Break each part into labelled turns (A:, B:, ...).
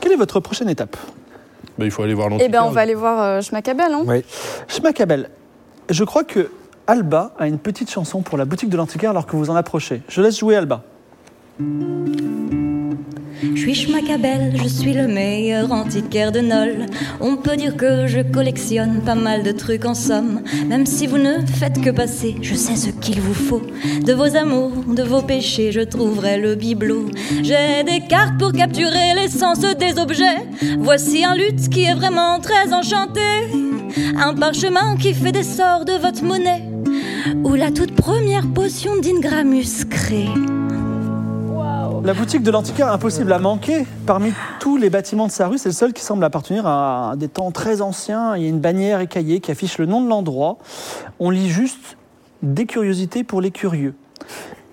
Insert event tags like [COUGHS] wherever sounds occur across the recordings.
A: Quelle est votre prochaine étape
B: Ben, il faut aller voir
C: Eh
B: l'antiquaire.
C: ben, on va aller voir euh, Schmackabel, hein.
A: Oui. Schmackabel, je crois que Alba a une petite chanson pour la boutique de l'antiquaire alors que vous en approchez. Je laisse jouer Alba.
D: Je suis Schmackabel, je suis le meilleur antiquaire de Nol. On peut dire que je collectionne pas mal de trucs en somme. Même si vous ne faites que passer, je sais ce qu'il vous faut. De vos amours, de vos péchés, je trouverai le bibelot. J'ai des cartes pour capturer l'essence des objets. Voici un luth qui est vraiment très enchanté. Un parchemin qui fait des sorts de votre monnaie. Ou la toute première potion d'Ingramus créée.
A: La boutique de l'antiquaire, impossible à manquer. Parmi tous les bâtiments de sa rue, c'est le seul qui semble appartenir à des temps très anciens. Il y a une bannière écaillée qui affiche le nom de l'endroit. On lit juste des curiosités pour les curieux.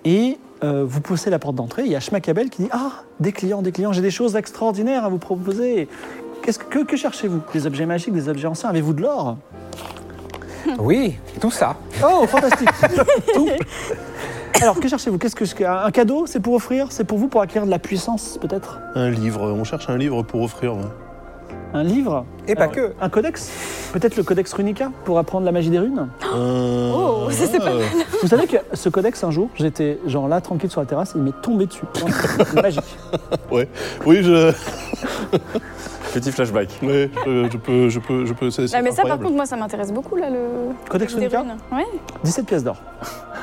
A: Et euh, vous poussez la porte d'entrée, il y a Schmackabel qui dit Ah, des clients, des clients, j'ai des choses extraordinaires à vous proposer. Qu'est-ce que, que cherchez-vous Des objets magiques, des objets anciens Avez-vous de l'or
E: Oui, tout ça.
A: Oh, fantastique Tout. Alors, que cherchez-vous Qu'est-ce que c'est Un cadeau C'est pour offrir C'est pour vous Pour acquérir de la puissance, peut-être
B: Un livre, on cherche un livre pour offrir. ouais.
A: Un livre
E: Et
B: Ah
E: pas
A: Alors,
E: que.
A: Un codex Peut-être le codex Runica pour apprendre la magie des runes
B: Euh,
C: Oh, ça, c'est pas
B: euh,
A: Vous savez que ce codex, un jour, j'étais genre là, tranquille sur la terrasse, il m'est tombé dessus. Magique.
B: ouais. Oui, je,
F: Petit flashback.
B: ouais, je, je peux, je peux, je peux. c'est- c'est
C: Ah, mais ça, par
B: incroyable.
C: contre, moi, ça m'intéresse beaucoup, là, le.
A: Codex
C: des
A: Runica
C: runes. Ouais.
A: 17 pièces d'or.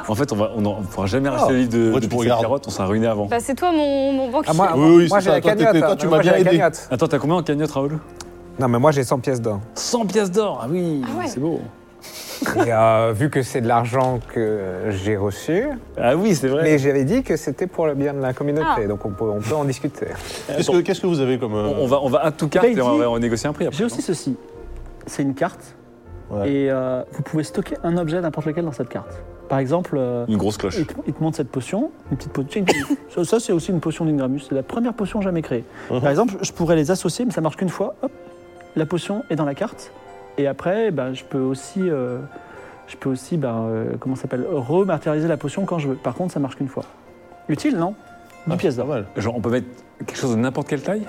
F: En fait, on va, on en- on pourra jamais racheter le livre de,
B: Ouais,
F: de
B: tu peux
F: Pizza
B: regarder.
F: Carotte, on sera ruiné avant.
C: Bah, c'est toi, mon, mon banquier.
E: Ah, moi,
B: Oui,
E: moi,
B: oui,
E: moi,
B: c'est
E: j'ai
B: ça.
E: la
B: Toi, t'es-
E: cagnotte.
B: toi, tu
E: hein.
B: m'as
E: Moi, j'ai
B: bien
E: la
B: aidé.
E: cagnotte.
F: Attends, t'as combien en cagnotte, Raoul
E: Non, mais moi, j'ai 100
B: [LAUGHS]
E: pièces d'or.
F: 100 pièces d'or Ah oui,
C: Ah ouais.
F: c'est beau.
E: Et euh, vu que c'est de l'argent que j'ai reçu,
F: Ah oui, c'est vrai.
E: mais j'avais dit que c'était pour le bien de la communauté,
C: Ah.
E: donc on peut, on peut en discuter.
B: Qu'est-ce que, qu'est-ce que vous avez comme euh,
F: On, on va, on va à tout carte
A: Tahiti.
F: et on va, on va négocier un prix après. hein.
A: J'ai aussi ceci. C'est une carte.
B: Ouais.
A: Et euh, vous pouvez stocker un objet n'importe lequel dans cette carte. Par exemple, euh,
F: Une grosse cloche.
A: il, te, il te montre cette potion, une petite potion. [LAUGHS] ça, ça, c'est aussi une potion d'Ingramus. C'est la première potion jamais créée. Par exemple, je pourrais les associer, mais ça marche qu'une fois. Hop, la potion est dans la carte. Et après, ben, je peux aussi, euh, je peux aussi, ben, euh, comment ça s'appelle, rematérialiser la potion quand je veux. Par contre, ça marche qu'une fois. Utile, non Une
B: ah,
A: pièce
B: c'est pas
A: d'or,
B: mal.
F: Genre, on peut mettre quelque chose de n'importe quelle taille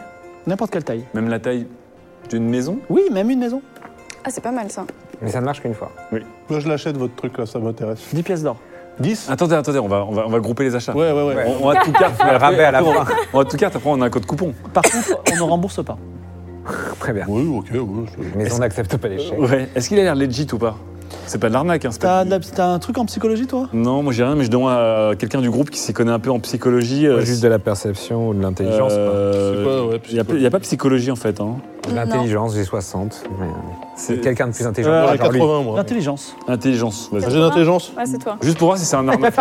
A: n'importe quelle taille.
F: Même la taille d'une maison
A: Oui, même une maison.
C: Ah, c'est pas mal, ça.
E: Mais ça ne marche qu'une fois.
B: Moi, je l'achète votre truc là, ça m'intéresse.
A: 10 pièces d'or.
B: 10
F: Attendez, attendez, on va, on va, on va grouper les achats.
B: Ouais, ouais, ouais.
F: On, on va à tout [LAUGHS] carte.
E: Le rabais à la
F: après, on-
E: fin.
F: On va à tout carte, après on a un code coupon.
A: Par contre, on ne rembourse pas.
E: [LAUGHS] Très bien.
B: Oui, ok, oui. je-
E: Mais on n'accepte pas les
B: Euh,
E: chèques.
F: Ouais. Est-ce qu'il a l'air legit ou pas C'est pas de l'arnaque, hein, c'est pas
A: T'as
F: du-
A: de la- t'as un truc en psychologie, toi
F: Non, moi j'ai rien, mais je demande à quelqu'un du groupe qui s'y connaît un peu en psychologie. euh,
E: Juste de la perception ou de l'intelligence.
B: C'est quoi, ouais,
F: Il n'y a,
B: psycho-
F: y a pas de psychologie en fait. Hein.
E: quoi. L'intelligence, j'ai 60. mais, euh,
F: C'est
E: Quelqu'un de plus intelligent.
B: J'en ai
E: genre lui.
B: 80, moi.
A: L'intelligence.
F: intelligence. vas-y.
B: J'ai d'intelligence
C: Ouais, c'est toi.
F: Juste pour voir si c'est un arnaque.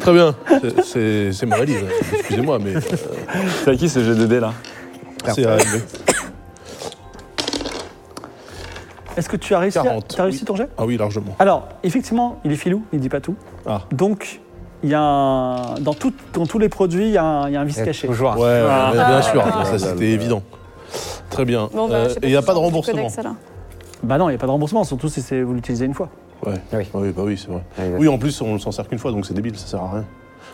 B: Très bien. C'est- C'est c'est ma valise. Excusez-moi, mais euh,
F: C'est à qui ce jeu de dés là
B: c'est à élever.
A: Est-ce que tu as réussi, à-
B: 40,
A: t'as réussi
B: oui.
A: ton jet
B: Ah oui, largement.
A: Alors, effectivement, il est filou, il dit pas tout.
B: Ah.
A: Donc, il y a un- dans, tout- dans tous les produits, il y a un, il y a un vice
E: Il y a
A: caché.
E: Toujours. un-
B: Ouais, ouais, bien sûr,
C: Ah.
B: ça c'était évident. Très bien.
C: Bon, bah,
B: Euh,
C: je sais
B: et il n'y a
C: si
B: pas de
C: c'est un
B: remboursement.
C: codex, alors.
A: Bah non, il n'y a pas de remboursement, surtout si c'est- vous l'utilisez une fois.
B: Ouais.
E: Oui.
B: Ah Oui, bah oui, c'est vrai.
E: Exact.
B: Oui, en plus, on ne s'en sert qu'une fois, donc c'est débile, ça sert à rien.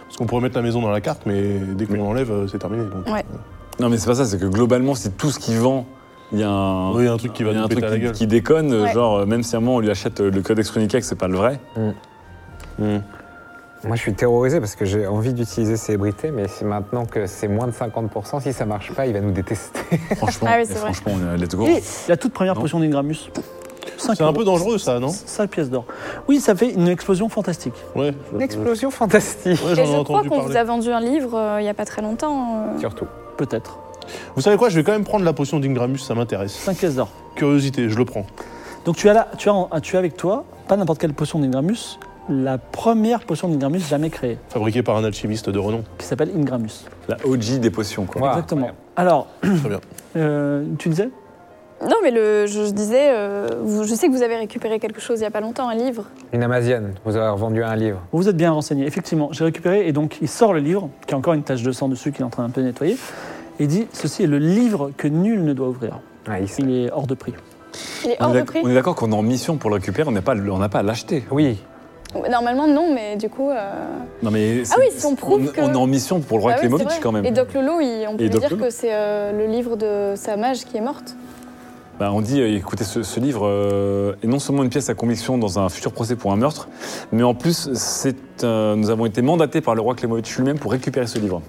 B: Parce qu'on pourrait mettre la maison dans la carte, mais dès qu'on l'enlève, euh, c'est terminé. donc.
C: Ouais.
F: Non, mais c'est pas ça, c'est que globalement, c'est tout ce qui vend. Il y a un,
B: Oui, il y a un truc qui va
F: il y a
B: nous
F: un
B: péter
F: truc
B: à la
F: qui,
B: gueule.
F: qui déconne. euh,
C: Ouais.
F: Genre, euh, même si à un moment on lui achète euh, le code Runica et que c'est pas le
C: [LAUGHS]
F: vrai.
E: Moi, je suis terrorisé parce que j'ai envie d'utiliser célébrité, mais c'est maintenant que c'est moins de 50%, si ça marche pas, il va nous détester.
F: Franchement,
C: Ah oui,
F: et
C: c'est vrai.
F: franchement, on est- let's go.
A: Et la toute première
F: Non.
A: potion d'Ingramus.
B: C'est un peu dangereux, ça, non
A: 5 pièces d'or. Oui, ça fait une explosion fantastique.
B: Ouais,
E: Une explosion fantastique.
B: ouais
C: Et
B: j'en ai
C: je crois
B: entendu
C: qu'on vous
B: parler.
C: a vendu un livre euh, il y a pas très longtemps. euh.
E: Surtout.
A: Peut-être.
B: Vous savez quoi, je vais quand même prendre la potion d'Ingramus, ça m'intéresse.
A: 5 pièces d'or.
B: Curiosité, je le prends.
A: Donc, tu as, là, tu, as, en- tu as avec toi, pas n'importe quelle potion d'Ingramus, la première potion d'Ingramus jamais créée,
B: Fabriqué par un alchimiste de renom.
A: qui s'appelle Ingramus.
F: La OG des potions, quoi.
E: Wow. Ah,
A: Exactement.
E: ouais.
A: Alors,
B: Très bien.
A: euh, tu disais
C: Non, mais le, je, je disais, euh, vous- je sais que vous avez récupéré quelque chose il n'y a pas longtemps, un livre.
E: Une Amazienne, vous avez vendu un livre.
A: Vous êtes bien renseigné. Effectivement, j'ai récupéré et donc il sort le livre, qui a encore une tache de sang dessus qu'il est en train un peu de nettoyer, et il dit Ceci est le livre que nul ne doit ouvrir.
E: Ah, il sait.
A: Il est hors de prix.
C: Il est
F: On
C: hors
F: est
C: de
F: d'ac-
C: prix.
F: on est d'accord qu'on est en mission pour le récupérer, on n'a pas, à le- on n'a pas à l'acheter.
E: Oui,
C: Normalement, non, mais du coup. euh,
F: Non, mais c'est-
C: oui, si on prouve que-
F: on est en mission pour le roi
C: bah oui, c'est
F: Clémovitch
C: vrai.
F: quand même.
C: Et Doc Lolo, il- on peut
F: Et
C: lui
F: Doc
C: dire
F: Lolo.
C: que c'est euh, le livre de sa mage qui est morte.
F: Bah, on dit, euh, écoutez, ce, ce livre euh, est non seulement une pièce à conviction dans un futur procès pour un meurtre, mais en plus, c'est, euh, nous avons été mandatés par le roi Clémovitch lui-même pour récupérer ce livre.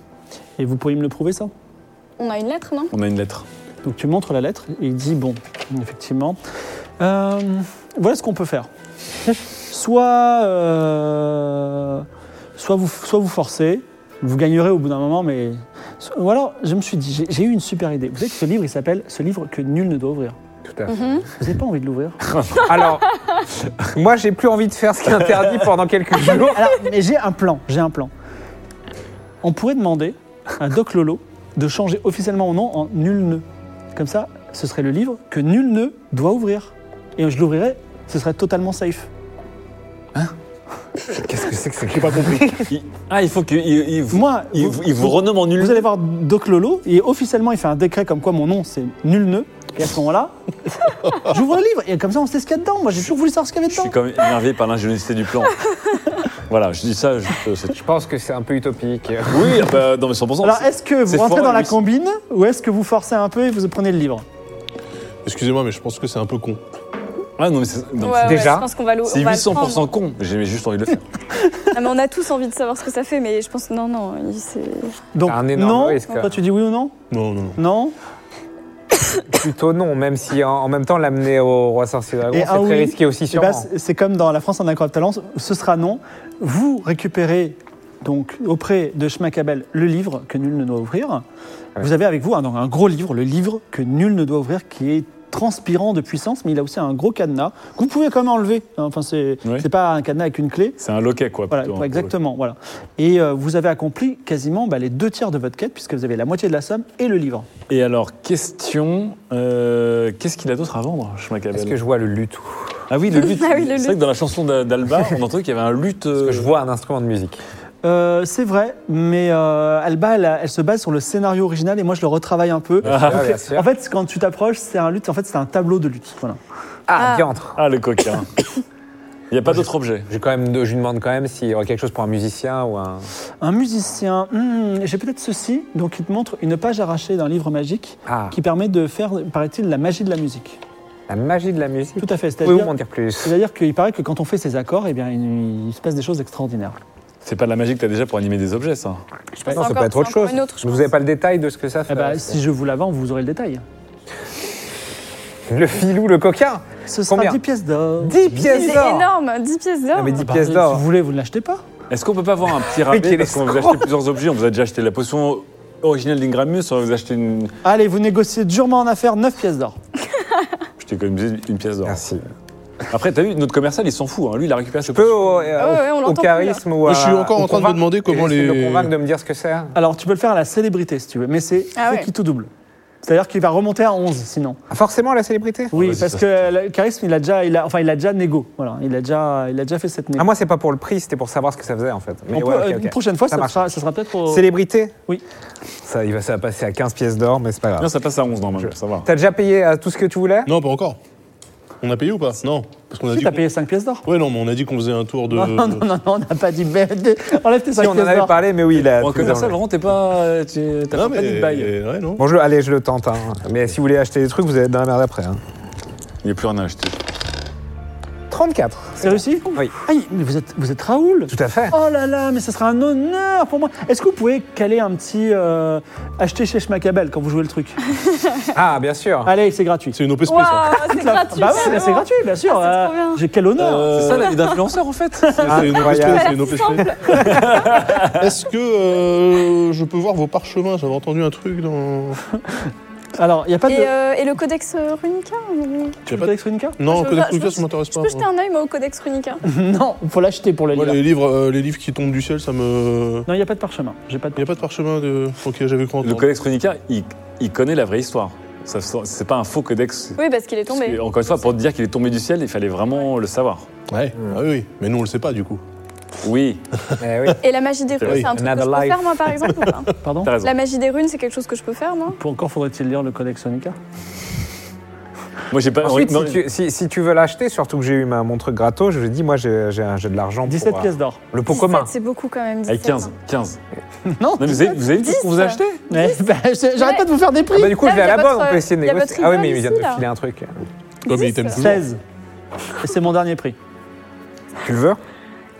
A: Et vous pourriez me le prouver, ça
C: On a une lettre, non
F: On a une lettre.
A: Donc tu montres la lettre et il dit bon, effectivement, euh, voilà ce qu'on peut faire. Soit, euh, soit, vous, soit vous forcez, vous gagnerez au bout d'un moment, mais so- ou alors je me suis dit j'ai- j'ai eu une super idée. Vous savez que ce livre il s'appelle ce livre que nul ne doit ouvrir.
E: tout à fait.
C: Mhm.
A: Vous n'avez pas envie de l'ouvrir
E: Alors, [LAUGHS] moi, j'ai plus envie de faire ce qui est interdit pendant quelques jours.
A: Alors, mais j'ai un plan, j'ai un plan. On pourrait demander à Doc Lolo de changer officiellement mon nom en Nul Nœud. Comme ça, ce serait le livre que Nul Nœud doit ouvrir. Et je l'ouvrirai, ce serait totalement safe.
E: Qu'est-ce que c'est que
B: J'ai
E: c'est
B: pas compris.
F: [LAUGHS] Il- Ah, il faut qu'il il- il vous,
A: Moi,
F: il
A: vous-
F: vous- il vous renomme en nul.
A: Vous allez voir Doc Lolo, et officiellement, il fait un décret comme quoi mon nom, c'est Nul Nœud. Et à ce
F: [LAUGHS]
A: moment-là, j'ouvre le livre, et comme ça, on sait ce qu'il y a dedans. Moi, j'ai toujours voulu savoir ce qu'il y avait
F: Je suis
A: dedans.
F: quand même énervé par l'ingéniosité
A: [LAUGHS]
F: du plan. voilà, je dis ça. Je, euh, c'est-
E: Je pense que c'est un peu utopique.
F: oui, ah bah, non, mais 100%.
A: Alors,
F: c'est-
A: est-ce que vous
F: c'est
A: rentrez
F: fort,
A: dans la
F: oui.
A: combine, ou est-ce que vous forcez un peu et vous prenez le livre
B: Excusez-moi, mais je pense que c'est un peu con.
F: Ah, non, mais c'est non,
C: Ouais, ouais,
E: déjà,
C: je pense qu'on va le-
F: c'est
C: on va le
F: 800%
C: prendre.
F: con. J'ai juste envie de le faire.
C: Ah, mais on a tous envie de savoir ce que ça fait, mais je pense. Non, non, il- c'est.
A: Donc,
E: C'est un énorme
A: non,
E: risque.
A: toi, tu dis oui ou non
B: Non, non, non.
A: Non
E: Plutôt non, même si en, en même temps, l'amener au roi sorcier dragon,
A: Et
E: c'est
A: un
E: très
A: oui,
E: risqué aussi,
A: Eh ben,
E: sûrement.
A: c'est- c'est comme dans La France en incroyable talent, ce sera non. Vous récupérez donc auprès de Schmackabel le livre que nul ne doit ouvrir. Vous avez avec vous un, donc, un gros livre, le livre que nul ne doit ouvrir, qui est transpirant de puissance, mais il a aussi un gros cadenas que vous pouvez quand même enlever. hein. Enfin, c'est
F: Oui.
A: c'est pas un cadenas avec une clé.
F: C'est un loquet, quoi.
A: Voilà,
F: plutôt, hein, pour le-
A: exactement. Voilà. Et euh, vous avez accompli quasiment bah, les deux tiers de votre quête, puisque vous avez la moitié de la somme et le livre.
F: Et alors, question euh, qu'est-ce qu'il a d'autre à vendre,
E: Est-ce
F: Schmackabel
E: que je vois le luth
F: Ah oui, le luth.
C: [LAUGHS] Ah oui, le
F: c'est vrai
C: luth.
F: que dans la chanson d'A- d'Alba, on entendait qu'il y avait un luth.
E: Est-ce
F: euh, [LAUGHS]
E: que je vois un instrument de musique
A: Euh, c'est vrai, mais euh, Alba, elle, a- elle se base sur le scénario original et moi je le retravaille un peu.
E: Ah, bien sûr.
A: En fait, quand tu t'approches, c'est un luth. En fait, c'est un tableau de lutte. Voilà.
E: Ah,
C: Ah.
E: diantre
F: Ah, le coquin. Il n'y a pas d'autre objet.
E: J'ai quand même, de- je lui demande quand même s'il y aurait quelque chose pour un musicien ou un.
A: Un musicien. hmm, J'ai peut-être ceci. Donc, il te montre une page arrachée d'un livre magique
E: Ah,
A: qui permet de faire, paraît-il, la magie de la musique.
E: la magie de la musique.
A: Tout à fait.
E: Pouvez-vous
A: C'est-à-dire,
E: m'en dire plus
A: c'est-à-dire qu'il paraît que quand on fait ces accords, eh bien, il, il se passe des choses extraordinaires.
F: C'est pas de la magie que t'as déjà pour animer des objets, ça.
C: Je pense
E: Non, ça
C: encore-
E: peut être autre
C: c'est encore
E: chose.
C: Une autre, je
E: vous
C: pense.
E: n'avez pas le détail de ce que ça fait.
A: Eh ben, si je vous l'avance, vous aurez le détail.
E: Le filou, le coquin
A: Ce sera
E: Combien
A: 10 pièces d'or.
E: 10 pièces
C: C'est
E: d'or
C: énorme, 10 pièces d'or.
E: Non, mais 10
A: Bah,
E: pièces
A: Si vous
E: d'or
A: voulez, vous ne l'achetez pas.
F: Est-ce qu'on peut pas avoir un petit [LAUGHS]
E: Mais quel
F: rabais Parce qu'on vous a
E: escroc
F: acheté plusieurs objets. On vous a déjà acheté la potion originale d'Ingramus, on vous a acheté une.
A: Allez, vous négociez durement en affaires 9 pièces d'or.
F: Je t'ai économisé une pièce d'or.
E: Merci.
F: Après, t'as vu, notre commercial, il s'en fout. hein. Lui, il a récupéré ce
E: Je peux au, euh,
C: Ah ouais, ouais, on
E: au- au
C: l'entend plus, là.
E: charisme ou
B: Moi,
E: à-
B: je suis encore
E: au
B: en train de me
E: convainc-
B: demander comment
E: essayer de
B: les-
E: le convaincre de me dire ce que c'est. Ah,
A: Alors, tu peux le faire à la célébrité si tu veux, mais c'est
C: Ah
A: fait
C: ouais.
A: qui tout double. C'est-à-dire qu'il va remonter à 11 sinon.
E: Ah, Forcément, la célébrité
A: Oui,
B: vas-y,
A: parce
B: ça,
A: que le charisme, il a déjà, il a, enfin, il a déjà négo. Voilà, il a déjà, il a déjà fait cette négo.
E: Ah, moi, c'est pas pour le prix, c'était pour savoir ce que ça faisait en fait.
A: On
E: Mais
A: peut-
E: ouais, ok,
A: euh,
E: ok.
A: Une prochaine fois,
E: Ça
A: ça,
E: marche.
A: sera, ça sera peut-être pour.
E: Célébrité
A: Oui.
E: Ça, il va, ça va passer à 15 pièces d'or, mais c'est pas
F: Non,
E: grave.
F: ça passe à 11 normalement, ça va.
E: T'as déjà payé euh, tout ce que tu voulais
B: Non, pas encore. On a payé ou pas Non. Parce qu'on a
A: Si,
B: dit.
A: t'as
B: qu'on-
A: payé 5 pièces d'or. [LAUGHS]
B: Ouais, non, mais on a dit qu'on faisait un tour de.
A: Non, non, non, non, on n'a pas dit. merde. Enlève tes 5
E: Si, on en
A: pièces
E: avait
A: d'or.
E: parlé, mais oui, il a.
F: Bon,
E: tout enlevé.
F: commercial, vraiment, t'es pas. tu- T'as
B: Non,
F: pas dit de bail.
B: Ouais, non.
E: Bon, je le- allez, je le tente. hein. Mais si vous voulez acheter des trucs, vous allez être dans la merde après. hein.
F: Il n'y a plus rien à acheter.
E: 34.
A: C'est réussi
E: Oui.
A: Aïe, mais vous êtes, vous êtes Raoul
E: Tout à fait.
A: Oh là là, mais ce sera un honneur pour moi. Est-ce que vous pouvez caler un petit. euh, acheter chez Schmackabel quand vous jouez le
E: [LAUGHS]
A: truc
E: Ah, bien sûr.
A: Allez, c'est gratuit.
B: C'est une OPSP, ça.
C: Waouh, c'est
A: La-
C: gratuit.
A: bah ouais, mais c'est
C: bon.
A: gratuit, bien sûr.
C: Ah, c'est trop
A: Euh,
C: bien.
A: J'ai quel honneur.
E: [LAUGHS]
F: C'est ça la vie d'influenceur en fait
E: Ah,
B: C'est une OPSP,
E: Incroyable.
B: c'est une OPSP. [LAUGHS] Est-ce que euh, je peux voir vos parchemins J'avais entendu un truc dans.
A: Alors, il n'y a pas de.
C: Et, euh, et le codex euh, runica ou-
B: Tu as pas de-
A: Codex Runica
B: Non,
C: Je-
B: Codex
C: je-
B: Runica,
C: je-
B: ça m'intéresse
C: Je
B: pas.
C: peux jeter un œil, moi, au codex runica.
A: Non, il faut l'acheter pour le
B: Moi,
A: lire.
B: les livres, euh, les livres qui tombent du ciel, ça me.
A: Non, il n'y a pas de parchemin. J'ai pas de
B: Il n'y a pas de parchemin de. Ok, j'avais cru
F: Le
B: entendre.
F: codex Runica, il, il connaît la vraie histoire. Ça sort- C'est pas un faux codex.
C: Oui, parce qu'il est
F: Parce
C: tombé.
F: que, encore une fois, pour dire qu'il est tombé du ciel, il fallait vraiment le savoir.
B: Ouais. Ah oui, oui, mais nous on le sait pas du coup.
F: Oui,
E: Eh oui.
C: Et la magie des runes,
B: Oui.
C: c'est un truc que je
E: Another
C: peux
E: life.
C: faire, moi, par exemple
E: [LAUGHS]
C: ou pas
A: Pardon
F: t'as raison.
C: La magie des runes, c'est quelque chose que je peux faire, moi
A: Pour- Encore faudrait-il lire le Codex Runica
F: Moi, j'ai pas.
E: Ensuite,
F: non,
E: si tu, si- si tu veux l'acheter, surtout que j'ai eu ma, mon truc gratos, je lui ai dit, moi j'ai j'ai un- j'ai de l'argent pour
A: 17
E: euh,
A: pièces d'or.
E: le pot
C: 17,
E: commun.
C: C'est beaucoup quand même. 17.
F: Avec 15, 15.
A: Non,
F: Non, mais vous avez, vous avez vu tout ce qu'on vous a acheté
A: mais- bah, j'ai- J'arrête pas de vous faire des
E: Ah
A: prix
E: bah du coup,
C: Là,
E: je vais
C: y a
E: à la
C: votre-
E: bonne, on peut essayer de
C: y a
E: négocier.
C: votre
E: Ah oui,
C: idole
E: mais il vient de
C: ici,
E: me
C: là.
E: filer un truc.
B: Comme il t'aime toujours.
A: 16. Et c'est mon dernier prix.
E: [LAUGHS] Tu le veux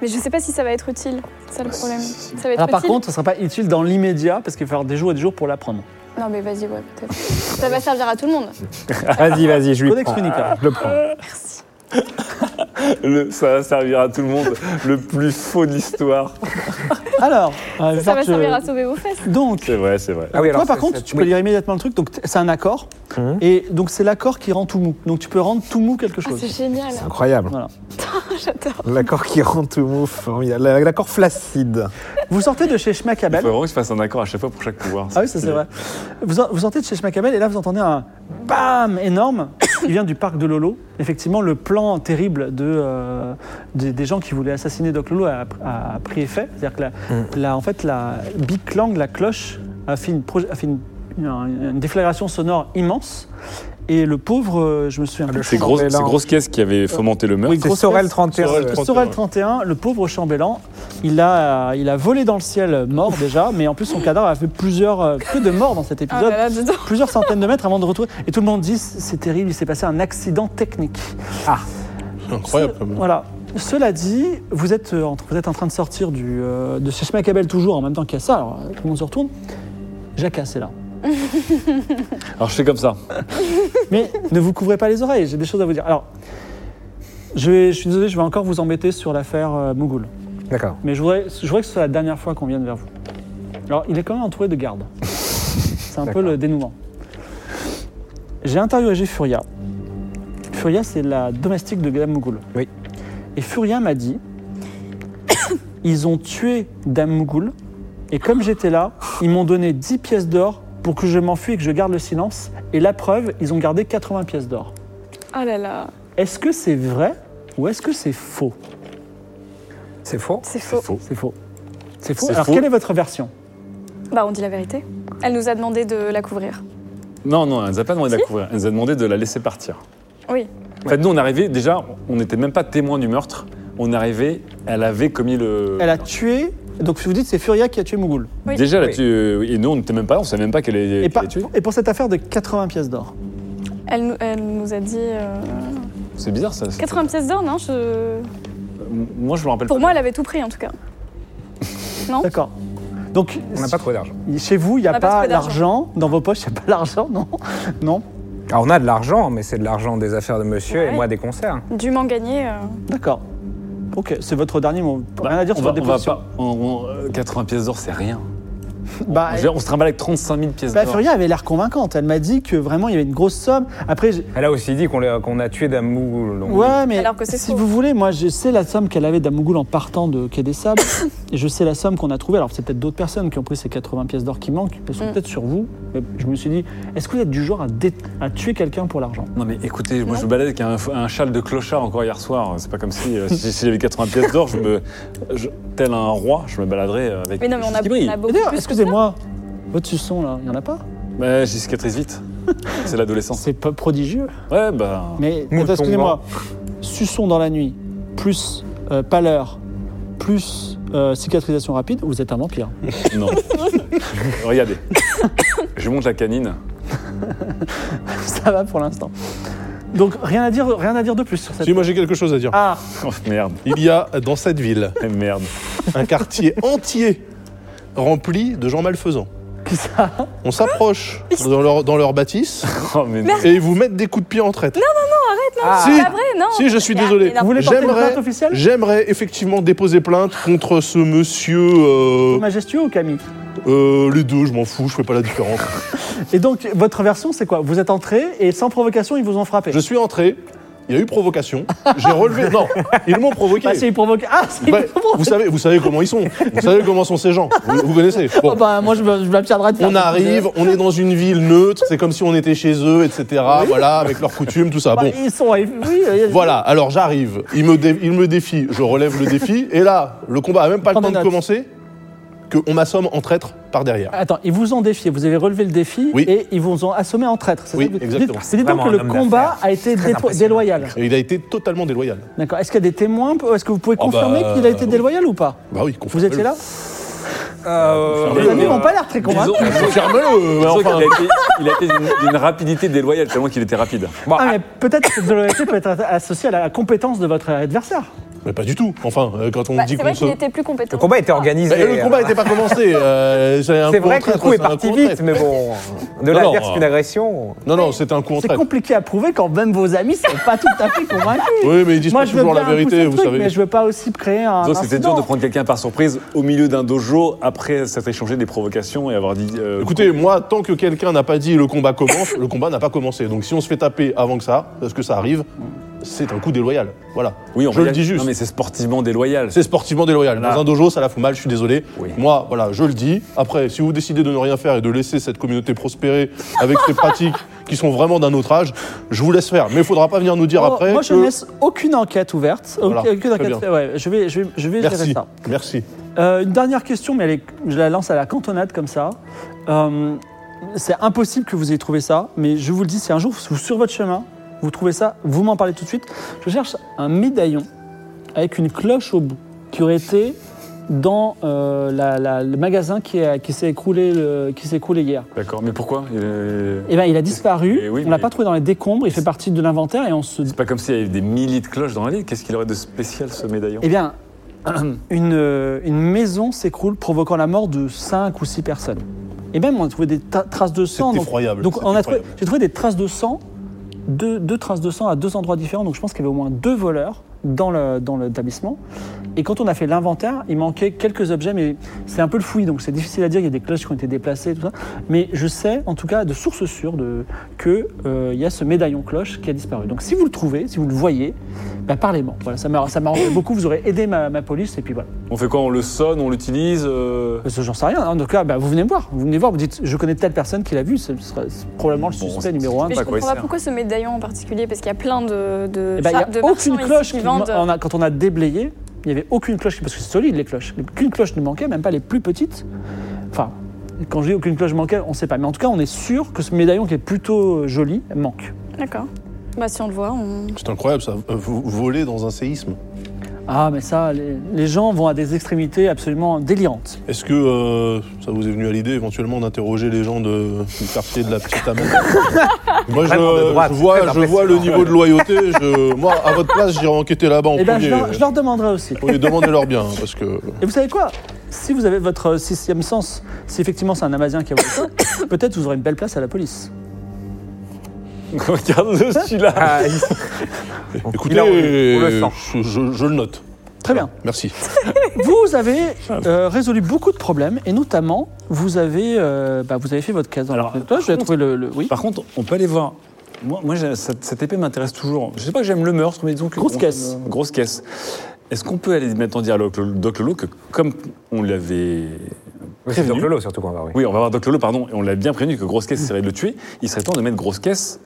C: Mais je sais pas si ça va être utile. C'est ça le problème. Ça va être
E: Ah,
A: Alors par
C: utile.
A: contre, ça ne sera pas utile dans l'immédiat parce qu'il va falloir des jours et des jours pour l'apprendre.
C: Non, mais vas-y, ouais, peut-être. ça va servir à tout le monde.
E: Vas-y, vas-y, je lui
A: Codex
E: prends.
A: Runica.
E: Je le prends.
F: Le- Ça va servir à tout le monde. Le plus faux de l'histoire.
E: Ah.
A: Alors, euh,
C: Ça va
A: je-
C: servir à sauver vos fesses.
A: donc,
F: C'est vrai, c'est vrai.
E: Ah oui,
A: toi par
E: c'est-
A: contre,
E: c'est-
A: tu peux
E: oui.
A: lire immédiatement le truc. Donc t- c'est un accord
E: Mhm.
A: et donc c'est l'accord qui rend tout mou. Donc tu peux rendre tout mou quelque
C: Ah,
A: chose.
C: c'est génial.
E: C'est incroyable.
A: Voilà.
C: J'adore.
E: L'accord qui rend tout mou, formidable. l'accord flaccide.
A: Vous sortez de chez
F: Il faut
A: Schmackabel.
F: vraiment que je fasse un accord à chaque fois pour chaque pouvoir.
A: Ah oui, ça c'est vrai. Vous, vous sortez de chez Schmackabel et là vous entendez un bam énorme qui vient du parc de Lolo. Effectivement, le plan terrible de, euh, des, des gens qui voulaient assassiner Doc Lolo a, a pris effet. C'est-à-dire que la, la- en fait, la Big Clang, la cloche, a fait, une, proje- a fait une, une- une déflagration sonore immense. Et le pauvre, euh, je me souviens plus.
F: C'est
E: Chambellan.
F: grosse, c'est grosse caisse qui avait fomenté le meurtre.
A: Euh, Oui,
E: C'est
A: grosse
E: Sorel
A: caisse.
E: 31.
B: Sorel
E: euh,
B: 31.
A: Sorel 31, le pauvre chambellan, il a, il a volé dans le ciel mort déjà, mais en plus son cadavre a fait plusieurs, euh, plus de morts dans cet
C: Ah
A: épisode
C: là là, dedans.
A: plusieurs centaines de mètres avant de retourner. Et tout le monde dit c'est terrible, il s'est passé un accident technique.
B: Incroyable. quand même.
A: Voilà. Cela dit, vous êtes, euh, en, vous êtes en train de sortir du, euh, de chez Schmackabel toujours en même temps qu'il y a ça, alors euh, tout le monde se retourne. Jacasse est là.
F: Alors je fais comme ça.
A: Mais ne vous couvrez pas les oreilles, j'ai des choses à vous dire. Alors, je, vais- je suis désolé, je vais encore vous embêter sur l'affaire euh, Mougoul.
E: D'accord.
A: Mais je voudrais, je voudrais que ce soit la dernière fois qu'on vienne vers vous. Alors, il est quand même entouré de gardes. C'est un peu
E: D'accord.
A: le dénouement. J'ai interrogé Furia. Furia, c'est la domestique de Dame Mougoul.
E: Oui.
A: Et Furia m'a dit ils ont tué Dame Mougoul, et comme j'étais là, ils m'ont donné 10 pièces d'or pour que je m'enfuis et que je garde le silence. Et la preuve, ils ont gardé 80 pièces d'or.
C: Ah là là,
A: Est-ce que c'est vrai ou est-ce que c'est faux
E: C'est faux
C: c'est faux.
A: C'est faux. C'est faux.
F: C'est
A: Alors,
F: faux.
A: quelle est votre version
C: Bah, on dit la vérité. Elle nous a demandé de la couvrir.
F: Non, non, elle nous a pas demandé de la couvrir. Elle nous a demandé de la laisser partir.
C: Oui.
F: En fait, nous, on arrivait, déjà, on n'était même pas témoin du meurtre. On arrivait, elle avait commis le.
A: Elle a tué. Donc vous dites c'est Furia qui a tué Mougoul.
C: Oui.
F: Déjà, elle a
E: Oui.
F: tué- euh, Et nous, on n'était même pas là, on savait même pas qu'elle
A: Et,
F: est- qu'elle
A: par-
F: est tuée.
A: et pour cette affaire de 80 pièces d'or.
C: Elle nous, elle nous a dit. euh,
F: C'est bizarre ça. c'est-
C: 80 pièces d'or, non je...
F: Moi, je me rappelle
C: Pour
F: pas.
C: moi, elle avait tout pris en tout cas.
A: D'accord. Donc
E: On n'a pas trouvé d'argent.
A: chez vous, il n'y
C: On
A: a
C: n'a pas
A: pas
C: trouvé d'argent.
A: l'argent. Dans vos poches, il n'y a pas l'argent, non Non
E: Alors Ah, on a de l'argent, mais c'est de l'argent des affaires de monsieur et
C: Ouais.
E: moi des concerts.
C: Dûment gagné. euh,
A: D'accord. Ok, c'est votre dernier mot.
F: Bah,
A: Rien à dire
F: on
A: sur votre
F: va, on va
A: déposition.
F: pas. on- on- euh, 80 pièces d'or, c'est rien.
A: Bah,
C: Ah
F: Je veux dire, on se trimballe avec 35 000 pièces
A: bah,
F: d'or.
A: Furia avait l'air convaincante. Elle m'a dit que vraiment il y avait une grosse somme. Après, j'ai-
E: Elle a aussi dit qu'on l'a- qu'on a tué Damou. donc-
A: ouais, mais
C: Alors que c'est
A: si
C: faux.
A: vous voulez, moi je sais la somme qu'elle avait d'Amougoul en partant de Quai des
C: [COUGHS]
A: Sables. et je sais la somme qu'on a trouvée. Alors c'est peut-être d'autres personnes qui ont pris ces 80 pièces d'or qui manquent. Elles sont
C: Mm.
A: peut-être sur vous. Mais je me suis dit, est-ce que vous êtes du genre à, dé- à tuer quelqu'un pour l'argent
F: Non mais écoutez, moi
C: Non.
F: je me balade avec un, un châle de clochard encore hier soir. C'est pas comme si euh, si, si j'avais 80 pièces d'or, je me, je- tel un roi, je me baladerais euh, avec.
C: Mais non, mais on a,
F: Juste qui brille.
C: on a
A: Et
C: beaucoup
A: D'ailleurs,
C: plus.
A: excusez-moi, votre suçon là, il n'y en a pas
F: Bah, j'ai cicatrice vite. C'est l'adolescence.
A: C'est pas prodigieux.
F: Ouais bah.
A: Mais
E: Mouton
A: attends, excusez-moi, suçon dans la nuit, plus euh, pâleur, plus euh, cicatrisation rapide, vous êtes un vampire.
C: [LAUGHS]
F: Non. Regardez. Je monte la canine.
A: Ça va pour l'instant. Donc rien à dire, rien à dire de plus sur cette.
B: Si, moi j'ai quelque chose à dire.
A: Ah,
F: Oh merde,
B: Il y a dans cette ville
F: Eh, merde.
B: un quartier [LAUGHS] entier rempli de gens malfaisants.
A: qui ça
B: On s'approche dans leur, dans leur bâtisse
F: Oh mais
C: Ah.
F: non.
B: et ils vous mettent des coups de pied en traite. Non,
E: Ah,
B: non,
C: C'est pas vrai,
A: Oh,
C: non
B: Si, je suis
C: Mais
B: désolé.
C: arrêtez, non.
A: Vous voulez porter une
B: J'aimerais-
A: plainte officielle
B: J'aimerais effectivement déposer plainte contre ce monsieur. euh,
A: Majestueux ou Camille
B: Euh, les deux, je m'en fous, je fais pas la différence.
A: Et donc, votre version, c'est quoi Vous êtes entré et sans provocation, ils vous ont frappé.
B: je suis entré, il y a eu provocation, j'ai relevé. Non, ils m'ont provoqué.
A: Ah, c'est une provoca- Ah, c'est une
B: Ouais,
A: provocation.
B: vous, savez, vous savez comment ils sont, vous savez comment sont ces gens, vous, vous connaissez. Bon.
A: Oh, bah, moi, je me- je m'abstiendrai de faire
B: On
A: des-
B: arrive, on est dans une ville neutre, c'est comme si on était chez eux, etc. Voilà, avec leurs coutumes, tout ça.
A: Bah,
B: Ah, Bon,
A: Ils sont. Oui, oui.
B: [LAUGHS] voilà, alors j'arrive, ils me, dé- ils me défient, je relève le défi, et là, le combat a même pas
A: Prends
B: le temps
A: des
B: de
A: notes.
B: commencer, qu'on m'assomme en traître par derrière.
A: Attends, ils vous ont défié, vous avez relevé le défi
B: Oui.
A: et ils vous ont assommé en traître. c'est
B: Oui,
A: ça que vous-
B: exactement.
A: Dites- C'est dites donc
G: Vraiment
A: que
G: un
A: le
G: homme
A: combat
G: d'affaires.
A: a été
G: Très
A: dépo-
G: impressionnant.
A: déloyal.
B: Et il a été totalement déloyal.
A: D'accord. Est-ce qu'il y a des témoins Est-ce que vous pouvez
B: Ah bah,
A: confirmer qu'il a été
B: oui.
A: déloyal ou pas
B: Bah oui,
A: Vous étiez là
E: Ah,
G: Euh,
A: Les
F: oui,
A: amis
F: oui.
A: n'ont pas l'air très convaincus.
B: Ferme-le mais
F: Disons
B: Euh, enfin,
F: qu'il a été- il a été d'une- d'une rapidité déloyale tellement qu'il était rapide.
G: bon,
A: Ah, mais peut-être que cette déloyauté peut être associée à la compétence de votre adversaire.
B: Mais pas du tout, enfin, euh, quand on
C: Bah,
B: dit
C: c'est
B: qu'on
C: vrai
B: se...
C: qu'il était plus compétent.
E: Le combat était
B: Bah,
E: organisé.
B: le combat n'était pas commencé. euh, c'est un
E: C'est
B: coup en
E: vrai que le
B: traître,
E: coup est
B: c'est un
E: parti
B: coup en
E: vite,
B: traître.
E: mais bon, de
B: Non,
E: la
B: non,
E: guerre, c'est une
B: euh,
E: agression.
B: Non, non, c'était un coup en
A: C'est
B: traître.
A: compliqué à prouver quand même vos amis sont pas tout à fait convaincus.
B: Oui, mais ils disent
A: Moi,
B: pas
A: je veux
B: toujours
A: bien
B: la vérité,
A: pousser le
B: vous
A: truc,
B: savez.
A: mais je veux pas aussi créer un.
F: Disons que C'était dur de
A: incident.
F: prendre quelqu'un par surprise au milieu d'un dojo après s'être échangé des provocations et avoir dit. euh,
B: Écoutez, moi, tant que quelqu'un n'a pas dit le combat commence, le combat n'a pas commencé. Donc si on se fait taper avant que ça, parce que ça arrive, c'est un coup déloyal. Voilà.
F: Oui, on
B: je
F: peut
B: le
F: dire-
B: dis juste.
F: Non, mais c'est sportivement déloyal.
B: C'est sportivement déloyal. Dans un dojo, ça la fout mal, je suis désolé.
F: Oui.
B: Moi, voilà, je le dis. Après, si vous décidez de ne rien faire et de laisser cette communauté prospérer avec ces
F: [LAUGHS]
B: pratiques qui sont vraiment d'un autre âge, je vous laisse faire. Mais il faudra pas venir nous dire
A: Oh,
B: après.
A: moi, je
B: que-
A: ne laisse aucune enquête ouverte.
B: Voilà,
A: Aucune- aucune
B: très
A: enquête- ouais, je vais, je vais, je vais gérer
B: Merci.
A: ça.
B: Merci.
A: Euh, une dernière question, mais elle est- je la lance à la cantonade comme ça. Euh, c'est impossible que vous ayez trouvé ça, mais je vous le dis, si un jour vous sur votre chemin, vous trouvez ça, vous m'en parlez tout de suite. Je cherche un médaillon avec une cloche au bout qui aurait été dans euh, la- la- le magasin qui, a- qui s'est écroulé, le- qui s'est écroulé hier.
F: D'accord, mais pourquoi Euh,
A: Eh ben, il a disparu.
F: Eh oui,
A: on l'a
F: mais-
A: pas trouvé dans les décombres. Il fait partie de l'inventaire et on se.
F: C'est pas comme s'il y avait des milliers de cloches dans la ville. Qu'est-ce qu'il aurait de spécial ce médaillon
A: Eh bien, [CLEARS THROAT] une, euh, une maison s'écroule, provoquant la mort de 5 ou 6 personnes. Et même, on a trouvé des ta- traces de sang.
B: C'est
A: donc-
B: effroyable.
A: Donc,
B: c'est
A: on a trouvé,
B: effroyable.
A: j'ai trouvé des traces de sang, deux, deux traces de sang à deux endroits différents. Donc, je pense qu'il y avait au moins deux voleurs dans le dans l'établissement. Et quand on a fait l'inventaire, il manquait quelques objets, mais c'est un peu le fouillis, donc c'est difficile à dire. Il y a des cloches qui ont été déplacées, tout ça. Mais je sais, en tout cas, de sources sûres, de, que euh, il y a ce médaillon cloche qui a disparu. Donc, si vous le trouvez, si vous le voyez, bah, parlez-moi. Voilà, ça m'a ça m'a arrangé beaucoup. Vous aurez aidé ma, ma police, et puis voilà.
F: On fait quoi On le sonne, on l'utilise euh, [LAUGHS]
A: Parce que j'en sais rien. En tout cas, bah, vous venez me voir. Vous venez voir. Vous dites, je connais telle personne qui l'a vu. Ce sera c'est probablement le
F: Bon,
A: suspect
F: c'est-
A: numéro un.
C: Mais
F: Pas
C: je
F: à quoi il
C: comprends pas
F: sert.
C: pourquoi ce médaillon en particulier, parce qu'il y a plein de, de,
A: Eh ben, Il n'y
C: de
A: a aucune
C: marchands ici
A: cloche
C: qui
A: qui-
C: vendent.
A: on a- quand on a déblayé, il n'y avait aucune cloche parce que c'est solide les cloches. Aucune cloche ne manquait, même pas les plus petites. Enfin, quand je dis aucune cloche manquait, on ne sait pas. Mais en tout cas, on est sûr que ce médaillon qui est plutôt euh, joli manque.
C: D'accord. Bah si on le voit, on...
B: C'est incroyable, ça. Euh, vo- Voler dans un séisme.
A: Ah, mais ça, les, les gens vont à des extrémités absolument délirantes.
B: Est-ce que euh, ça vous est venu à l'idée éventuellement d'interroger les gens de, du quartier de la Petite
E: [LAUGHS]
B: Amène Moi, je,
E: Vraiment de droite,
B: je vois,
E: très
B: je vois le
E: impressionnant.
B: niveau de loyauté. Je, moi, à votre place, j'irai enquêter là-bas en
A: Eh bien, je,
B: premier.
A: leur- je leur demanderai aussi.
B: Oui, demandez-leur bien, hein, parce que
A: Et vous savez quoi Si vous avez votre sixième sens, si effectivement c'est un Amazien qui a volé ça, [COUGHS] peut-être vous aurez une belle place à la police.
F: Regarde-le celui-là
E: Ah, il-
B: écoutez,
E: Il a envie, on le sent.
B: je, je- je le note.
A: Très bien.
B: Merci.
A: Vous avez euh, résolu beaucoup de problèmes et notamment vous avez euh, bah, vous avez fait votre case. dans
F: Alors,
A: la- toi, je vais trouver le, le- oui.
F: Par contre, on peut aller voir. Moi, moi, j'ai- cette, cette épée m'intéresse toujours. Je sais pas que j'aime le meurtre, mais disons que.
A: Grosse
F: on- euh,
A: caisse.
F: Grosse caisse. Est-ce qu'on peut aller maintenant dire à Doc Lolo- Doc Lolo que, comme on l'avait
E: Oui, C'est
F: prévenu.
E: donc Lolo surtout qu'on va, oui.
F: Oui, on va voir Doc Lolo, pardon, et on l'a bien prévenu que Grosse
A: Mm.
F: Caisse essaierait de le tuer, il serait temps de mettre Grosse Caisse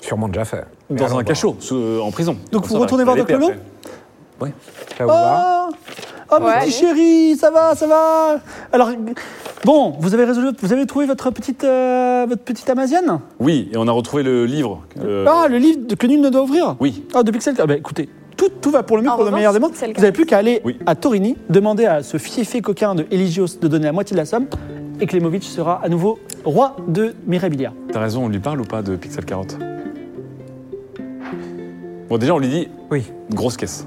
E: Sûrement déjà fait. Mais allons
F: dans un
E: voir.
F: cachot, sous- euh, en prison.
A: Donc,
F: Comme
A: vous
F: ça, on va
A: retournez
F: récupérer
A: voir Doc
F: l'épée
E: Là où va.
A: Oh, oh,
C: Ouais,
A: petit
C: allez.
A: chéri, ça va, ça va. Alors bon, vous avez résolu, vous avez trouvé votre petite euh, votre petite Amazienne.
F: après. Oui, et on a retrouvé le livre. euh,
A: Ah, le livre de- que nul ne doit ouvrir.
F: Oui.
A: Ah, de Pixel. Ah, bah, écoutez, tout, tout va pour le mieux,
C: En
A: pour le
C: revanche,
A: meilleur des mondes.
C: Pixel
A: Vous n'avez plus qu'à aller
F: Oui.
A: à Torini, demander à ce fiefé coquin de Eligios de donner la moitié de la somme, et Klemovic sera à nouveau roi de Mirabilia.
F: T'as raison, on lui parle ou pas de Pixel Carotte Bon, déjà, on lui dit
E: Oui.
F: Grosse Caisse.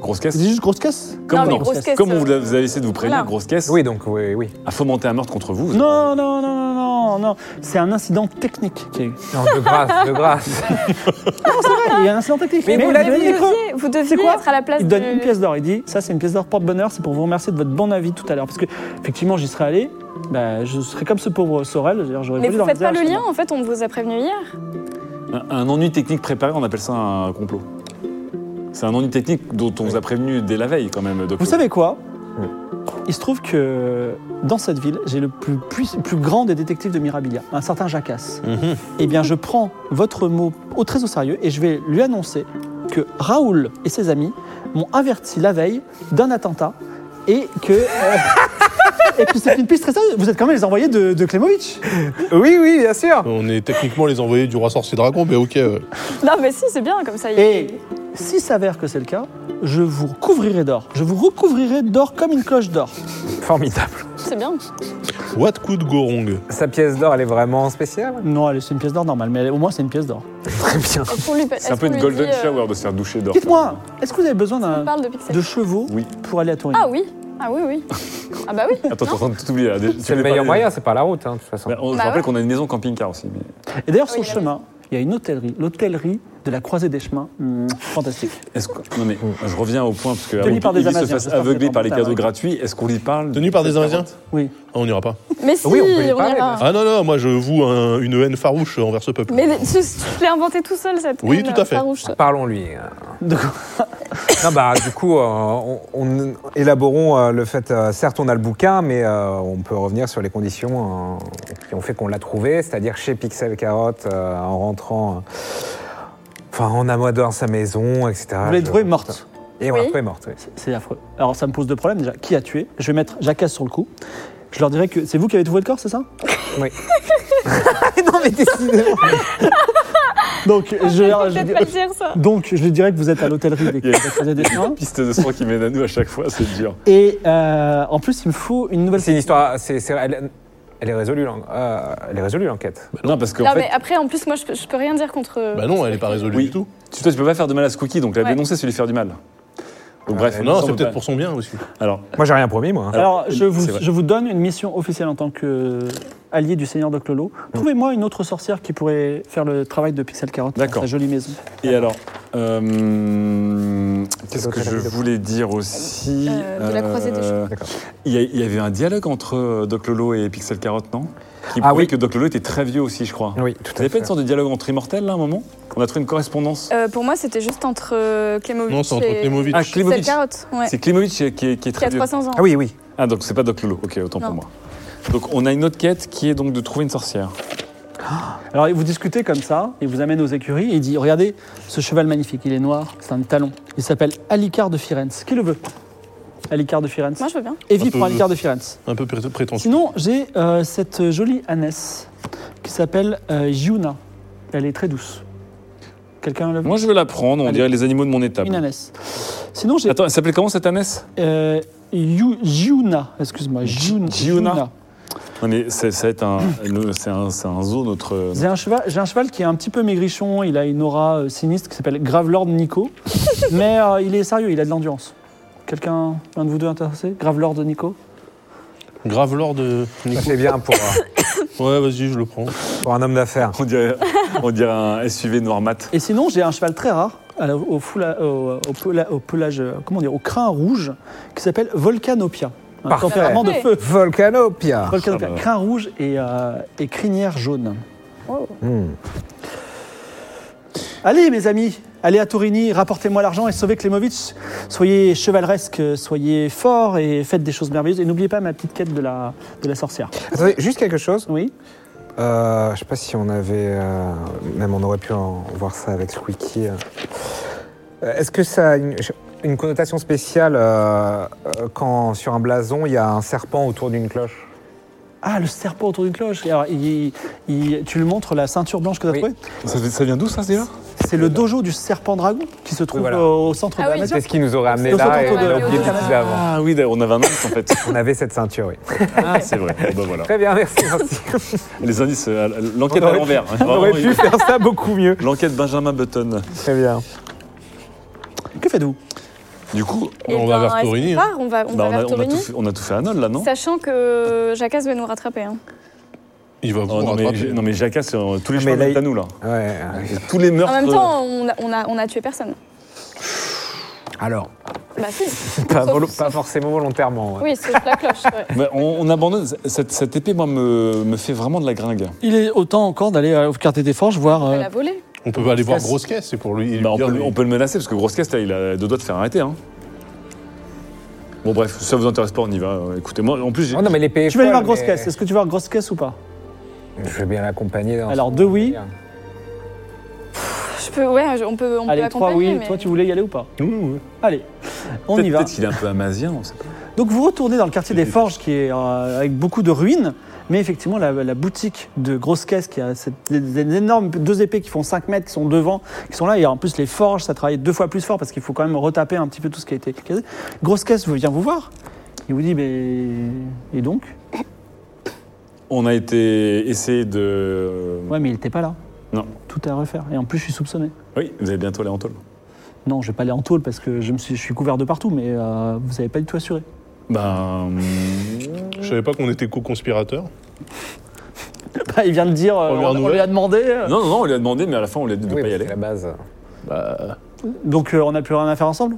F: Grosse caisse
A: C'est juste grosse caisse
F: Comme,
C: mais
F: non,
C: grosse caisse,
F: comme on
C: euh,
F: vous l'a- vous avez essayé de vous prévenir,
C: voilà.
F: grosse caisse,
E: Oui, donc, oui, oui.
F: a fomenté un meurtre contre vous. vous-
A: Non, non, non, non, non, non. C'est un incident technique qu'il y a eu.
E: Non, de grâce, de grâce. [LAUGHS]
A: Il y a un incident technique.
E: Mais vous
A: il
E: l'avez
A: donne
C: Ah. Vous
A: une pièce d'or.
C: deviez, vous deviez
A: quoi
C: être à la place
A: Il
C: de...
A: donne une pièce d'or. Il dit Ça, c'est une pièce d'or porte-bonheur, c'est pour vous remercier de votre bon avis tout à l'heure. Parce que, effectivement, j'y serais allé, bah, je serais comme ce pauvre Sorel. D'ailleurs, j'aurais
C: Mais
A: voulu
C: vous
A: leur
C: faites
A: dire,
C: pas le
A: justement.
C: lien, en fait, on vous a prévenu hier.
F: Un, un ennui technique préparé, on appelle ça un complot. C'est un ennui technique dont on vous a prévenu dès la veille, quand même, docteur.
A: Vous savez quoi
E: Oui.
A: Il se trouve que dans cette ville, j'ai le plus, puiss- plus grand des détectives de Mirabilia, un certain Jacasse. Eh bien, je prends votre mot au très au sérieux et je vais lui annoncer que Raoul et ses amis m'ont averti la veille d'un attentat et que. euh, [LAUGHS] Et que c'est une piste très sérieuse. Vous êtes quand même les envoyés de, de Klemovic.
E: Oui, oui, bien sûr.
B: On est techniquement les envoyés du roi sorcier dragon, mais ok. euh,
C: Non, mais si, c'est bien, comme ça. il-
A: Et s'il s'avère que c'est le cas, je vous recouvrirai d'or. Je vous recouvrirai d'or comme une cloche d'or.
E: Formidable.
C: C'est bien.
B: what could go wrong
E: Sa pièce d'or, elle est vraiment spéciale
A: Non, allez, c'est une pièce d'or normale, mais au moins c'est une pièce d'or.
E: Très bien.
C: Est-ce qu'on lui-
F: C'est un
C: est-ce qu'on
F: peu une
C: lui
F: golden
C: dit, euh,
F: shower de se faire doucher d'or.
A: Dites-moi, est-ce que vous avez besoin
C: On
A: d'un
C: parle de pixels.
A: de chevaux
F: Oui.
A: pour aller à Turin.
C: Ah oui, ah oui, oui. Ah bah oui.
F: Attends, t'es en train de tout oublier. là. Tu
E: C'est le
F: l'avais
E: meilleur
F: pas-
E: moyen, c'est pas la route, hein, de toute façon.
F: Bah, on, je
C: Bah
F: rappelle
C: ouais.
F: qu'on a une maison camping-car aussi. mais-
A: Et d'ailleurs,
C: Ah Oui,
A: sur le
C: il a
A: chemin, il y a une hôtellerie, l'hôtellerie de la Croisée des Chemins. Mmh, Fantastique.
E: Ah,
F: Est-ce que- Non mais je reviens au point parce que
A: Tenu
F: avant
A: par
F: qu'il-
A: des
F: il se
A: Amaziens,
F: fasse
A: j'espère que
F: aveugler
A: c'est
F: par les
A: pas un
F: cadeaux
A: vrai.
F: gratuits, est-ce qu'on lui parle de-
B: Tenu par des Indiens
A: Oui.
B: Ah, on n'ira pas.
C: Mais si,
E: Oui, on
C: on,
E: peut y parler, bien
C: ira.
B: Ah non, non, moi je voue un- une haine farouche envers ce peuple.
C: Mais tu, tu l'as inventé tout seul, cette
B: Oui,
C: conne,
B: tout à fait.
C: farouche.
E: Ah, Parlons-lui. hein.
A: De quoi
E: Non, bah, du coup, euh, on, on- élaborons euh, le fait. euh, certes, on a le bouquin, mais euh, on peut revenir sur les conditions euh, qui ont fait qu'on l'a trouvé, c'est-à-dire chez Pixel Carotte, euh, en rentrant. euh, Enfin, en amadouant sa maison, etc.
A: Vous l'avez
E: Je-
A: trouvée morte.
E: Et on l'a
C: Oui.
E: trouvée morte, oui.
A: C'est affreux. Alors, ça me pose deux problèmes déjà. Qui a tué Je vais mettre Jacasse sur le coup. Je leur dirais que c'est vous qui avez trouvé le corps, c'est ça
E: [LAUGHS] non, mais décidément
A: [LAUGHS] Donc,
C: Ah,
A: je,
C: Peut-être
A: oh.
C: pas le dire, ça.
A: donc, je dirais que vous êtes à l'hôtellerie
E: [LAUGHS]
A: des, de la Croisée des Chemins.
F: Piste de sang qui mène à nous à chaque fois, c'est dur.
A: Et euh, en plus, il me faut une nouvelle.
E: C'est une histoire. c'est- c'est- elle, elle est résolue, l'en- euh, elle est résolue, l'enquête.
F: non parce qu'en
C: Non,
F: fait,
C: mais après, en plus, moi, je, peux- je peux rien dire contre...
B: Bah non, elle n'est pas résolue
F: Oui.
B: du tout.
F: tu, toi tu peux pas faire de mal à ce cookie, donc la
C: Ouais.
F: dénoncer c'est lui faire du mal. Donc bref,
B: Non,
F: on
B: c'est
F: peut
B: peut-être
F: pas-
B: pour son bien aussi.
F: Alors,
E: Moi, j'ai rien promis, moi. hein.
A: Alors, je vous,
F: c'est vrai.
A: je vous donne une mission officielle en tant que euh, allié du Seigneur
F: Hum.
A: Doclolo. Trouvez-moi une autre sorcière qui pourrait faire le travail de Pixel Carotte dans
F: D'accord.
A: sa jolie maison.
F: et alors, euh, qu'est-ce que je
E: l'hôtellerie de-
F: voulais dire aussi
C: Euh, de la croisée des
F: Euh,
E: D'accord.
F: Il y, a- il y avait un dialogue entre euh, Doc Lolo et Pixel Carotte, non Qui
E: Ah
F: prouvait
E: oui.
F: que Doc Lolo était très vieux aussi, je crois.
E: Oui, tout
F: Vous
E: à
F: avez pas
E: fait. Ah,
F: une sorte de dialogue entre immortels là, à un moment On a trouvé une correspondance.
C: Euh, pour moi, c'était juste entre euh, Klemovic
B: Non, c'est entre
C: et...
B: Klemovic.
F: Ah,
C: C'est le
F: Klimovic.
C: carotte, ouais.
F: C'est Klimovic qui est, qui est
C: Qui
F: très
C: a
F: vieux.
C: 300 ans.
E: Ah oui, oui.
F: Ah, donc c'est pas Doc Lolo, ok, autant pour
C: Non.
F: moi. Donc on a une autre quête qui est donc de trouver une sorcière.
A: Alors vous discutez comme ça, il vous amène aux écuries et il dit Regardez ce cheval magnifique, il est noir, c'est un talon. Il s'appelle Alicard de Firenze. Qui le veut Alicard de Firenze.
C: Moi, je veux bien.
A: Evie
B: Un peu-
A: pour Alicard de Firenze.
B: Un peu pré- prétentieux.
A: Sinon, j'ai euh, cette jolie ânesse qui s'appelle euh, Giuna. Elle est très douce. Quelqu'un l'a vu
F: Moi je vais la prendre, on
A: Allez.
F: dirait les animaux de mon étable.
A: Une ânesse. Sinon, j'ai
F: Attends, elle s'appelait comment cette ânesse
A: euh, Yu- Giuna, excuse-moi, Giun-
F: Giuna. Non mais c'est- ça va être un, le- c'est un, c'est un zoo notre. euh,
A: J'ai un, cheval, j'ai un cheval qui est un petit peu maigrichon, il a une aura euh, sinistre qui s'appelle Gravelord Nico, mais euh, il est sérieux, il a de l'endurance. Quelqu'un, un de vous deux intéressé Gravelord Nico
B: Grave l'or de.
E: Ça, C'est bien pour, euh,
B: Ouais, vas-y, je le prends.
E: pour un homme d'affaires.
F: On dirait, on dirait un SUV noir mat.
A: Et sinon, j'ai un cheval très rare, à la- au, foula- au- au pola- au pelage, euh, comment dire, au crin rouge, qui s'appelle Volcanopia. Un
E: Parfait.
A: tempérament de feu.
E: Volcanopia.
A: Volcanopia,
F: Ah bah.
A: crin rouge et, euh, et crinière jaune. Oh.
E: Hmm.
A: Allez, mes amis, allez à Torini, rapportez-moi l'argent et sauvez Klemovic. Soyez chevaleresque, soyez forts et faites des choses merveilleuses. Et n'oubliez pas ma petite quête de la, de la sorcière.
E: Attendez, juste quelque chose.
A: Oui
E: Euh, je sais pas si on avait. euh, même on aurait pu en voir ça avec Squeaky. euh. Euh, Est-ce que ça a une, une connotation spéciale euh, euh, quand sur un blason il y a un serpent autour d'une cloche
A: Ah, le serpent autour d'une cloche. Et alors, il- il- tu lui montres la ceinture blanche que tu as
E: Oui.
A: trouvée
F: Ça, ça vient d'où ça, c'est là
A: C'est le dojo du serpent dragon qui se trouve
E: voilà.
A: au centre
C: Ah
A: de
C: oui.
A: la
E: C'est
A: maison.
E: ce qui nous aurait amené
A: Dans son
E: là et
A: concours
E: on
C: de-
E: l'a oublié
C: Ah.
E: d'utiliser
F: [LAUGHS]
E: avant.
F: Ah oui, d'ailleurs, on avait un indice en fait.
E: On avait cette ceinture, oui.
F: Ah, c'est vrai. Bon, bah, voilà.
E: Très bien, merci. merci.
F: Les indices, euh, l'enquête
E: On
F: à
E: aurait
F: l'envers. hein.
E: on aurait
F: Vraiment,
E: pu faire ça beaucoup mieux.
F: il- L'enquête Benjamin Button.
E: Très bien.
A: Que faites-vous
B: Du coup,
C: Eh
B: on va
C: ben,
B: vers
C: est-ce qu'on
B: Torini.
C: part On va, on
F: Bah,
C: va
F: on, a,
C: vers
F: on a tout,
C: Torini.
F: fait- on a tout fait à Nol là, non
C: Sachant que euh, Jacques va nous rattraper. hein.
B: Il va
F: Oh,
B: vous
F: non, mais,
B: rattraper.
F: non mais Jacques, c'est, euh, tous les
E: Ah,
F: chemins
E: mais là,
F: mènent à nous là.
E: Ouais.
F: Tous les meurtres. euh,
C: En même temps, on a, on a- on a tué personne.
E: Alors,
C: Bah si,
E: pas, volo- pas forcément volontairement. ouais.
C: oui, c'est la cloche. ouais.
F: bah, on, on abandonne. Cette, cette épée, moi, me, me fait vraiment de la gringue.
A: Il est autant encore d'aller euh, au quartier des forges voir. euh,
C: Elle a volé.
B: On peut aller voir Grosse Caisse, c'est pour lui. lui
F: Bah, on,
B: dire,
F: peut,
B: lui-
F: on peut le menacer parce que Grosse Caisse, là, il a deux doigts de faire arrêter. Hein. Bon, bref, si ça vous intéresse pas, on y va. Euh, Écoutez, moi, en plus, j'ai.
E: Oh, non, mais l'épée. est
A: Tu vas aller voir
E: folle,
A: grosse
E: mais
A: caisse. Est-ce que tu vas voir grosse caisse ou pas
E: Je vais bien l'accompagner. dans
A: Alors
E: son
A: deux oui.
E: délire.
C: Je peux, ouais, je- on peut, on peut
A: Allez, trois
C: accompagner.
A: oui.
C: mais-
A: Toi, tu voulais y aller ou pas
F: Oui, oui, oui.
A: Allez, on
F: Peut-être,
A: y va.
F: peut-être qu'il est un peu amazien, on sait pas.
A: Donc vous retournez dans le quartier des Forges qui est euh, avec beaucoup de ruines, mais effectivement la, la boutique de grosse caisse qui a cette- des, des énormes deux épées qui font 5 mètres, qui sont devant, qui sont là, et en plus les forges, ça travaille deux fois plus fort parce qu'il faut quand même retaper un petit peu tout ce qui a été cassé. Grosse caisse vient vous voir, il vous dit, mais... Et donc
F: On a été euh, essayé de. euh,
A: Ouais, mais il n'était pas là.
F: Non.
A: Tout est à refaire, et en plus je suis soupçonné.
F: Oui, vous allez bientôt aller en tôle.
A: Non, je vais pas aller en tôle parce que je, me suis, je suis couvert de partout, mais euh, vous n'avez pas du tout assuré.
F: [LAUGHS] Ben.
B: Je savais pas qu'on était co-conspirateurs.
A: Bah, il vient de dire, euh,
B: On lui a
A: on, on
B: renouvelé.
A: lui a demandé. euh,
F: Non, non, non, on lui a demandé, mais à la fin, on lui a dit de
E: Oui,
F: pas y
E: bah,
F: aller.
E: c'est la base.
A: Donc euh, on n'a plus rien à faire [LAUGHS] ensemble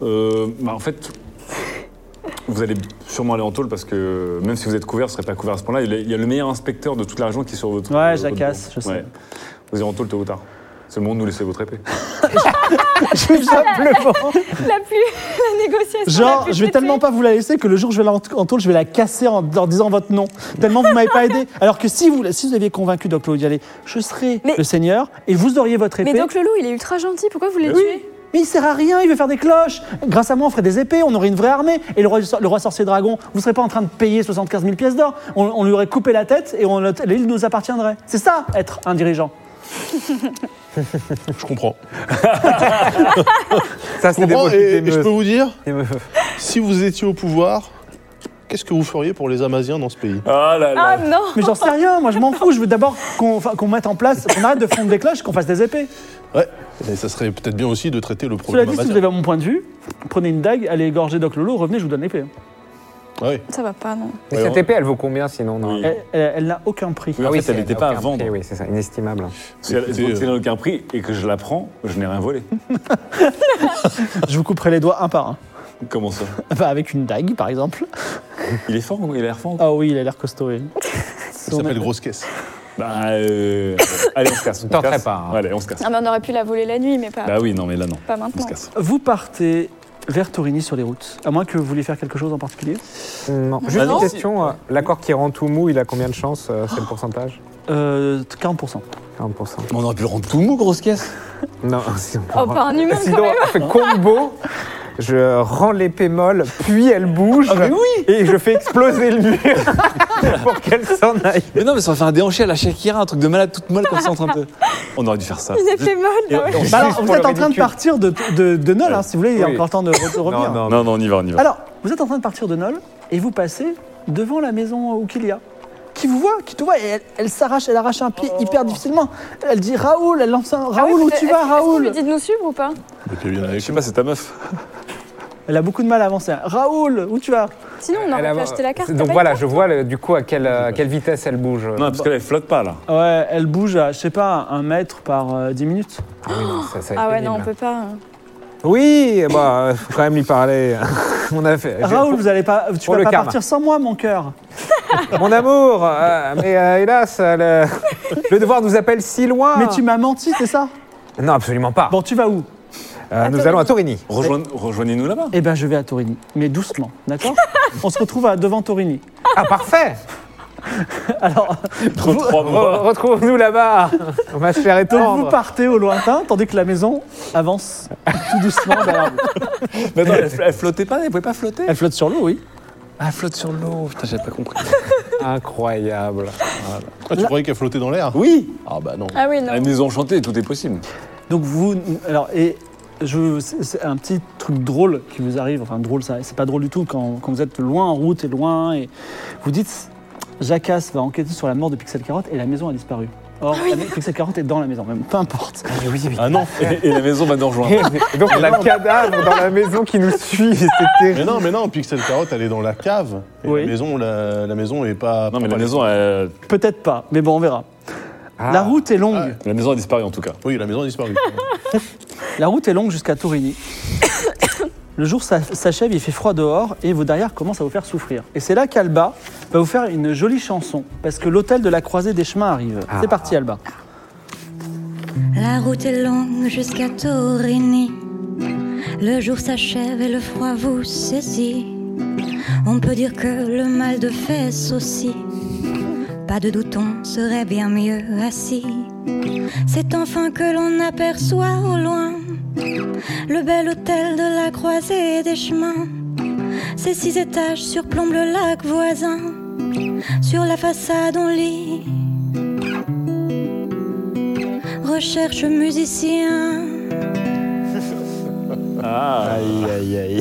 F: Euh, bah, en fait, vous allez sûrement aller en tôle parce que même si vous êtes couvert, vous ne serez pas couvert à ce point-là. Il y a- il y a le meilleur inspecteur de toute la région qui est sur votre.
A: Ouais,
F: euh,
A: je la
F: votre
A: casse,
F: dos.
A: je sais.
F: Vous irez en tôle tôt ou tard. C'est le moment de nous laisser votre épée.
A: Tout simplement
C: La pluie, [LAUGHS] la négociation. la
A: Genre,
C: plus
A: je vais
C: pétée.
A: tellement pas vous la laisser que le jour où je vais la en en tôle, je vais la casser en, en disant votre nom. Tellement vous m'avez pas aidé. Alors que si vous, si vous aviez convaincu Doc Claude d'y aller, je serais
C: Mais-
A: le seigneur et vous auriez votre épée.
C: Mais donc le loup, il est ultra gentil. Pourquoi vous l'avez tué
A: Mais il sert à rien, il veut faire des cloches. Grâce à moi, on ferait des épées, on aurait une vraie armée. Et le roi, le roi sorcier dragon, vous serez pas en train de payer 75 000 pièces d'or. On, on lui aurait coupé la tête et on- l'île nous appartiendrait. C'est ça, être un dirigeant.
B: Je comprends.
E: Ça,
B: Je
E: c'est des
B: comprends
E: mots
B: et, et je peux vous dire,
E: des meufs.
B: si vous étiez au pouvoir, qu'est-ce que vous feriez pour les Amaziens dans ce pays
F: Ah là
C: Ah non
A: Mais j'en sais rien, moi je m'en fous. Je veux d'abord qu'on fa- qu'on mette en place, qu'on arrête de fondre des cloches, qu'on fasse des épées.
F: Ah,
B: Ouais, mais Eh ben, ça serait peut-être bien aussi de traiter le
A: Cela
B: problème
A: dit, si
B: amazien.
A: vous avez mon point de vue, prenez une dague, allez égorger Doc Lolo, revenez, je vous donne l'épée.
B: Ah oui.
C: Ça va pas, non.
E: Mais
B: Ouais,
E: cette
B: on-
E: épée, elle vaut combien sinon non
F: Oui.
A: Elle, elle- elle n'a aucun prix.
F: Oui, en
E: Ah oui,
F: fait, elle
E: c'est-
F: n'était pas à
E: aucun
F: vendre.
E: prix, oui, c'est ça, inestimable.
F: Si elle
B: Écoutez,
F: si elle
B: euh,
F: n'a aucun prix et que je la prends, je n'ai rien volé. [LAUGHS]
A: Je vous couperai les doigts un par un.
F: Comment ça
A: Bah, avec une dague, par exemple.
F: Il est fort ou il a l'air fort
A: Ah oui, il a l'air costaud. oui.
B: Ça s'appelle Grosse Caisse.
F: Bah, euh, Allez, on se casse. On
E: T'en ferais
F: casse.
E: pas, hein.
F: Allez, on se casse.
C: Ah mais on aurait pu la voler la nuit, mais pas,
F: Bah oui, non, mais là, non.
C: pas
F: On se
C: maintenant.
F: casse.
A: Vous partez vers Torini sur les routes, à moins que vous vouliez faire quelque chose en particulier.
E: Non. Juste
F: non.
E: une question, euh, l'accord qui rend tout mou, il a combien de chances euh, C'est le pourcentage
A: Euh, 40%.
E: 40%.
F: Mais on aurait pu le rendre tout mou, grosse caisse.
E: Non, [LAUGHS] sinon,
C: Oh, pas un humain quand
E: sinon,
C: même
E: on fait combo, je rends l'épée molle, puis elle bouge,
F: Ah,
E: et je fais exploser le mur [LAUGHS] pour qu'elle s'en aille.
F: Mais non, mais ça aurait fait un déhanché à la Shakira, un truc de malade toute molle comme ça en train de. On aurait dû faire ça.
C: Une épée molle,
F: Et-
C: là, ouais.
F: et on-
A: Bah alors,
E: Juste
A: vous
E: pour
A: êtes
E: le
A: en train de
E: ridicule.
A: partir de, de, de Nol, hein, si vous voulez, il y a
E: Oui.
A: encore le temps de, re- de revenir.
F: Non, non, on y va, on y va.
A: Alors, vous êtes en train de partir de Nol et vous passez devant la maison Oukilia, qui vous voit, qui te voit, et elle, elle s'arrache, elle arrache un pied
C: Oh.
A: hyper difficilement. Elle dit Raoul, elle lance un Raoul, où
C: Ah Est-ce-
A: tu
C: est-ce-
A: vas,
C: est-ce qu'on lui
A: Raoul
C: dit de nous suivre ou pas
B: Mais t'es bien
F: Je
B: avec
F: sais
B: nous.
F: pas, c'est ta meuf.
A: Elle a beaucoup de mal à avancer. hein. Raoul, où tu vas
C: Sinon, on
E: Elle
C: aurait
E: a-
C: pu acheter la carte.
E: Donc
C: t'as pas
E: voilà,
C: une
E: je vois le- du coup à quelle, euh, à quelle vitesse elle bouge.
F: Non, parce qu'elle elle flotte pas là.
A: Ouais, elle bouge à, je sais pas, un mètre par euh, 10 minutes.
E: Ah oui, non, ça-
C: carte Ah
E: ça va être
C: ouais,
E: pénible.
C: non, on peut pas. hein.
E: Oui, bah, euh, faut quand même lui parler. [LAUGHS] On a fait. j'ai-
A: Raoul, vous allez pas, tu
E: pour
A: vas
E: le
A: pas
E: karma.
A: partir sans moi, mon cœur.
E: Mon amour, euh, mais euh, hélas, euh, le, le devoir nous appelle si
C: Ah.
E: loin.
A: Mais tu m'as menti, c'est ça
E: Non, absolument pas.
A: Bon, tu vas où
E: Euh, nous allons à Torini.
F: Rejoigne- Rejoignez-nous là-bas.
A: Eh ben, je vais à Torini, mais doucement, d'accord [LAUGHS] On se retrouve à- devant Torini.
E: Ah, parfait
A: Alors,
F: Trop trois
E: Re-
F: mois.
E: Retrouve-nous là-bas, ma chère et
A: Donc vous
E: tendre.
A: partez au lointain, tandis que la maison avance tout doucement derrière vous.
F: Mais attends, elle, elle flottait pas, elle pouvait pas flotter.
A: [LAUGHS] Elle flotte sur l'eau, oui.
F: Ah, elle flotte sur l'eau. Putain, j'avais pas compris.
E: Incroyable.
B: Ah, tu croyais qu'elle flottait dans l'air
F: Oui
B: Ah bah non.
C: Ah oui, non.
F: La maison enchantée, tout est possible.
A: Donc vous, alors et je, c'est c'est un petit truc drôle qui vous arrive. Enfin drôle, ça, c'est pas drôle du tout quand, quand vous êtes loin en route et loin et vous dites, Jacasse va enquêter sur la mort de Pixel Carotte et la maison a disparu. Or, la Pixel 40 est dans la maison, même. Peu importe.
F: Ah non, et, et la maison va nous rejoindre.
E: Et donc on a le cadavre dans la maison qui nous suit, c'est
B: Mais
E: terrible.
B: non, mais non, Pixel Carotte, elle est dans la cave. Et
A: Oui.
B: la maison, la, la maison est pas.
F: Non, mais
B: pas-
F: la maison, elle-
A: Peut-être pas, mais bon, on verra. La route est longue.
F: la maison a disparu en tout cas.
B: Oui, la maison a
F: [LAUGHS]
B: disparu.
A: La route est longue jusqu'à Tourigny. Le jour s'a- s'achève, il fait froid dehors et vos derrière commencent à vous faire souffrir. Et c'est là qu'Alba va vous faire une jolie chanson parce que l'hôtel de la croisée des chemins arrive. C'est parti, Alba.
D: La route est longue jusqu'à Torigny. Le jour s'achève et le froid vous saisit. On peut dire que le mal de fesses aussi. Pas de doute, on serait bien mieux assis. C'est enfin que l'on aperçoit au loin le bel hôtel de la croisée des chemins. Ses six étages surplombent le lac voisin. Sur la façade, on lit Recherche musicien.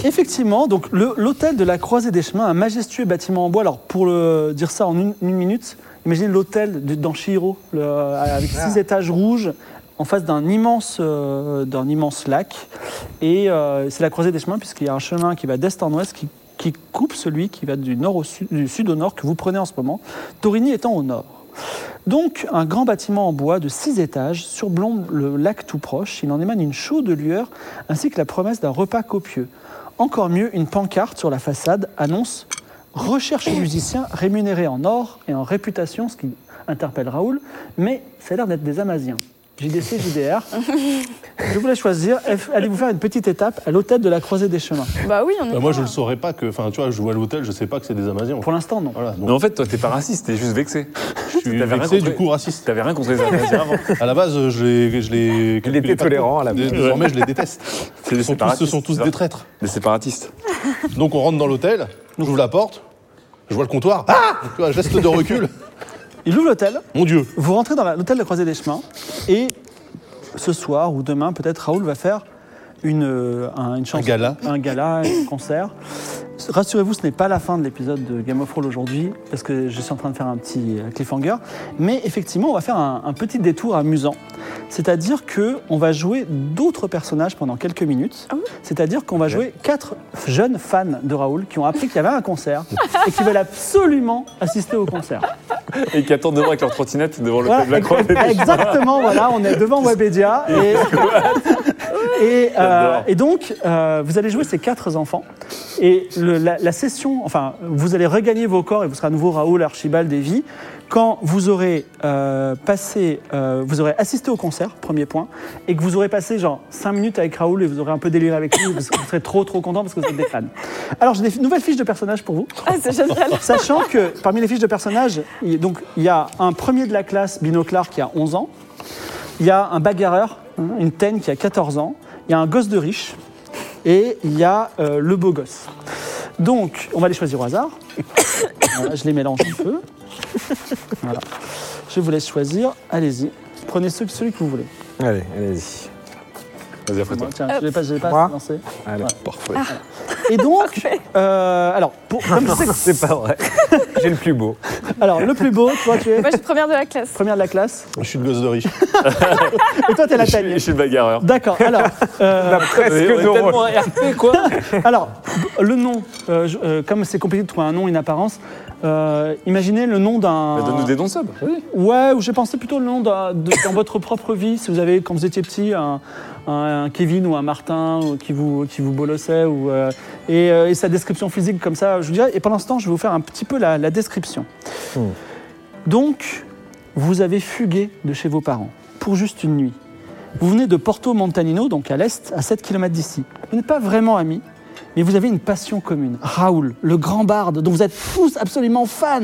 A: Effectivement, donc le- l'hôtel de la Croisée des Chemins, un majestueux bâtiment en bois. Alors pour le, dire ça en une, une minute, imaginez l'hôtel de- dans Chihiro, le- euh, avec six étages rouges, en face d'un immense, euh, d'un immense lac. Et euh, c'est la Croisée des Chemins puisqu'il y a un chemin qui va d'est en ouest qui, qui coupe celui qui va du nord au sud, du sud au nord que vous prenez en ce moment. Torigny étant au nord. Donc, un grand bâtiment en bois de six étages surplombe le lac tout proche. Il en émane une chaude lueur ainsi que la promesse d'un repas copieux. Encore mieux, une pancarte sur la façade annonce Recherche musicien rémunéré en or et en réputation, ce qui interpelle Raoul, mais ça a l'air d'être des Amasiens. JDC, JDR. Je voulais choisir. F- Allez-vous faire une petite étape à l'hôtel de la croisée des chemins
C: Bah oui, on est.
B: Bah, moi, je
C: pas.
B: le saurais pas que. Enfin, tu vois, je vois à l'hôtel, je sais pas que c'est des Amaziens.
A: Pour l'instant, non.
B: Voilà, donc
F: Mais en fait, toi, t'es pas raciste, t'es juste vexé.
B: je suis
F: t'avais
B: vexé,
F: raconté-
B: du coup, raciste.
F: T'avais rien contre les Américains avant.
B: À la base, euh, je les. Je les
E: Il était tolérant à la base.
B: Désormais, je les déteste.
F: C'est des
B: Ils sont tous- ce
F: séparatistes.
B: sont tous des traîtres.
F: Des séparatistes.
B: Donc, on rentre dans l'hôtel, j'ouvre la porte, je vois le comptoir. Ah Tu vois, geste de recul.
A: Il ouvre l'hôtel.
B: Mon Dieu.
A: Vous rentrez dans la- l'hôtel de la Croisée des Chemins et ce soir ou demain, peut-être Raoul va faire une, euh, un, une chanson-
B: gala.
A: un gala, un concert. Rassurez-vous, ce n'est pas la fin de l'épisode de Game of Thrones aujourd'hui parce que je suis en train de faire un petit euh, cliffhanger. Mais effectivement, on va faire un, un petit détour amusant. C'est-à-dire que on va jouer d'autres personnages pendant quelques minutes. C'est-à-dire qu'on va jouer quatre f- jeunes fans de Raoul qui ont appris qu'il y avait un concert et qui veulent absolument assister au concert.
F: Et qui attendent devant avec leur trottinette devant le
A: Voilà,
F: de la croix.
A: exact- [LAUGHS] exactement, voilà, on est devant Webedia. Et, [LAUGHS] et, euh,
F: J'adore.
A: et donc, euh, vous allez jouer ces quatre enfants. Et le- la, la session, enfin, vous allez regagner vos corps et vous serez à nouveau Raoul Archibald et Vie. Quand vous aurez euh, passé, euh, vous aurez assisté au concert, premier point, et que vous aurez passé genre 5 minutes avec Raoul et vous aurez un peu déliré avec lui, parce que vous serez trop trop content parce que vous êtes des fans. Alors j'ai des nouvelles fiches de personnages pour vous.
C: Ah, c'est génial.
A: Sachant que parmi les fiches de personnages, il, donc, il y a un premier de la classe, Bino Clark, qui a 11 ans. Il y a un bagarreur, hein, une teigne qui a 14 ans. Il y a un gosse de riche. Et il y a euh, le beau gosse. Donc, on va les choisir au hasard. [COUGHS] Voilà, je les mélange un peu. Voilà. Je vous laisse choisir. Allez-y. Prenez celui, celui que vous voulez.
E: Allez, allez-y.
F: Vas-y, après toi.
A: Tiens, je l'ai pas, je l'ai pas
E: Moi
A: lancé.
E: Allez.
A: Ouais.
C: Ah.
A: Et
C: [LAUGHS]
A: donc, euh, alors, pour, comme c'est-
E: C'est pas vrai. J'ai le plus beau.
A: alors, le plus beau, toi, tu es
C: Moi, je suis première de la classe.
A: première de la classe.
B: Je suis le gosse de riche.
A: Et toi, t'es la
F: Je suis-
A: teigne.
F: je suis le bagarreur.
A: D'accord,
F: [LAUGHS]
A: alors, euh,
E: T'as presque
F: on est
E: de
F: tellement
E: rôle.
F: RP, quoi.
A: [LAUGHS] alors b- le nom, euh, je- euh, comme c'est compliqué de trouver un nom, une apparence, euh, imaginez le nom d'un.
F: Donne-nous des dons subs.
A: Ouais, ou j'ai pensé plutôt le nom d'un- de- dans votre propre vie, si vous avez, quand vous étiez petit, un, un Kevin ou un Martin ou qui, vous, qui vous bolossait, ou, euh, et, euh, et sa description physique comme ça, je vous dirais. Et pendant ce temps, je vais vous faire un petit peu la, la description.
F: Hmm.
A: Donc, vous avez fugué de chez vos parents pour juste une nuit. Vous venez de Porto Montanino, donc à l'est, à 7 km d'ici. Vous n'êtes pas vraiment amis, mais vous avez une passion commune. Raoul, le grand barde, dont vous êtes tous absolument fans.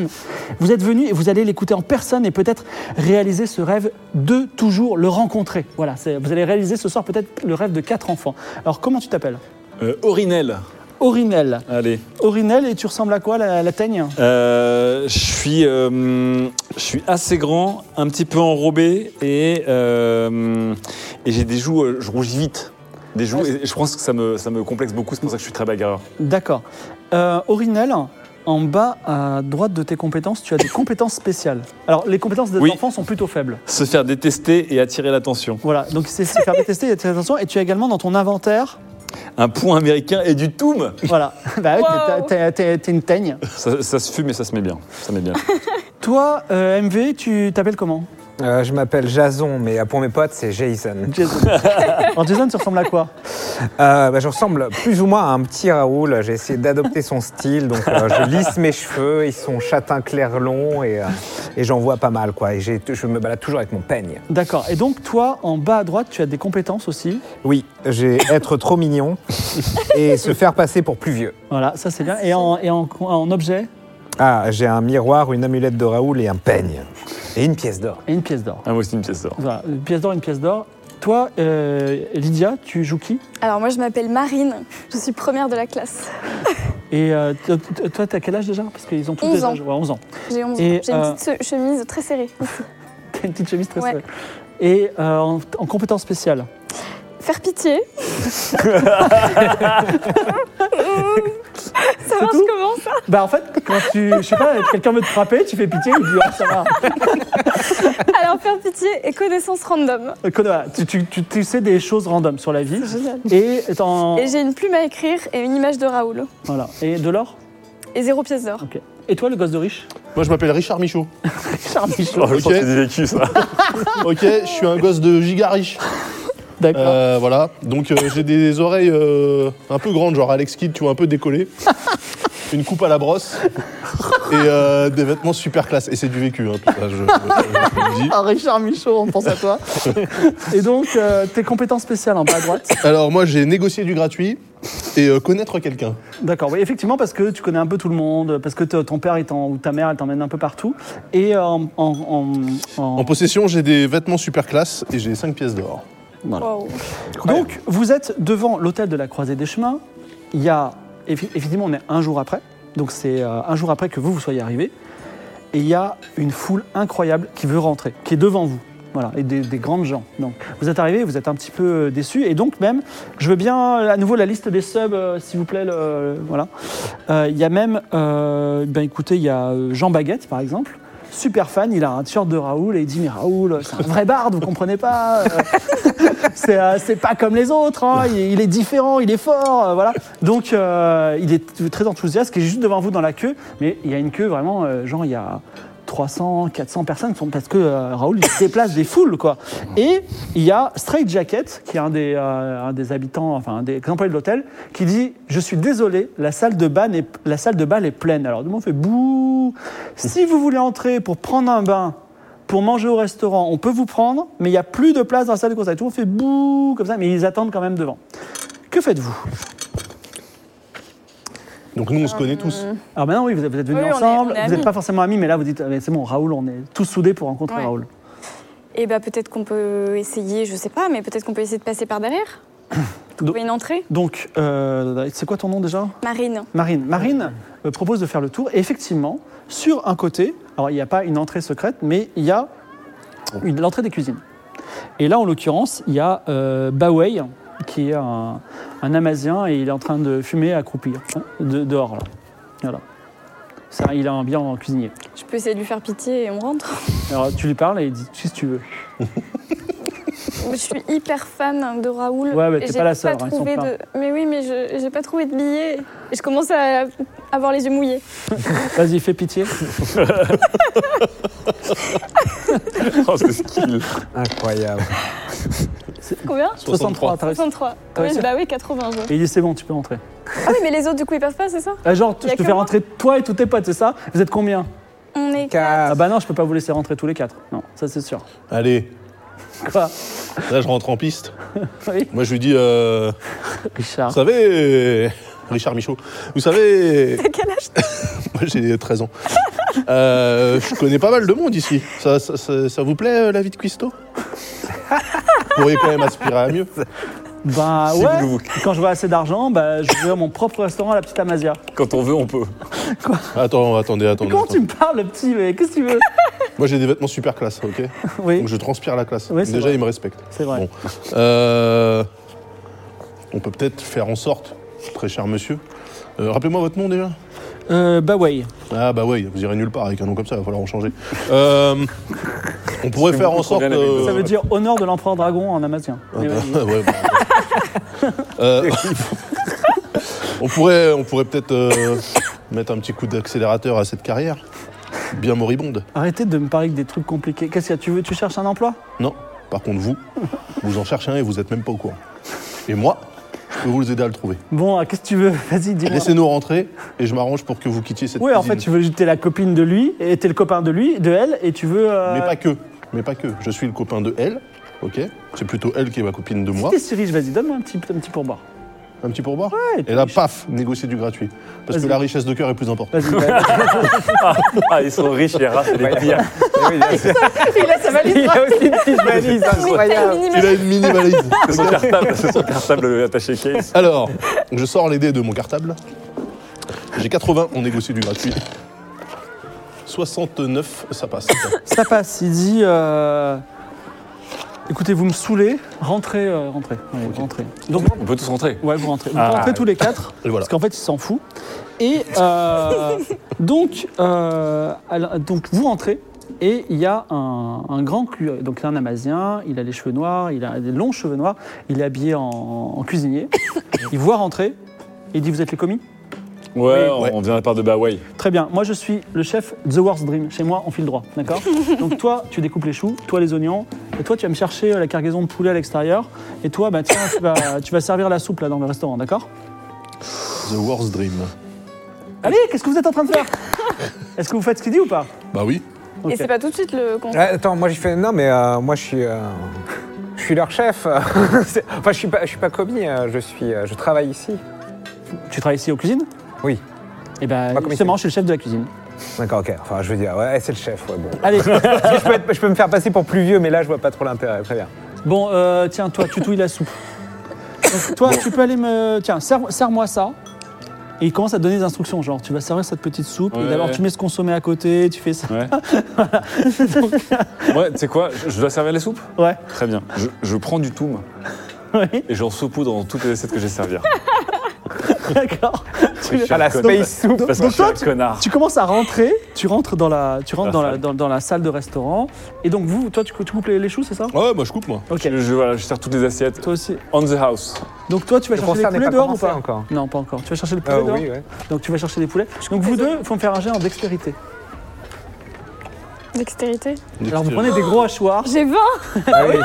A: Vous êtes venus et vous allez l'écouter en personne et peut-être réaliser ce rêve de toujours le rencontrer. Voilà, c'est- vous allez réaliser ce soir peut-être le rêve de quatre enfants. Alors comment tu t'appelles
F: Euh, Orinel.
A: Orinel.
F: Allez.
A: Orinel, et tu ressembles à quoi, la, la teigne
F: Euh, je suis, euh, je suis assez grand, un petit peu enrobé et, euh, et j'ai des joues, euh, je rougis vite. Des joues, et je pense que ça me, ça me complexe beaucoup, c'est pour ça que je suis très bagarreur.
A: D'accord. Euh, Orinel, en bas à droite de tes compétences, tu as des compétences spéciales. Alors, les compétences des
F: Oui.
A: enfants sont plutôt faibles.
F: Se faire détester et attirer l'attention.
A: Voilà, donc c'est c'est faire détester, il y a très attention. Et tu as également dans ton inventaire,
F: Un point américain et du toum
A: voilà, [LAUGHS] bah, ouais, t'es- t'es-
C: Wow.
A: t'es t'es une teigne.
F: ça, ça se fume et ça se met bien. Ça met bien.
A: Toi, euh, MV, tu t'appelles comment
E: Euh, je m'appelle Jason, mais euh, pour mes potes, c'est Jason.
A: Jason. Alors, Jason, tu ressembles à quoi
E: Euh, bah, je ressemble plus ou moins à un petit Raoul. J'ai essayé d'adopter son style, donc euh, je lisse mes cheveux, ils sont châtain clair long et, euh, et j'en vois pas mal. quoi. Et j'ai- je me balade toujours avec mon peigne.
A: D'accord. Et donc, toi, en bas à droite, tu as des compétences aussi.
E: Oui, j'ai être trop mignon et se faire passer pour plus vieux.
A: Voilà, ça c'est bien. Et en, et en, en objet
E: Ah, j'ai un miroir, une amulette de Raoul et un peigne. Et une pièce d'or.
A: et une pièce d'or.
F: Ah, moi aussi, une pièce d'or.
A: Voilà, une pièce d'or, une pièce d'or. Toi, euh, Lydia, tu joues qui
C: Alors moi, je m'appelle Marine. Je suis première de la classe.
A: Et euh, t- t- toi, t'as quel âge déjà Parce qu'ils ont tous
C: 11
A: des
C: ans.
A: âges. Ouais, 11 ans. [LAUGHS]
C: J'ai 11 ans.
A: Et,
C: J'ai
A: euh,
C: une petite se- chemise très serrée.
A: T'as une petite chemise très
C: Ouais.
A: serrée. Et euh, en, en compétence spéciale
C: Faire
A: [LAUGHS]
C: pitié. ça marche
A: tout
C: comment ça
A: Bah en fait, quand tu, je sais pas, quelqu'un veut te frapper, tu fais pitié, il dit ah, ça va.
C: Alors faire pitié et connaissance random.
A: Connard, voilà, Tu, tu- tu- tu sais des choses random sur la vie.
C: Génial.
A: Et, t'en-
C: Et j'ai une plume à écrire et une image de Raoul.
A: voilà. et de l'or
C: Et zéro pièce d'or.
A: Ok. Et toi, le gosse de riche
B: Moi, je m'appelle Richard Michaud.
A: Richard Michaud.
F: Oh, je pense
B: Ok.
F: que c'est vécu, ça.
B: Ok, je suis un gosse de giga riche.
A: D'accord.
B: Euh, voilà, donc euh, j'ai des oreilles euh, un peu grandes, genre Alex Kidd, tu vois, un peu décollées. Une coupe à la brosse et euh, des vêtements super classe. Et c'est du vécu, hein, tout ça, je, je- je le dis.
A: Ah, Richard Michaud, on pense à toi. [LAUGHS] et donc, euh, tes compétences spéciales en bas à droite.
B: Alors moi, j'ai négocié du gratuit et euh, connaître quelqu'un.
A: D'accord, oui, effectivement, parce que tu connais un peu tout le monde, parce que t- ton père et ton- ou ta mère, elle t'emmène un peu partout. Et euh, en. en- en- en-
B: En possession, j'ai des vêtements super classe et j'ai 5 pièces d'or.
C: Wow.
A: Donc, vous êtes devant l'hôtel de la Croisée des Chemins. Il y a. effi- Effectivement, on est un jour après. Donc, c'est euh, un jour après que vous, vous soyez arrivés. Et il y a une foule incroyable qui veut rentrer, qui est devant vous. Voilà, et des, des grandes gens. Donc, vous êtes arrivés, vous êtes un petit peu euh, déçus. Et donc, même, je veux bien euh, à nouveau la liste des subs, euh, s'il vous plaît. le- voilà. Euh, Il y a même. euh, ben, écoutez, il y a euh, Jean Baguette, par exemple. Super fan, il a un t-shirt de Raoul et il dit Mais Raoul, c'est un vrai barde, vous comprenez pas euh, c'est euh, c'est pas comme les autres, hein. il, il est différent, il est fort, euh, voilà. Donc euh, il est très enthousiaste, qui est juste devant vous dans la queue, mais il y a une queue vraiment, euh, genre il y a 300, 400 personnes qui sont parce que euh, Raoul il déplace des foules quoi. Et il y a Straight Jacket, qui est un des, euh, un des habitants, enfin un des employés de l'hôtel, qui dit je suis désolé, la salle de bain est, la salle de bain est pleine. Alors tout le monde fait bouh. Si vous voulez entrer pour prendre un bain pour manger au restaurant, on peut vous prendre, mais il n'y a plus de place dans la salle de conseil. Tout le monde fait bouh comme ça, mais ils attendent quand même devant. Que faites-vous
B: Donc nous, on se connaît tous.
A: Alors maintenant, oui, vous êtes vous êtes venus
C: Oui, on est-
A: ensemble,
C: on est
A: vous n'êtes
C: amis.
A: pas forcément amis, mais là, vous dites, ah, mais c'est bon, Raoul, on est tous soudés pour rencontrer
C: Ouais.
A: Raoul.
C: Et bah peut-être qu'on peut essayer, je sais pas, mais peut-être qu'on peut essayer de passer par
A: [COUGHS]
C: derrière. Trouver une entrée.
A: Donc, euh, c'est quoi ton nom déjà
C: Marine.
A: Marine. Marine euh, propose de faire le tour. Et effectivement, sur un côté, alors il n'y a pas une entrée secrète, mais il y a une, l'entrée des cuisines. Et là, en l'occurrence, il y a euh, Bawei, qui est un, un Amazien, et il est en train de fumer accroupi, hein, de, dehors. Là. Voilà. Ça, il est un bien cuisinier.
C: Je peux essayer de lui faire pitié et
A: [LAUGHS]
C: on rentre.
A: Alors tu lui parles et il dit si tu veux.
C: Je suis hyper fan de Raoul.
A: Ouais, mais
C: Et
A: t'es
C: j'ai
A: pas la seule, hein, ils
C: trouvé
A: sont
C: de... Mais oui, mais je j'ai pas trouvé de billet. Et je commence à avoir les yeux mouillés.
A: Vas-y, fais pitié.
F: Oh, ce skill.
E: Incroyable.
C: Combien
A: 63, t'as réussi.
C: 63.
A: T'as réussi
C: Oui, bah oui, 80. je-
A: Et il dit c'est bon, tu peux entrer.
C: Ah oui, mais les autres, du coup, ils peuvent pas, c'est ça
A: Ah, genre,
C: Y a
A: je te
C: que
A: fais
C: moi
A: rentrer toi et tous tes potes, c'est ça Vous êtes combien
C: On est
A: Ah
E: Car-
A: bah non, je peux pas vous laisser rentrer tous les quatre. Non, ça c'est sûr.
B: Allez,
A: Quoi
B: là, je rentre en piste.
A: Oui.
B: Moi, je lui dis, euh,
A: Richard.
F: Hein
B: vous savez, Richard Michaud,
A: [LAUGHS]
B: vous savez,
C: quel âge
B: [LAUGHS] Moi, j'ai 13 ans. Euh, je connais pas mal de monde ici. Ça, ça- ça- ça vous plaît, euh, la vie de cuistot Vous pourriez quand même aspirer à mieux.
A: Bah
F: [LAUGHS] Si
A: ouais.
F: vous-
A: Quand je vois assez d'argent, bah, je vais à mon propre restaurant à la petite Amazia.
F: Quand on veut, on peut.
B: Attends, attendez, attendez.
A: Comment tu
B: attendez.
A: me parles, le petit mais Qu'est-ce que tu veux
B: Moi, j'ai des vêtements super classe, ok
A: Oui,
B: Donc, je transpire la classe.
A: Oui, c'est
B: Déjà,
A: vrai.
B: ils me respectent.
A: c'est vrai.
B: Bon. Euh, on peut peut-être faire en sorte, très cher monsieur. euh, Rappelez-moi votre nom déjà.
A: Euh, bah ouais.
B: Ah bah ouais, vous irez nulle part avec un nom comme ça, il va falloir en changer. Euh, on pourrait faire en sorte... euh,
A: Ça veut dire honneur de l'empereur dragon en amazien.
B: Ah bah, [LAUGHS] ouais, bah, ouais. Euh, [LAUGHS] on pourrait, on pourrait peut-être euh, mettre un petit coup d'accélérateur à cette carrière, bien moribonde.
A: Arrêtez de me parler que des trucs compliqués. Qu'est-ce que tu veux Tu cherches un emploi
B: Non, par contre vous, vous en cherchez un et vous n'êtes même pas au courant. Et moi, je peux vous aider à le trouver.
A: Bon, ah, qu'est-ce que tu veux Vas-y, dis-moi.
B: Laissez-nous rentrer et je m'arrange pour que vous quittiez cette
A: Ouais, en fait,
B: cuisine.
A: tu veux t'es la copine de lui, et t'es le copain de lui, de elle, et tu veux. euh,
B: Mais pas que, mais pas que. Je suis le copain de elle, ok C'est plutôt elle qui est ma copine de moi.
A: Si t'es si riche, vas-y, donne-moi un petit, un petit pourboire.
B: Un petit pourboire
A: Ouais,
B: Et là, paf, négocier du gratuit. Parce que
A: Vas-y.
B: la richesse de cœur est plus importante.
A: Vas-y, bah,
F: Ah, ils sont riches, les races, et les pires.
H: Il a sa
A: [LAUGHS]
H: valise.
E: Il y a aussi une petite valise
F: hein.
E: incroyable.
B: [LAUGHS] Il a une mini valise.
F: C'est son cartable, c'est son cartable attaché case.
B: Alors, je sors les dés de mon cartable. J'ai 80, on négocie du gratuit. 69, ça [COUGHS] passe.
A: ça passe. Il dit. euh, Écoutez, vous me saoulez, rentrez, euh, rentrez. Ouais, rentrez. Donc,
F: On peut tous rentrer.
A: ouais, vous rentrez. Vous
F: Ah,
A: rentrez
F: ouais.
A: tous les quatre.
B: Et voilà.
A: Parce qu'en fait, il s'en fout. Et euh, [LAUGHS] donc, euh, à la- donc, vous rentrez et il y a un, un grand clu- donc un Amazien, il a les cheveux noirs, il a des longs cheveux noirs, il est habillé en, en cuisinier. il voit rentrer et il dit Vous êtes les commis
F: Ouais,
B: Ouais.
F: on on vient de la part de Bahaway.
A: Très bien, moi je suis le chef The Worst Dream. Chez moi, on file droit, d'accord Donc toi, tu découpes les choux, toi les oignons, et toi tu vas me chercher euh, la cargaison de poulet à l'extérieur, et toi, bah tiens, tu vas, tu vas servir la soupe là dans le restaurant, d'accord
B: The worst dream.
A: Allez, qu'est-ce que vous êtes en train de faire [LAUGHS] Est-ce que vous faites ce qu'il dit ou pas
B: Bah oui.
A: Ok.
C: Et c'est pas tout de suite le
E: Ouais,
C: contrat.
E: Attends, moi j'ai fait non, mais euh, moi je suis, euh, je suis leur chef. [LAUGHS] C'est- enfin, je suis pas, je suis pas commis. euh, je suis, euh, je travaille ici.
A: Tu travailles ici aux cuisines
E: Oui.
A: Et ben
E: Pas commissaire.
A: justement, je suis le chef de la
E: [LAUGHS]
A: cuisine.
E: D'accord, ok. Enfin, je veux dire, ouais, c'est le chef. Ouais, bon. [LAUGHS]
A: Allez,
E: je, peux être- je peux me faire passer pour plus vieux, mais là, je vois pas trop l'intérêt. Très bien.
A: bon, euh, tiens, toi, tu touilles la soupe. Donc, toi, tu peux aller me. Tiens, serre- serre-moi ça. Et il commence à te donner des instructions, genre tu vas servir cette petite soupe, et
F: Ouais.
A: d'abord tu mets ce consommé à côté, tu fais ça.
F: Ouais. [LAUGHS] ouais, tu sais quoi je, je dois servir les soupes
A: Ouais.
F: Très bien. Je, je prends du toum
A: Oui,
F: et j'en saupoudre dans toutes les assiettes que j'ai servir.
A: d'accord. Tu-
F: Je suis
E: À la
F: un connard.
E: space soup.
F: Parce que
A: Donc
F: je suis
A: toi,
F: un connard.
A: Tu commences à rentrer, tu rentres dans la, tu rentres
F: La
A: dans la,
F: salle.
A: dans, dans la salle de restaurant, et donc vous, toi, tu, cou- tu coupes les, les choux, c'est ça
B: Ouais, moi je coupe moi.
A: Ok.
F: Je, je- voilà, je sers toutes les assiettes.
A: Toi aussi.
F: On the house.
A: Donc toi, tu vas
E: Le
A: chercher
E: concert
A: les
E: n'est
A: poulets
E: pas
A: dehors ou
E: commencé
A: pas
E: encore.
A: Non, pas encore. Tu vas chercher les poulets
E: Euh,
A: dehors.
E: oui, ouais.
A: Donc tu vas chercher les poulets. Donc vous deux, faut me faire un jet en dextérité.
C: Dextérité.
A: Alors vous prenez des gros hachoirs.
C: J'ai 20
E: Ah oui.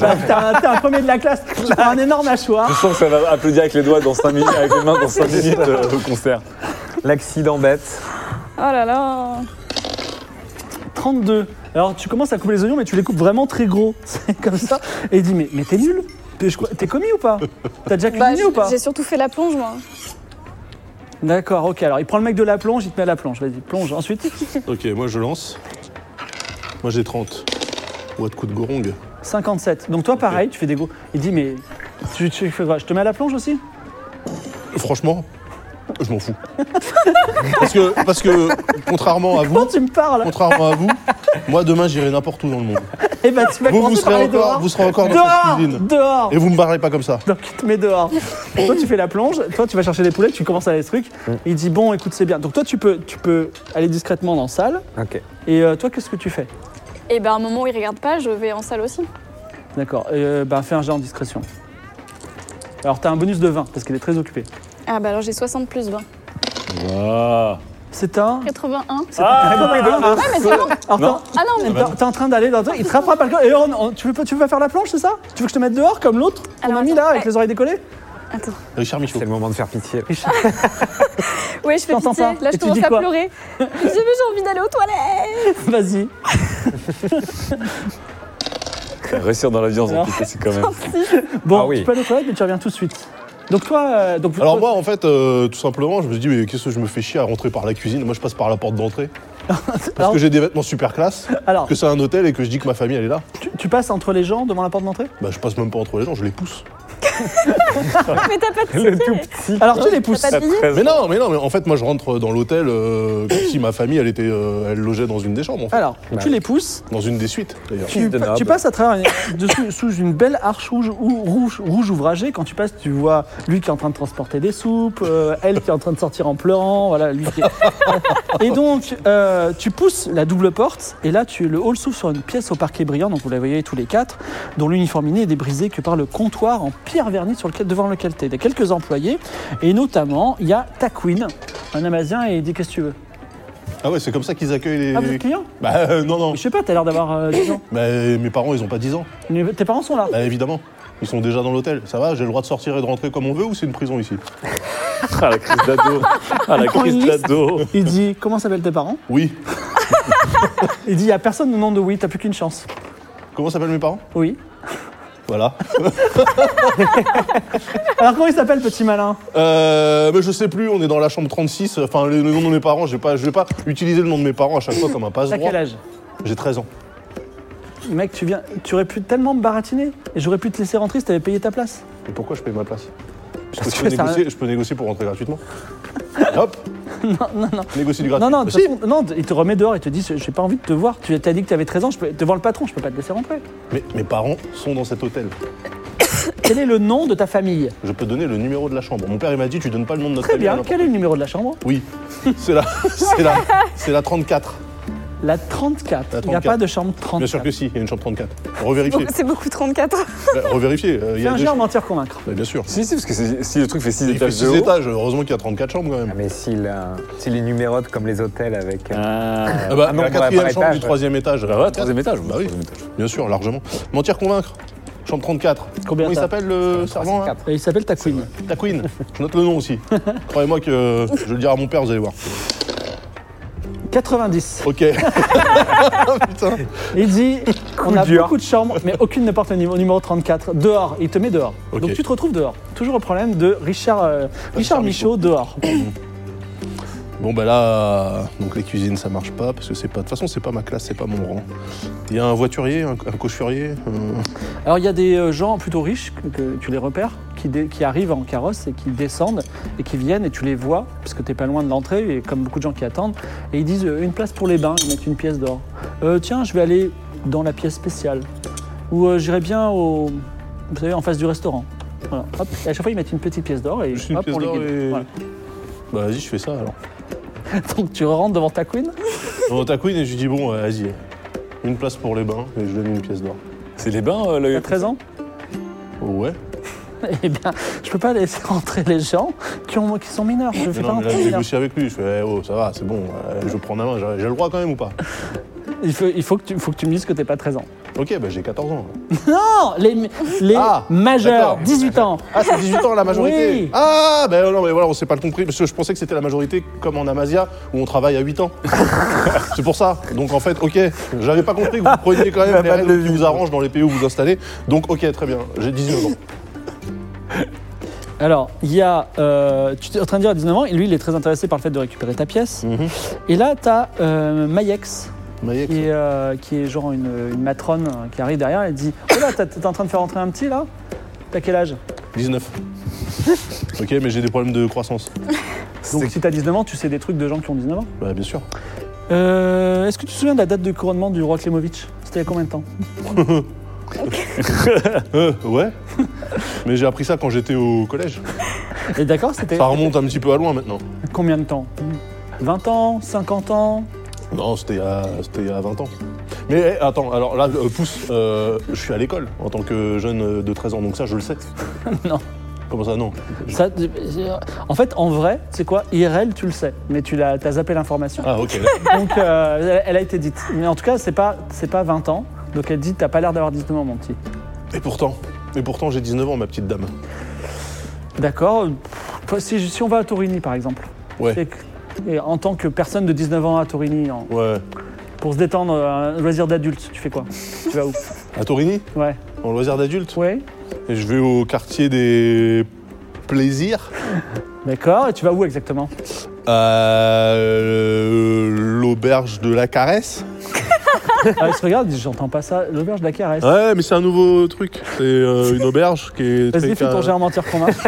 A: Bah, T'es un, t'es un premier de la
E: [LAUGHS]
A: classe. Tu prends un énorme
F: Je
A: hachoir.
F: sens que ça va applaudir avec les doigts dans 5 minutes, avec les mains dans 5 minutes euh, au concert.
E: L'accident bête.
C: Oh là là
A: 32. Alors tu commences à couper les oignons, mais tu les coupes vraiment très gros. [LAUGHS] C'est comme ça. Et il dit mais, mais t'es nul. T'es je crois- t'es commis ou pas T'as déjà
C: Bah,
A: cuisiné ou pas
C: J'ai surtout fait la plonge, moi.
A: D'accord, ok. Alors il prend le mec de la plonge, il te met à la plonge. Vas-y, plonge. Ensuite,
B: Ok, moi je lance. Moi j'ai 30. What coup de gorong
A: 57. Donc toi, pareil, tu fais des gros. Il dit, mais tu, tu fais quoi Je te mets à la plonge aussi
B: Franchement, je m'en fous. parce que, parce que contrairement à
A: Quand
B: vous,
A: tu me parles
B: contrairement à vous, moi demain j'irai n'importe où dans le monde.
A: Eh ben, tu vas
B: Vous, vous
A: commencer par
B: serez
A: aller
B: encore,
A: dehors.
B: vous serez encore dans cette
A: Dehors
B: cuisine.
A: Dehors
B: Et vous me parlez pas comme ça.
A: Donc il te met dehors. toi, tu fais la plonge. Toi, tu vas chercher des poulets, tu commences à aller ce truc. Il dit, bon, écoute, c'est bien. Donc toi, tu peux, tu peux aller discrètement dans la salle.
E: Ok.
A: Et euh, toi, qu'est-ce que tu fais
C: Et ben, à un moment où il regarde pas, je vais en salle aussi.
A: D'accord. Euh, ben, fais un jet en discrétion. Alors, t'as un bonus de 20 parce qu'il est très occupé.
C: Ah bah alors j'ai 60 plus 20.
F: Waouh.
A: C'est un.
C: 81.
A: Ah,
C: Mais c'est bon.
A: Alors,
C: Ah non,
A: T'es en- t'es en train d'aller dans. Il te rattrape par le corps. Et on- on- tu, veux, pas- tu veux pas faire la planche, c'est ça Tu veux que je te mette dehors comme l'autre On
C: Alors,
A: a mis
C: attends,
A: là avec
C: ouais.
A: les oreilles décollées [LAUGHS]
C: attends.
B: Richard Michaud.
E: C'est le moment de faire pitié.
C: Ouais, je fais
A: T'entends
C: pitié.
A: pas
C: Là,
A: Et tu
C: je commence
A: dis
C: à
A: quoi
C: pleurer. Je dis, mais j'ai envie d'aller aux toilettes.
A: Vas-y.
F: Réussir dans l'audience,
A: Alors.
F: en tout cas, c'est quand même.
A: Bon,
E: Ah oui.
A: tu peux aller aux toilettes, mais tu reviens tout de suite. Donc toi, euh, donc
B: Alors moi en fait euh, tout simplement je me dis mais qu'est-ce que je me fais chier à rentrer par la cuisine Moi je passe par la porte d'entrée parce
A: alors,
B: que j'ai des vêtements super classe,
A: alors,
B: que c'est un hôtel et que je dis que ma famille elle est là.
A: tu, tu passes entre les gens devant la porte d'entrée
B: Bah je passe même pas entre les gens, je les pousse.
C: [LAUGHS] mais t'as pas de
E: Le
C: ticket.
E: tout
A: Alors tu les pousses.
C: T'as pas de billet
B: Mais non, mais non, mais en fait, moi, je rentre dans l'hôtel euh, comme si ma famille, elle était, euh, elle logeait dans une des chambres, en fait.
A: Alors,
E: Bah
A: tu les pousses,
B: dans une des suites, d'ailleurs.
A: tu,
E: de
A: pa-
E: noble.
A: tu passes à travers une- dessous- sous [LAUGHS] une belle arche rouge, ou- rouge, rouge ouvragée. Quand tu passes, tu vois lui qui est en train de transporter des soupes, euh, elle qui est en train de sortir en pleurant. Voilà, lui qui est- [LAUGHS] Et donc, euh, tu pousses la double porte, et là, tu, le hall s'ouvre sur une pièce au parquet brillant, donc vous la voyez tous les quatre, dont l'uniforminé est débrisé que par le comptoir en pierre vernie sur lequel, devant lequel tu es. Il y a quelques employés, et notamment, il y a Taquin, un Amazien, et il dit Qu'est-ce que tu veux
B: Ah ouais, c'est comme ça qu'ils accueillent les.
A: Ah, vous êtes client
B: Bah euh, non, non.
A: Je sais pas, t'as l'air d'avoir euh, des gens.
B: Bah, mes parents, ils ont pas 10 ans.
A: Mais Tes parents sont là.
B: Bah, évidemment. Ils sont déjà dans l'hôtel. Ça va, j'ai le droit de sortir et de rentrer comme on veut ou c'est une prison ici
F: Ah, la crise d'ado. Ah, la
A: prend une
F: crise
A: liste.
F: d'ado.
A: Il dit Comment s'appellent tes parents
B: Oui.
A: Il dit Il n'y a personne au nom de oui, t'as plus qu'une chance.
B: Comment s'appellent mes parents
A: Oui.
B: Voilà.
A: Alors comment il s'appelle, petit
B: [LAUGHS]
A: malin
B: [LAUGHS] Euh, mais je sais plus, on est dans la chambre 36. Enfin, le le nom de mes parents, j'ai pas- je vais pas utiliser le nom de mes parents à chaque fois comme un
A: T'as
B: passe-droit.
A: quel âge
B: J'ai 13 ans.
A: Mec, tu viens. Tu aurais pu tellement me baratiner et j'aurais pu te laisser rentrer si t'avais payé ta place.
B: Et pourquoi je paye ma place Parce
A: Parce
B: que je peux,
A: que ça-
B: négocier, je peux négocier pour rentrer gratuitement. Hop
A: [LAUGHS] Non, non, non.
B: Négocie du gratuit.
A: Non, non, de
B: Si.
A: toute façon, non, il te remet dehors et te dit J'ai pas envie de te voir. Tu t'as dit que t'avais 13 ans, je peux- devant le patron, je peux pas te laisser rentrer.
B: Mais mes parents sont dans cet hôtel.
A: Quel est le nom de ta famille
B: Je peux donner le numéro de la chambre. Mon père, il m'a dit, tu donnes pas le nom de notre
A: Très
B: famille à
A: bien,
B: n'importe
A: quel est le numéro de la chambre
B: Oui, c'est
A: [LAUGHS]
B: la, c'est la, c'est la 34.
A: La 34.
B: La
A: Il n'y a
B: 34.
A: pas de chambre 34.
B: Bien sûr que si, il y a une chambre 34.
A: [LAUGHS]
B: Revérifiez.
C: C'est beaucoup 34.
B: Bah, revérifiez. euh, il y
A: Fais
B: a
A: un
B: des
A: jet en
B: chambres.
A: mentir convaincre.
B: Bah, bien sûr.
F: Si, si, parce que c'est- si le truc fait 6
B: Il fait
F: étages
B: 6
F: de haut.
B: étages, heureusement qu'il y a 34 chambres quand
E: Ah,
B: même.
E: mais s'il euh, s'il les numérote comme les hôtels avec. euh,
F: Ah,
B: Ah bah,
E: un nombre
B: la quatrième
E: par
B: chambre
E: étage,
B: du
E: ouais.
B: troisième étage.
F: bah ouais, troisième étage.
B: Bah oui, bien sûr, largement. Mentir, convaincre. Chambre 34.
A: Combien
B: Comment il
A: t'as
B: s'appelle le servant là
E: 304.
A: Et il s'appelle Taquin.
B: Ta queen. Je note le nom aussi. Croyez-moi que euh, je vais le dirai à mon père, vous allez voir.
A: 90.
B: Ok. Putain.
A: Il
B: [LAUGHS]
A: dit on a
E: dur.
A: beaucoup de chambres, mais aucune ne porte le niveau- numéro 34. Dehors, il te met dehors.
B: Ok.
A: Donc tu te retrouves dehors. Toujours le problème de Richard, euh, Richard
B: Richard
A: Michaud
B: Michaud.
A: dehors.
B: Bon bah là, donc les cuisines ça marche pas parce que c'est pas. De toute façon c'est pas ma classe, c'est pas mon rang. Il y a un voiturier, un, un cochurier. euh,
A: Alors il y a des euh, gens plutôt riches, que, que tu les repères, qui, dé- qui arrivent en carrosse et qui descendent et qui viennent et tu les vois, parce que t'es pas loin de l'entrée, et comme beaucoup de gens qui attendent, et ils disent euh, une place pour les bains, ils mettent une pièce d'or. Euh, tiens, je vais aller dans la pièce spéciale. Ou euh, j'irai bien au. Vous savez, en face du restaurant. Voilà. Hop. Et à chaque fois, ils mettent une petite pièce d'or et
B: Juste une
A: hop,
B: pièce
A: on les
B: d'or
A: guide.
B: et-
A: Voilà.
B: Bah vas-y, je fais ça [LAUGHS] alors.
A: Donc tu rentres devant ta queen
B: Bon, ta queen et je lui dis bon, euh, vas-y, une place pour les bains et je donne une pièce d'or.
F: C'est les bains, euh, le.
A: T'as 13 ans
B: Ouais.
A: Eh bien, je peux pas laisser [LAUGHS] rentrer les gens qui, ont, qui sont mineurs. Je fais
B: Mais
A: pas hein.
B: non, mais là,
A: rentrer
B: je
A: les mineurs.
B: négocie avec lui. Je fais, eh, oh, ça va, c'est bon. euh, je prends la main. J'ai j'ai le droit quand même ou pas
A: Il, faut, il faut, que tu, faut que tu me dises que t'es pas 13 ans.
B: Ok, bah j'ai 14 ans.
A: Non, les, les
B: Ah,
A: majeurs,
B: d'accord.
A: 18 ans.
B: Ah, c'est 18 ans la majorité.
A: Oui.
B: Ah, ben non, mais voilà, on s'est pas compris. Parce que je pensais que c'était la majorité comme en Amasia où on travaille à 8 ans. [LAUGHS] c'est pour ça. Donc en fait, ok, j'avais pas compris que vous preniez quand même les règles qui vous arrangent dans les pays où vous vous installez. Donc ok, très bien. J'ai 19 ans.
A: Alors, il y a. euh, tu es en train de dire à 19 ans, et lui, il est très intéressé par le fait de récupérer ta pièce.
B: Mhm.
A: Et là, t'as euh, Mayex,
B: Maïek,
A: qui est, euh, qui est genre une, une matrone euh, qui arrive derrière et dit Oh là, t'as- t'es en train de faire rentrer un petit là T'as quel âge
B: 19. ok, mais j'ai des problèmes de croissance.
A: Donc, si t'as 19 ans, tu sais des trucs de gens qui ont 19 ans.
B: Bah bien sûr.
A: Euh, Est-ce que tu te souviens de la date de couronnement du roi Klemovic C'était il y a combien de temps
B: Euh, [LAUGHS] ouais. mais j'ai appris ça quand j'étais au collège.
A: Et d'accord, c'était
B: Ça remonte un petit peu à loin maintenant.
A: combien de temps 20 ans 50 ans
B: Non, c'était il, y a- c'était il y a 20 ans. Mais eh, attends, alors là, euh, pousse, euh, je suis à l'école en tant que jeune euh, de 13 ans, donc ça, je le sais.
A: [LAUGHS] Non.
B: Comment ça, non
A: Ça, euh, En fait, en vrai, c'est quoi IRL, tu le sais, mais tu l'as- t'as zappé l'information.
B: Ah, ok.
A: Donc, euh, elle- elle a été dite. Mais en tout cas, c'est pas, c'est pas 20 ans. Donc, elle dit T'as pas l'air d'avoir 19 ans, mon petit.
B: Et pourtant, et pourtant j'ai 19 ans, ma petite dame.
A: D'accord Pff, si, si on va à Torini, par exemple,
B: Ouais.
A: et que- et en tant que personne de 19 ans à Torini, en-
B: Ouais.
A: pour se détendre, euh, un loisir d'adulte, tu fais quoi Tu vas où
B: À Torigny,
A: Ouais.
B: en loisir d'adulte,
A: Ouais.
B: et je vais au quartier des plaisirs,
A: D'accord. Et tu vas où exactement
B: à euh, l'auberge de la caresse.
A: Elle Ah, se regarde, j'entends pas ça. L'auberge de la caresse.
B: Ouais, mais c'est un nouveau truc. C'est euh, une auberge qui est.
A: Vas-y,
B: très
A: fais ton
B: car-
A: jet en mentir
F: [LAUGHS]
A: convaincre.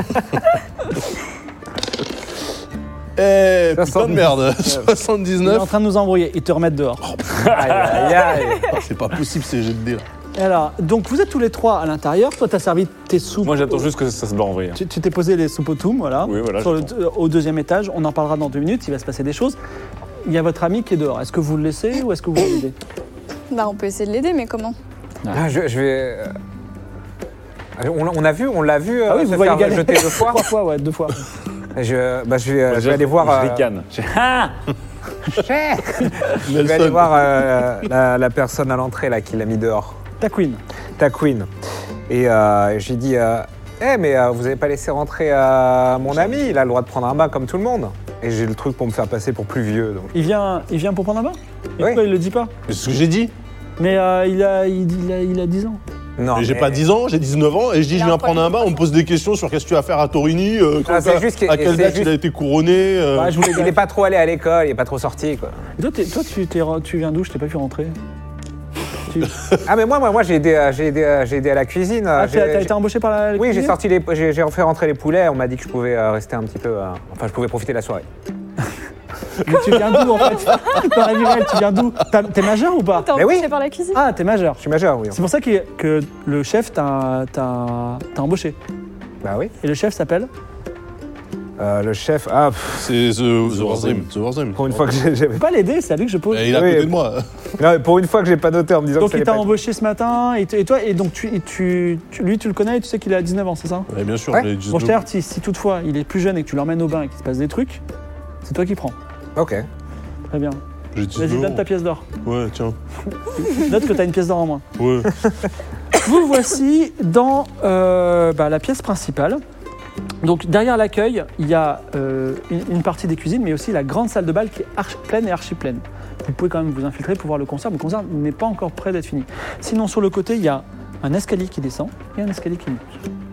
B: Eh, putain de merde. [LAUGHS]
A: Il est
B: 79.
A: en train de nous embrouiller. Ils te remettent
F: Oh.
A: dehors.
E: Aïe,
A: [LAUGHS]
E: aïe, aïe.
B: Ah, C'est pas possible ces jets de dés là.
A: Alors, donc vous êtes tous les trois à l'intérieur. Toi, t'as servi tes soupes.
F: Moi, j'attends juste que ça se blanc,
A: Tu tu t'es posé les soupes au toum, voilà.
F: Oui, voilà,
A: Sur le-
F: j'attends.
A: euh, au deuxième étage. On en parlera dans deux minutes. Il va se passer des choses. Il y a votre ami qui est dehors. Est-ce que vous le laissez ou est-ce que vous l'aidez
C: Bah, on peut essayer de l'aider, mais comment
E: Ah, je, je vais. euh, On, l'a- on a vu, on l'a vu.
A: Ah
E: euh,
A: oui,
E: se
A: vous voyez
E: faire
A: galérer.
E: jeter deux
A: [LAUGHS]
E: fois.
A: Trois fois, ouais, deux fois.
E: Je, bah, je vais, euh, je vais aller [LAUGHS]
F: Je
E: voir. euh,
F: ricane. [LAUGHS]
E: je vais aller voir euh, la, la personne à l'entrée là qui l'a mis dehors.
A: Ta queen.
E: Ta queen. Et euh, j'ai dit. euh, Eh mais euh, vous avez pas laissé rentrer euh, mon ami, il a le droit de prendre un bain comme tout le monde. Et j'ai le truc pour me faire passer pour plus vieux. Donc.
A: Il vient, il vient pour prendre un bain Et
E: Oui.
A: pourquoi il le dit pas
B: C'est ce que j'ai dit.
A: Mais euh, il, a, il, il a, il a 10 ans.
E: Non.
B: Mais j'ai
E: mais-
B: pas 10 ans, j'ai 19 ans et je dis je viens prendre un bain, on me pose des questions sur qu'est-ce que tu vas faire à Torini, euh, quand
E: Ah, c'est
B: t'as-
E: juste qu'il-
B: à quelle
E: c'est
B: date
E: juste-
B: il a été couronné. euh,
A: Ouais, je voulais
E: Il est pas trop allé à l'école, il est pas trop sorti quoi.
A: Et Toi, t'es- toi, tu, t'es re- tu viens d'où Je t'ai pas vu rentrer. Tu...
E: Ah mais moi, moi, moi j'ai aidé, euh, j'ai aidé, euh, j'ai aidé à la cuisine. euh,
A: Ah,
E: j'ai-
A: t'as t'as
E: j'ai-
A: été embauché par la. la
E: Oui, j'ai
A: cuisinière
E: sorti les, j'ai j'ai fait rentrer les poulets. On m'a dit que je pouvais euh, rester un petit peu. euh, enfin, je pouvais profiter de la soirée.
A: Mais tu viens d'où en fait Dans la vie réelle, tu viens d'où T'as- T'es majeur ou pas
C: T'es
E: Mais oui.
C: embauché par la cuisine
A: Ah, t'es majeur.
E: Je suis majeur, oui.
A: C'est pour ça que, que le chef t'a t'a- t'a embauché.
E: Bah oui.
A: Et le chef s'appelle
E: Euh, le chef. Ah, pff,
B: C'est The, The Warzim. The Warzim.
E: pour une fois que j'ai.
A: Je
E: j'ai-
A: peux pas l'aider, c'est à lui que je pose.
B: Eh, Il est à côté
E: Oui.
B: de moi.
E: Non, mais pour une fois que j'ai pas noté en me disant
A: Donc
E: que
A: il
E: ça
A: t'a
E: allait pas
A: embauché ce matin, et, t- et toi, et donc tu, et tu- tu- lui, tu le connais et tu sais qu'il a 19 ans, c'est ça
B: Ouais, bien sûr,
E: Ouais.
B: j'ai juste
A: Bon, je t'alerte, si, si toutefois il est plus jeune et que tu l'emmènes au bain et qu'il se passe des trucs, c'est toi qui prends.
E: être. Ok.
A: Très bien.
B: j'ai 19
A: Vas-y, donne
B: ans.
A: ta pièce d'or.
B: Ouais, tiens.
A: Note que t'as une pièce d'or en moins.
B: Ouais.
A: Vous voici dans euh, bah, la pièce principale. Donc derrière l'accueil, il y a euh, une, une partie des cuisines, mais aussi la grande salle de bal qui est archi pleine et archi pleine. Vous pouvez quand même vous infiltrer pour voir le concert, mais le concert n'est pas encore prêt d'être fini. Sinon, sur le côté, il y a un escalier qui descend et un escalier qui monte.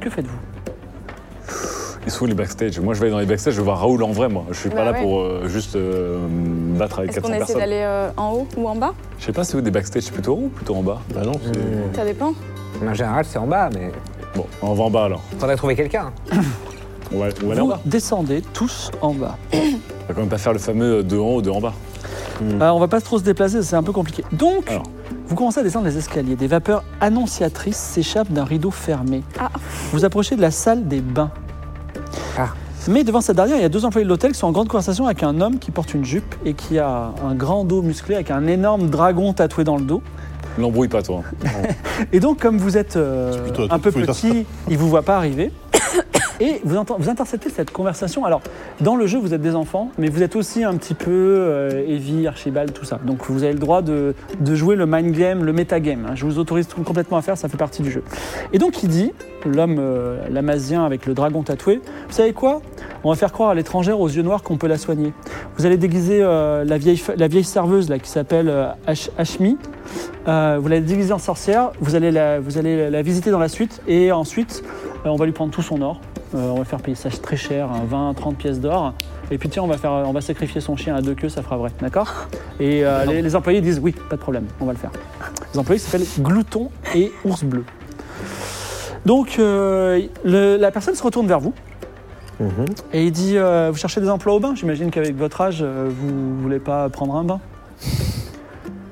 A: Que faites-vous
F: Ils sont où les backstage Moi, je vais aller dans les backstage, je vais voir Raoul en vrai, moi. Je suis pas
C: Bah
F: là
C: ouais.
F: pour euh, juste euh, me battre avec
C: Est-ce qu'on
F: 400
C: essaie
F: personnes.
C: d'aller euh, en haut ou en bas
F: Je sais pas, c'est où des backstage C'est plutôt en haut ou plutôt en bas Mmh.
B: Bah non, c'est.
C: Ça dépend.
E: En général, c'est en bas, mais
F: Bon, on va en bas alors.
E: faudrait trouver quelqu'un.
F: On va, on va aller en
A: Vous
F: bas.
A: descendez tous en bas.
F: On va quand même pas faire le fameux de en haut, de en bas.
A: Euh, on va pas trop se déplacer, c'est un peu compliqué. Donc,
F: Alors.
A: vous commencez à descendre les escaliers. Des vapeurs annonciatrices s'échappent d'un rideau fermé.
C: Ah.
A: Vous approchez de la salle des bains.
E: Ah.
A: Mais devant cette dernière, il y a deux employés de l'hôtel qui sont en grande conversation avec un homme qui porte une jupe et qui a un grand dos musclé avec un énorme dragon tatoué dans le dos.
F: L'embrouille pas, toi.
A: [LAUGHS] Et donc, comme vous êtes euh,
B: plutôt à
A: un peu
B: tout foutre.
A: petit, il vous voit pas arriver. [COUGHS] Et vous, enten- vous interceptez cette conversation. Alors, dans le jeu, vous êtes des enfants, mais vous êtes aussi un petit peu euh, Evie, Archibald, tout ça. Donc, vous avez le droit de, de jouer le mind game, le metagame. hein. Je vous autorise tout- complètement à faire, ça fait partie du jeu. Et donc, il dit, l'homme euh, lamasien avec le dragon tatoué, vous savez quoi On va faire croire à l'étrangère aux yeux noirs qu'on peut la soigner. Vous allez déguiser euh, la, vieille, fe- la vieille serveuse là, qui s'appelle euh, H- Hashmi. Euh, vous l'avez déguisée en sorcière, vous allez, la, vous allez la visiter dans la suite et ensuite euh, on va lui prendre tout son or. Euh, on va faire payer ça très cher, hein, 20, 30 pièces d'or. Et puis tiens, on va, faire, on va sacrifier son chien à deux queues, ça fera vrai, d'accord Et euh, les, les employés disent oui, pas de problème, on va le faire. Les employés s'appellent Glouton et Ours Bleu. Donc euh, le- la personne se retourne vers vous et il dit euh, Vous cherchez des emplois au bain J'imagine qu'avec votre âge, euh, vous voulez pas prendre un bain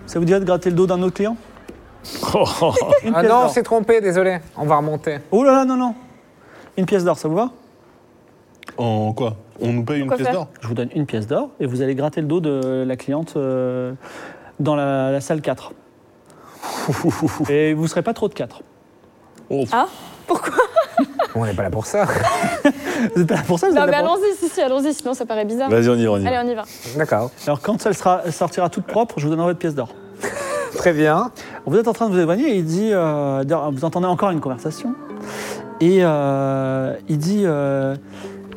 A: Ça vous dirait de gratter le dos d'un autre client Une
E: Ah
A: pièce
E: non,
A: d'or.
E: c'est trompé, désolé. On va remonter.
A: Oh là là, non, non. Une pièce d'or, ça vous va
B: [LAUGHS] En quoi On nous paye une
C: Quoi
B: pièce
C: faire
B: d'or
A: Je vous donne une pièce d'or et vous allez gratter le dos de la cliente euh, dans la, la salle [LAUGHS] 4. et vous serez pas trop de 4.
E: On n'est pas là pour ça.
A: Vous êtes pas là pour ça, vous
C: Non,
A: êtes
C: mais
A: là pour-
C: allons-y, si, si, allons-y, sinon ça paraît bizarre.
F: Vas-y, on y va, on y va.
C: Allez, on y va.
E: [LAUGHS] D'accord.
A: Alors quand elle sera, sortira toute propre, je vous donnerai votre pièce d'or.
E: Très bien.
A: Vous êtes en train de vous éloigner et il dit, euh, d'ailleurs, vous entendez encore une conversation, et euh, il dit, euh,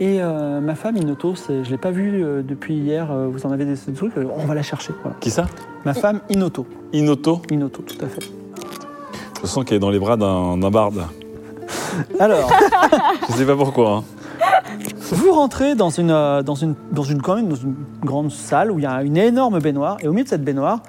A: et euh, ma femme Inoto, c'est- je l'ai pas vue euh, depuis hier, euh, vous en avez des des trucs, euh, on va la chercher. Voilà.
F: Qui ça
A: Ma femme Inoto,
F: Inoto
A: Inoto, tout à fait.
F: Je sens qu'elle est dans les bras d'un d'un barde.
A: Alors,
F: Je sais pas pourquoi. hein.
A: vous rentrez dans une, euh, dans une, dans une, quand même, dans une grande salle où il y a une énorme baignoire, et au milieu de cette baignoire,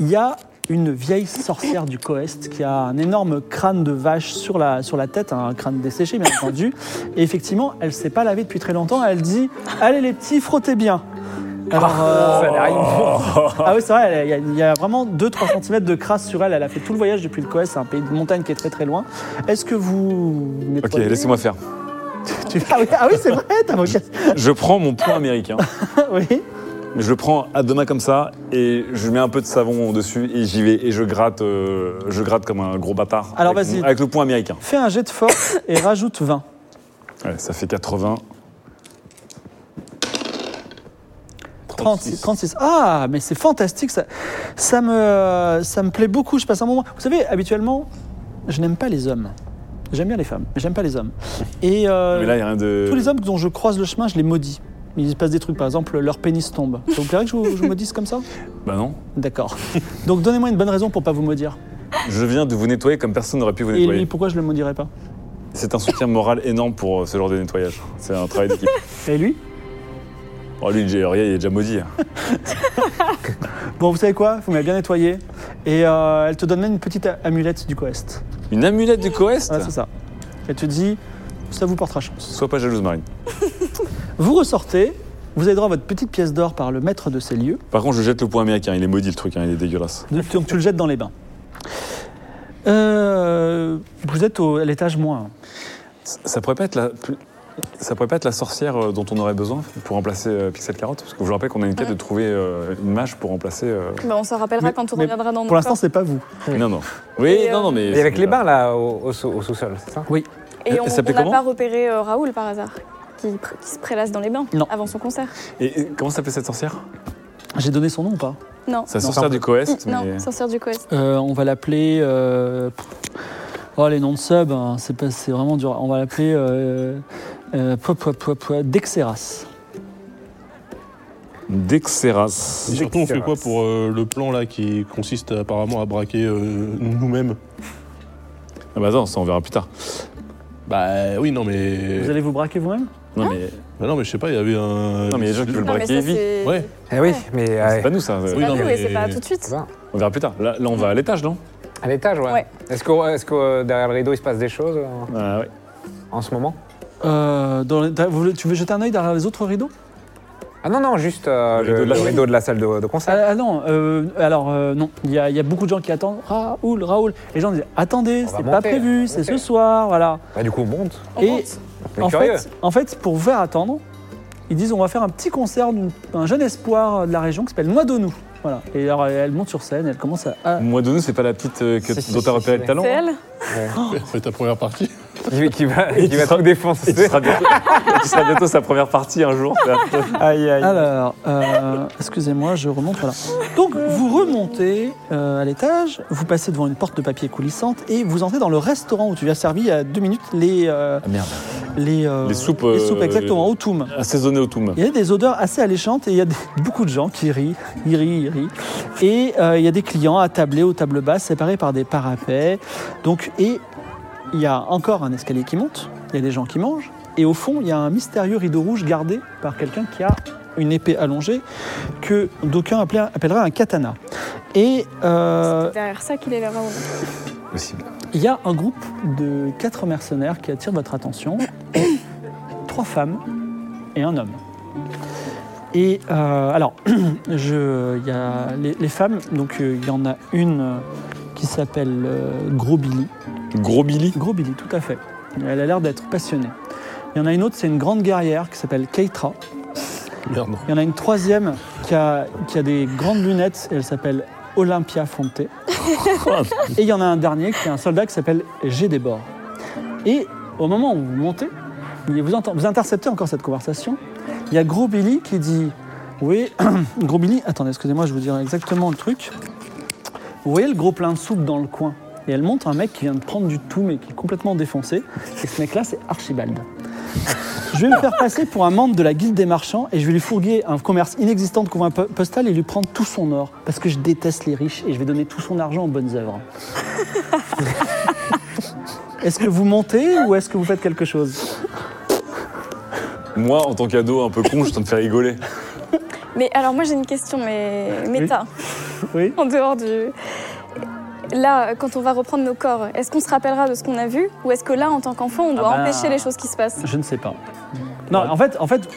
A: il y a une vieille sorcière du Coest qui a un énorme crâne de vache sur la, sur la tête, un crâne desséché bien entendu. Et effectivement, elle ne s'est pas lavée depuis très longtemps. Elle dit Allez les petits, frottez bien. Alors, euh,
E: ça n'a rien
A: ah oui, c'est vrai, elle- il y a- il y, a vraiment 2-3 cm de crasse sur elle. Elle a fait tout le voyage depuis le Coest, c'est un pays de montagne qui est très très loin. Est-ce que vous.
F: Ok,
A: nettoyez
F: laissez-moi faire.
A: Tu- Ah oui, ah oui, c'est vrai, t'as moqué.
F: Je prends mon point américain.
A: [LAUGHS] Oui.
F: Je le prends à deux mains comme ça et je mets un peu de savon dessus et j'y vais et je gratte, euh, je gratte comme un gros bâtard.
A: Alors,
F: avec
A: vas-y.
F: mon- Avec le point américain.
A: Fais un jet de force et rajoute 20.
F: Ouais, ça fait 80.
A: 36. 36. Ah, mais c'est fantastique. Ça, ça, me, euh, ça me plaît beaucoup. Je passe un moment. Vous savez, habituellement, je n'aime pas les hommes. J'aime bien les femmes, mais j'aime pas les hommes. Et euh,
F: Mais là, il n'y a rien de.
A: tous les hommes dont je croise le chemin, je les maudis. Il se passe des trucs, par exemple, leur pénis tombe. Ça vous plairait que je vous, je vous maudisse comme ça
F: Bah non.
A: D'accord. Donc donnez-moi une bonne raison pour pas vous maudire.
F: Je viens de vous nettoyer comme personne n'aurait pu vous
A: Et lui,
F: nettoyer.
A: pourquoi je le maudirais pas
F: C'est un soutien moral énorme pour euh, ce genre de nettoyage. C'est un
A: [LAUGHS]
F: travail d'équipe.
A: Et lui
F: Oh, lui, j'ai- regarde, il est déjà maudit. hein.
A: Bon, vous savez quoi Vous m'avez bien nettoyé. Et euh, elle te donne même une petite a- amulette du Coest.
F: Une amulette du Coest
A: Ouais, c'est ça. Elle te dit, ça vous portera chance.
F: Sois pas jalouse, Marine.
A: Vous ressortez, vous avez droit à votre petite pièce d'or par le maître de ces lieux,
F: Par contre, je jette le point américain. Il est maudit, le truc. hein, il est dégueulasse.
A: donc tu le jettes dans les bains. Euh, vous êtes au, à l'étage moins.
F: Ça ça pourrait pas être la plus- Ça pourrait pas être la sorcière euh, dont on aurait besoin pour remplacer euh, Pixel Carotte Parce que je vous rappelle qu'on a une quête de trouver euh, une mage pour remplacer. euh,
C: Bah, on s'en rappellera
A: Mais-
C: quand on
A: mais
C: reviendra dans
A: Pour l'instant, c'est pas vous.
F: Non, non. Oui,
C: Et,
F: non, non, mais.
E: Et avec les bains, là, au, au sous- au sous-sol, c'est ça
A: Oui.
C: Et on
F: Elle s'appelait
C: on n'a
F: comment
C: pas repéré euh, Raoul par hasard, qui, pr- qui se prélasse dans les bains
A: Non.
C: avant son concert.
F: Et, et comment s'appelait cette sorcière
A: J'ai donné son nom ou pas
C: Non.
F: C'est la sorcière du Coest, mais.
C: Non, sorcière du Coest.
A: Euh, On va l'appeler. euh, Oh, les noms de sub, hein, c'est pas- c'est vraiment dur. On va l'appeler. Euh... euh, poi, poi, poi, poi, Dexeras.
F: Dexeras.
B: Et surtout, on fait
E: Dexterous.
B: quoi pour euh, le plan là qui consiste apparemment à braquer euh, nous-mêmes
F: Ah bah non, ça on verra plus tard.
B: Bah oui, non mais.
A: Vous allez vous braquer vous-même
F: Non, mais,
B: Bah non, mais je sais pas, il y avait un.
F: non, mais il y a des gens qui veulent
C: Non, mais
F: braquer
C: ça,
F: Evie.
C: c'est.
B: Ouais, [LAUGHS] bah
E: Eh oui, mais euh,
F: C'est pas nous ça.
C: C'est
B: Oui,
C: pas
B: non,
C: nous, et c'est
B: mais-
C: pas tout de suite.
E: ça va.
F: On verra plus tard. Là, là, on va à l'étage, non
E: à l'étage, ouais.
C: Ouais.
E: Est-ce que, est-ce que euh, derrière le rideau, il se passe des choses euh,
F: Ah ouais.
E: en ce moment
A: Euh, dans les- vous voulez- Tu veux jeter un œil derrière les autres rideaux
E: Ah non, non, juste euh,
F: Le rideau
E: le,
F: de la
E: le
F: salle.
E: rideau de la salle de, de concert.
A: Ah, ah non, euh, alors euh, non, il y, a il y a beaucoup de gens qui attendent. Raoul, Raoul. Les gens disent attendez,
E: va
A: c'est pas
E: monter, on va
A: prévu, c'est ce
E: monter.
A: soir, voilà.
E: Bah, du coup, on monte.
C: On
A: Et
C: compte.
E: On est
A: en
E: curieux.
A: fait, en fait, pour vous faire attendre, ils disent on va faire un petit concert d'un jeune espoir de la région qui s'appelle Noix de Nous. Voilà. Et alors elle monte sur scène, elle commence à. à-
F: Ah. Moi de nous, c'est pas la petite euh, que,
E: Si, si,
F: dont t'as
E: si,
F: repéré
E: si.
F: le talent hein.
C: C'est
B: hein.
C: elle
B: fais ta première partie.
E: qui, qui [LAUGHS] va, qui
F: tu
E: va tout
F: seras- Et tu
E: défoncer.
F: seras bientôt, [LAUGHS] tu seras bientôt sa première partie un jour.
E: Aïe, aïe.
A: Alors, euh, excusez-moi, je remonte. Voilà. Donc, vous remontez euh, à l'étage, vous passez devant une porte de papier coulissante et vous entrez dans le restaurant où tu as servi il y a deux minutes les euh,
F: Ah, merde.
A: les, euh,
F: Les soupes,
A: les soupes
F: euh,
A: exactement au Toum.
F: Assaisonné au toum.
A: Il y a des odeurs assez alléchantes et il y a des- [LAUGHS] beaucoup de gens qui rient, ils rient, ils rient. Et euh, il y a des clients attablés aux tables basses, séparés par des parapets. Donc, et il y a encore un escalier qui monte, il y a des gens qui mangent. Et au fond, il y a un mystérieux rideau rouge gardé par quelqu'un qui a une épée allongée que d'aucuns appelleraient appelleraient un katana. Et euh,
C: C'est derrière ça qu'il est là, Raoul.
F: Possible.
A: il y a un groupe de quatre mercenaires qui attire votre attention. [COUGHS] Trois femmes et un homme. Et euh, alors, [COUGHS] je, il y a les, les femmes, donc euh, il y en a une euh, qui s'appelle euh, Gros Billy.
F: Gros Billy.
A: Gros Billy, tout à fait. Elle a l'air d'être passionnée. Il y en a une autre, c'est une grande guerrière qui s'appelle Keitra.
B: Merde.
A: Il y en a une troisième qui a, qui a des grandes lunettes, elle s'appelle Olympia Fonte. Et il y en a un dernier qui est un soldat qui s'appelle G. Débord. Et au moment où vous montez, il vous, entend- vous interceptez encore cette conversation, il y a Gros Billy qui dit Oui, [CLEARS THROAT] Gros Billy, attendez, excusez-moi, je vous dirai exactement le truc. Vous voyez le gros plein de soupe dans le coin Et elle montre un mec qui vient de prendre du tout, mais qui est complètement défoncé. Et ce mec-là, c'est Archibald. Je vais le faire passer pour un membre de la guilde des marchands et je vais lui fourguer un commerce inexistant de convoi po- postal et lui prendre tout son or parce que je déteste les riches et je vais donner tout son argent aux bonnes œuvres. est-ce que vous montez ou est-ce que vous faites quelque chose
F: Moi, en tant qu'ado un peu con, je suis en train de faire rigoler.
B: [LAUGHS]
C: Mais alors, moi, j'ai une question, mais méta,
A: Oui.
C: en dehors du. là, quand on va reprendre nos corps, est-ce qu'on se rappellera de ce qu'on a vu Ou est-ce que là, en tant qu'enfant, on doit
A: Ah bah.
C: empêcher les choses qui
A: [LAUGHS]
C: se passent
A: Je ne sais pas. Non, en fait, en fait,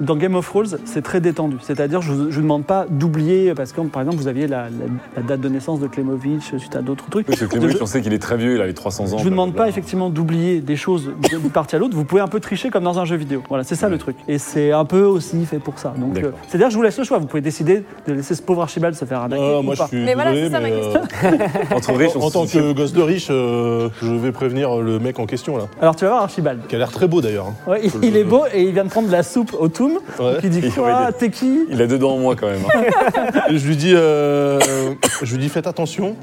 A: dans Game of Thrones, c'est très détendu. C'est-à-dire, je ne demande pas d'oublier, parce que par exemple, vous aviez la, la- la date de naissance de Klemovic, suite à d'autres trucs.
F: Parce que
A: De-
F: Clément, on sait qu'il est très vieux, il avait 300 ans.
A: je vous demande
F: blablabla.
A: pas effectivement d'oublier des choses d'une partie à l'autre. Vous pouvez un peu tricher comme dans un jeu vidéo. Voilà, c'est ça le truc. Et c'est un peu aussi fait pour ça. Donc,
B: D'accord.
A: euh, c'est-à-dire, que je vous laisse le choix. Vous pouvez décider de laisser ce pauvre Archibald se faire arnaquer.
B: Ah,
A: ou
B: moi, je
A: pas.
B: suis
C: Mais voilà,
B: désolé,
C: c'est ça ma
B: mais, euh,
F: Entre riches,
B: en,
F: on
B: en tant
F: se dit-
B: que gosse de riche, euh, je vais prévenir le mec en question, là.
A: Alors, tu vas voir Archibald.
B: Qui a l'air très beau, d'ailleurs.
F: [LAUGHS]
B: hein.
A: Ouais, il, il est beau et il vient de prendre de la soupe au Toum.
B: Ouais.
A: Donc, il
B: [LAUGHS]
A: dit
F: Il
A: quoi
F: aurait
A: T'es qui
F: Il a dedans en moi quand même.
A: [LAUGHS]
F: hein.
B: Et je lui dis, euh, je lui dis, faites attention.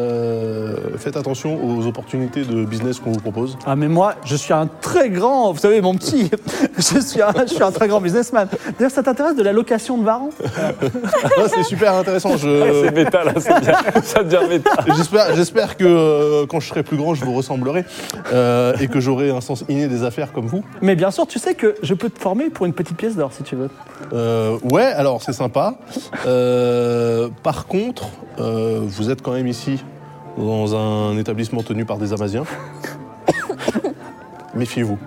B: euh, faites attention aux opportunités de business qu'on vous
F: [LAUGHS]
B: propose.
A: Ah mais moi, je suis un très grand, vous savez mon petit, [LAUGHS] je suis un, je suis un très grand businessman. D'ailleurs, ça t'intéresse de la location de Varan
B: Ouais, c'est super intéressant.
F: C'est
A: Euh.
B: Je,
F: méta là, ça devient, ça devient méta.
B: j'espère, j'espère que euh, quand je serai plus grand, je vous ressemblerai euh, et que j'aurai un sens inné des affaires comme vous.
A: Mais bien sûr, tu sais que je peux te former pour une petite pièce d'or si tu veux.
B: Euh, ouais, alors c'est sympa. Euh, par contre, euh, vous êtes quand même ici dans un établissement tenu par des Amaziens. [COUGHS] Méfiez-vous.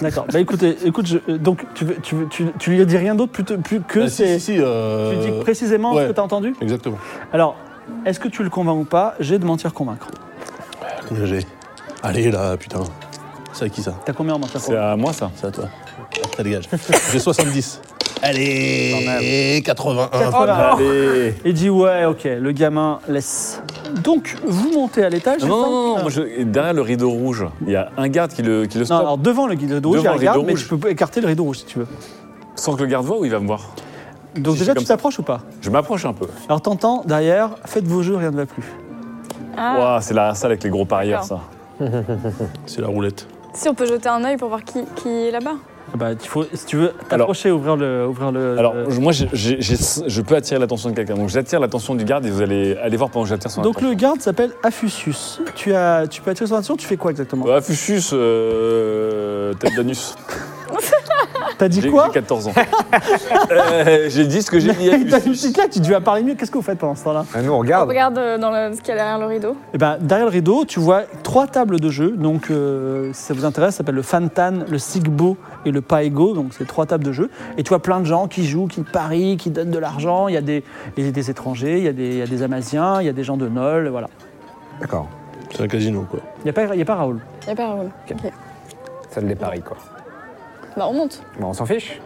A: D'accord. Bah écoutez, écoute, je- euh, donc tu, veux- tu, veux- tu, tu lui as dit rien d'autre plutôt- plus que
B: Ah, si,
A: c'est...
B: si, si, euh,
A: Tu dis précisément ce
B: ouais.
A: que t'as entendu
B: Exactement.
A: Alors, est-ce que tu le convaincs ou pas J'ai de mentir convaincre.
B: Combien j'ai Allez là, putain. C'est à qui ça
A: T'as combien en mentir
F: C'est
A: convaincre
F: à moi ça.
B: C'est à toi. Ça dégage. J'ai 70. Allez 81.
A: 80.
F: Allez.
A: Il dit ouais, ok, le gamin laisse. Donc, vous montez à l'étage.
F: Non,
A: c'est
F: non,
A: ça
F: non, non, moi, je- et derrière le rideau rouge, il y a un garde qui le, qui le
A: Non,
F: stoppe.
A: alors devant le guide rouge,
F: Devant
A: il y a un
F: le
A: garde,
F: rideau
A: mais
F: rouge.
A: tu peux écarter le rideau rouge si tu veux.
F: Sans que le garde voie ou il va me voir
A: Donc
F: Si
A: déjà,
F: c'est comme
A: tu t'approches ou pas
F: Je m'approche un peu.
A: Alors t'entends derrière, faites vos jeux, rien ne va plus.
C: Ah.
F: Ouah, c'est la salle avec les gros parieurs ça.
B: C'est la roulette.
C: Si on peut jeter un œil pour voir qui, qui est là-bas.
A: Ah Bah, il faut, si tu veux t'approcher, ouvrir le, ouvrir le.
F: Alors,
A: le-
F: je- moi, j'ai- j'ai- j'ai- je peux attirer l'attention de quelqu'un. Donc, j'attire l'attention du garde et vous allez aller voir pendant que j'attire son
A: Donc
F: attention.
A: le garde s'appelle Affusius. Tu as, tu peux attirer son attention. Tu fais quoi exactement
F: Ah, Fuchsius, euh, tête d'anus.
A: T'as dit
F: J'ai
A: quoi
F: j'ai 14 ans. [LAUGHS] Euh, j'ai dit ce que j'ai dit à
A: [LAUGHS] T'as une
F: Fuchsius.
A: petite là, tu devais parler mieux. Qu'est-ce que vous faites pendant ce temps-là
E: Ah, Nous, on
C: On
E: regarde.
C: regarde euh, dans le- ce qu'il y a derrière le rideau.
A: Eh ben, derrière le rideau, tu vois trois tables de jeu. Donc, euh, si ça vous intéresse, ça s'appelle le Fantan, le Sigbo et le Paego. Donc, c'est trois tables de jeu. Et tu vois plein de gens qui jouent, qui parient, qui donnent de l'argent. Il y a des, il y a des étrangers, il y a des, il y a des Amaziens, il y a des gens de Nol. Voilà.
E: D'accord.
B: C'est un casino, quoi.
A: Il n'y a, pas- il y a pas Raoul.
C: Il n'y a pas Raoul. Ok.
E: Ça le déparie, quoi.
C: Bah, on monte.
E: Bon, on s'en fiche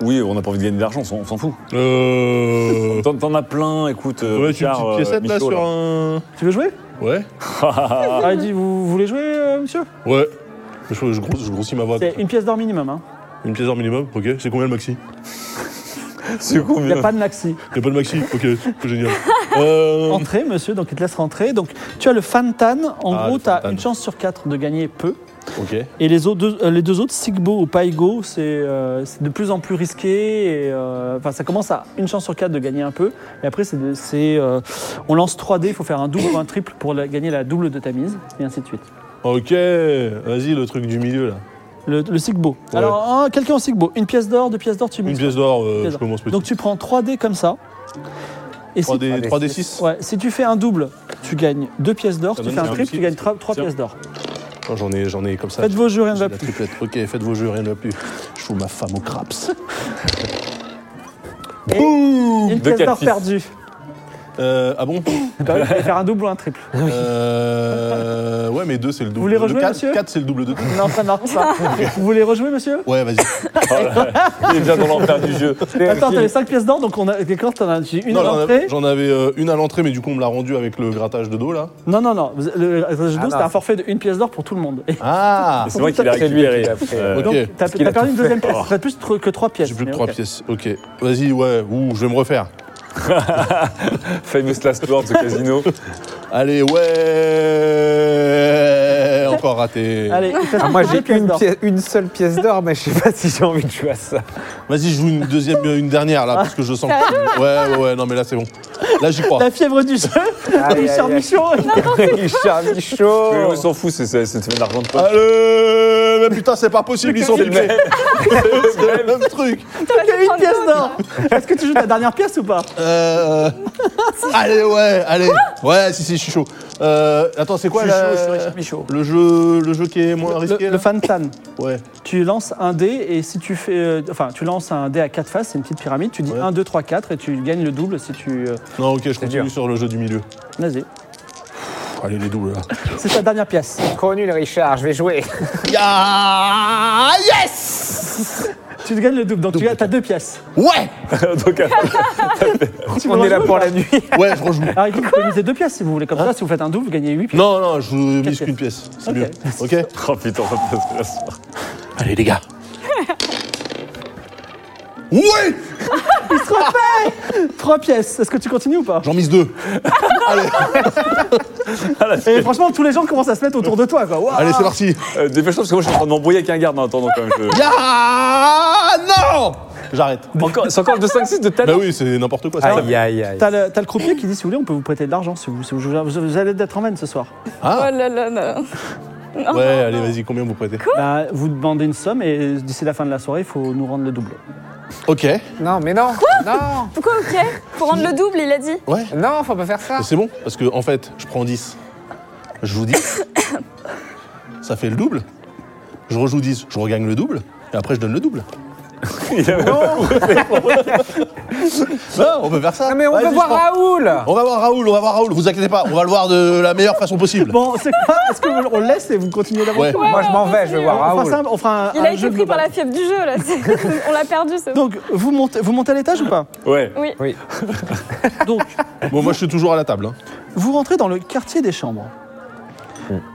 F: Oui, on n'a pas envie de gagner de l'argent, on s'en- on s'en fout.
B: Euh.
F: T'en t'en as plein, écoute. euh,
B: Ouais, tu as une
F: Richard,
B: petite
F: euh,
B: piécette là
F: Michaud,
B: sur un.
A: Tu veux jouer
B: Ouais
A: Ah, il dit, vous, vous voulez jouer, euh, monsieur
B: Ouais. Je, je gros- je grossis ma voix.
A: C'est une pièce d'or minimum. Hein.
B: Une pièce d'or minimum, ok. C'est combien le maxi
F: C'est
A: Il n'y a
F: combien
A: pas de maxi.
B: Y'a pas de maxi Ok,
A: [LAUGHS]
B: c'est génial. Euh.
A: Entrez, monsieur, donc il te laisse rentrer. Donc, tu as le Fantan. En
B: Ah,
A: gros,
B: le
A: tu as
B: Fantan.
A: une chance sur quatre de gagner peu.
B: Ok.
A: Et les, autres, deux- euh, les deux autres, Sigbo ou Paigo, c'est euh, c'est de plus en plus risqué. et, euh, Enfin, ça commence à une chance sur quatre de gagner un peu. Et après, c'est, de- c'est, euh, on lance 3D, il faut faire un double ou un triple pour la- gagner la double de ta mise, et ainsi de suite.
B: Ok. Vas-y, le truc du milieu là.
A: Le, le Sigbo.
B: Ouais.
A: Alors, un- quelqu'un en Sigbo, une pièce d'or, deux pièces d'or, tu
B: Une
A: mises.
B: pièce d'or, euh,
A: Pièce
B: je
A: d'or.
B: commence petit.
A: Donc tu prends 3D comme ça. Et si,
B: 3D,
E: 3D6.
B: 3D6
A: ouais, si tu fais un double, tu gagnes deux pièces d'or.
B: Ça
A: Tu
B: donne
A: fais un
B: un
A: triple,
B: petit-
A: tu gagnes trois trois
B: Tiens.
A: pièces d'or.
B: Oh, J'en ai, j'en ai comme ça.
A: Faites vos jeux, rien ne
B: J'ai
A: va
B: la
A: plus.
B: triplette. Ok, faites vos jeux, rien ne va plus. Je fous ma femme au craps.
A: Une
F: Deux
A: pièce d'or
F: cassis.
A: perdue.
B: Euh, ah bon
A: Bah oui, tu vas faire un double ou un triple.
B: Euh, ouais, mais 2 c'est le double.
A: Vous voulez rejouer, monsieur
B: 4 c'est le double de 2.
A: On est en train de marquer ça. [LAUGHS] Vous voulez rejouer, monsieur
B: Ouais, vas-y.
F: Il est déjà dans l'enfer du jeu.
A: Attends, t'avais 5 pièces d'or, donc on a des cordes, t'en as j'ai [LAUGHS] une
B: Non,
A: à
B: j'en
A: l'entrée.
B: avais, j'en avais, euh, une à l'entrée, mais du coup, on me l'a rendue avec le grattage de dos, là.
A: Non, non, non. vous- Le jeu
E: Ah,
A: d'eau,
E: non.
A: c'était un forfait de une pièce d'or pour tout le monde. Et
B: Ah
F: Et C'est moi qui l'ai
E: C'est lui
F: récupéré.
E: qui l'a pris.
F: Euh,
B: Ok.
A: donc, t'as
E: qu'il
A: t'as
E: a
A: perdu
E: tout
A: une
E: fait.
A: deuxième pièce. T'as plus tr- que 3 pièces.
B: Oh. J'ai plus de
A: mais
B: 3
A: ok.
B: pièces. Ok. Vas-y, ouais. Ouh, je vais me refaire.
F: Famous Last Word, ce casino.
B: Allez, ouais. Encore raté.
A: Allez, il te reste
E: Ah, moi,
A: plus que
E: j'ai
A: deux pièces
E: une,
A: d'or.
E: pièce- une seule pièce d'or, mais je sais pas si j'ai envie de jouer à ça. [LAUGHS]
B: Vas-y, je joue une deuxième, une dernière, là, parce que je sens que. Ouais, ouais, ouais. Non, mais là, c'est bon. Là, j'y crois.
A: Ah. La fièvre du jeu, [LAUGHS]
E: Aïe,
A: Richard
E: [LAUGHS] aïe, aïe.
A: Michaud.
E: Richard
F: Mais on
E: Michaud
F: s'en fout, c'est- c'est c'est de l'argent de poche.
B: Allez, mais putain, c'est pas possible, ils sont
E: C'est le
B: flippés. [LAUGHS] C'est le même truc.
A: T'as que 8 pièces d'or Est-ce que tu joues ta dernière pièce ou pas
B: Euh... Allez, ouais, allez. Ouais, si, si, je suis chaud. Euh, attends, c'est quoi
A: Je suis
B: la-
A: chaud, je suis chaud.
B: Le jeu, le jeu qui est moins
A: Le,
B: risqué
A: le
B: là
A: fan clan.
B: Ouais.
A: Tu lances un dé et si tu fais. euh, enfin, tu lances un dé à 4 faces, c'est une petite pyramide. Tu dis 1, 2, 3, 4 et tu gagnes le double si tu. euh,
B: Non, ok, je continue
E: dur.
B: sur le jeu du milieu.
A: Vas-y.
B: Pff, allez, les doubles là.
A: C'est ta dernière pièce.
E: Trop nul, Richard, je vais jouer.
B: Ya
E: Ah,
B: Yes
A: Tu gagnes le double, donc tu as deux pièces.
B: Ouais
F: Donc, euh,
A: Tu
E: On
A: veux
E: est là
A: rejouer
E: pour
A: ou pas
E: la nuit.
B: Ouais, je rejoue.
A: Alors, il faut économiser deux pièces si vous voulez. Comme ça, si vous faites un double, vous gagnez 8 pièces.
B: Non, non, je vous mise
A: Quatre
B: qu'une pièce. C'est
A: Ok.
B: mieux. Ok
F: oh putain, ça me fait la soirée.
B: Allez, les gars. Ouais
A: 3 pièces. Est-ce que tu continues ou pas
B: J'en mise deux.
A: Et franchement, tous les gens commencent à se mettre autour de toi. Quoi. Waouh.
B: Allez, c'est parti.
F: Euh, Dépêche-toi parce que moi je suis en train de m'embrouiller avec un garde en attendant quand même. je-
B: Ya Non J'arrête.
F: Encore- C'est encore le 2-5-6 de
B: Bah
F: talent.
B: oui, c'est n'importe quoi. ça.
E: Aïe, aïe, aïe.
A: T'as le, t'as le croupier qui dit si vous voulez, on peut vous prêter de l'argent si vous, si vous, jouez- vous- vous allez être en veine ce soir.
B: Ah.
C: Oh là là là.
B: Ouais, allez, vas-y, combien vous prêtez
A: Bah, vous demandez une somme et d'ici la fin de la soirée, il faut nous rendre le double.
B: Ok.
G: Non, mais non. Non,
C: Pourquoi ok Pour rendre le double, il a dit.
B: Ouais.
G: non, faut pas faire ça.
B: Mais C'est bon, parce que en fait, je prends 10. Je vous dis. ça fait le double. Je rejoue 10, je regagne le double. Et après, je donne le double. non, Bah, on peut faire ça.
E: Non, Ah, mais on
B: Vas-y,
E: veut
B: je
E: voir
B: prends.
E: Raoul
B: On va voir Raoul, on va voir Raoul. Vous inquiétez pas, on va le voir de la meilleure façon possible.
A: Bon, c'est quoi Est-ce qu'on le laisse et vous continuez d'avancer
B: Ouais.
E: Moi, je m'en vais, je vais voir
A: on, fera
E: Raoul.
A: ça, on fera un,
C: Il
A: un
C: a
A: Ah, jeu
C: été pris par
A: global.
C: la fièvre du jeu là. C'est- On l'a perdu ce.
A: Donc, vous montez, vous montez à l'étage ou pas
F: Ouais.
C: Oui.
E: Oui.
A: Donc,
B: Bon, moi, je suis toujours à la table. hein.
A: vous rentrez dans le quartier des chambres.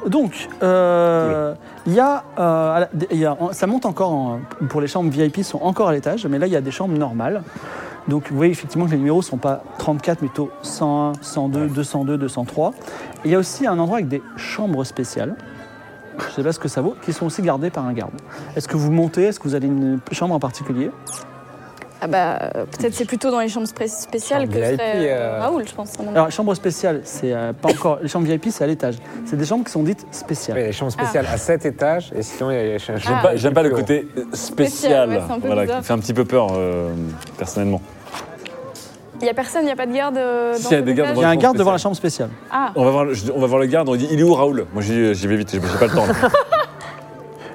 A: Donc, euh, il y a, euh, à la- il y a- ça monte encore en- pour les chambres VIP sont encore à l'étage, mais là il y a des chambres normales. Donc vous voyez effectivement que les numéros sont pas 34, mais plutôt 101, 102, 202, 203. Et il y a aussi un endroit avec des chambres spéciales. Je sais pas ce que ça vaut, qui sont aussi gardées par un garde. Est-ce que vous montez Est-ce que vous allez une chambre en particulier
C: Ah bah euh, peut-être c'est plutôt dans les chambres spé- spéciales
F: Ah,
E: Chambre
C: que
E: VIP,
C: serait euh,
E: euh,
C: Raoul, je pense. à mon avis.
A: Alors, chambre spéciale, c'est euh, pas encore. Les chambres VIP, c'est à l'étage. C'est des chambres qui sont dites spéciales.
E: Oui, les chambres spéciales à 7 étages, et sinon, il y a les chambres.
F: J'aime pas, j'aime pas le côté
C: Spécial,
F: spécial,
C: ouais, c'est un peu
F: voilà,
C: bizarre.
F: qui fait un petit peu peur, euh, personnellement.
C: Il y a personne, il y a pas de garde. euh,
F: Si,
C: dans
F: il y a
C: cet
F: des gardes
C: étage
A: Il y a un
F: Chambre
A: garde devant la chambre spéciale.
C: Ah.
F: On va voir le, je- on va voir le garde, on dit il est où Raoul Moi j'y j'y vais vite, j'ai j'ai pas le temps. là.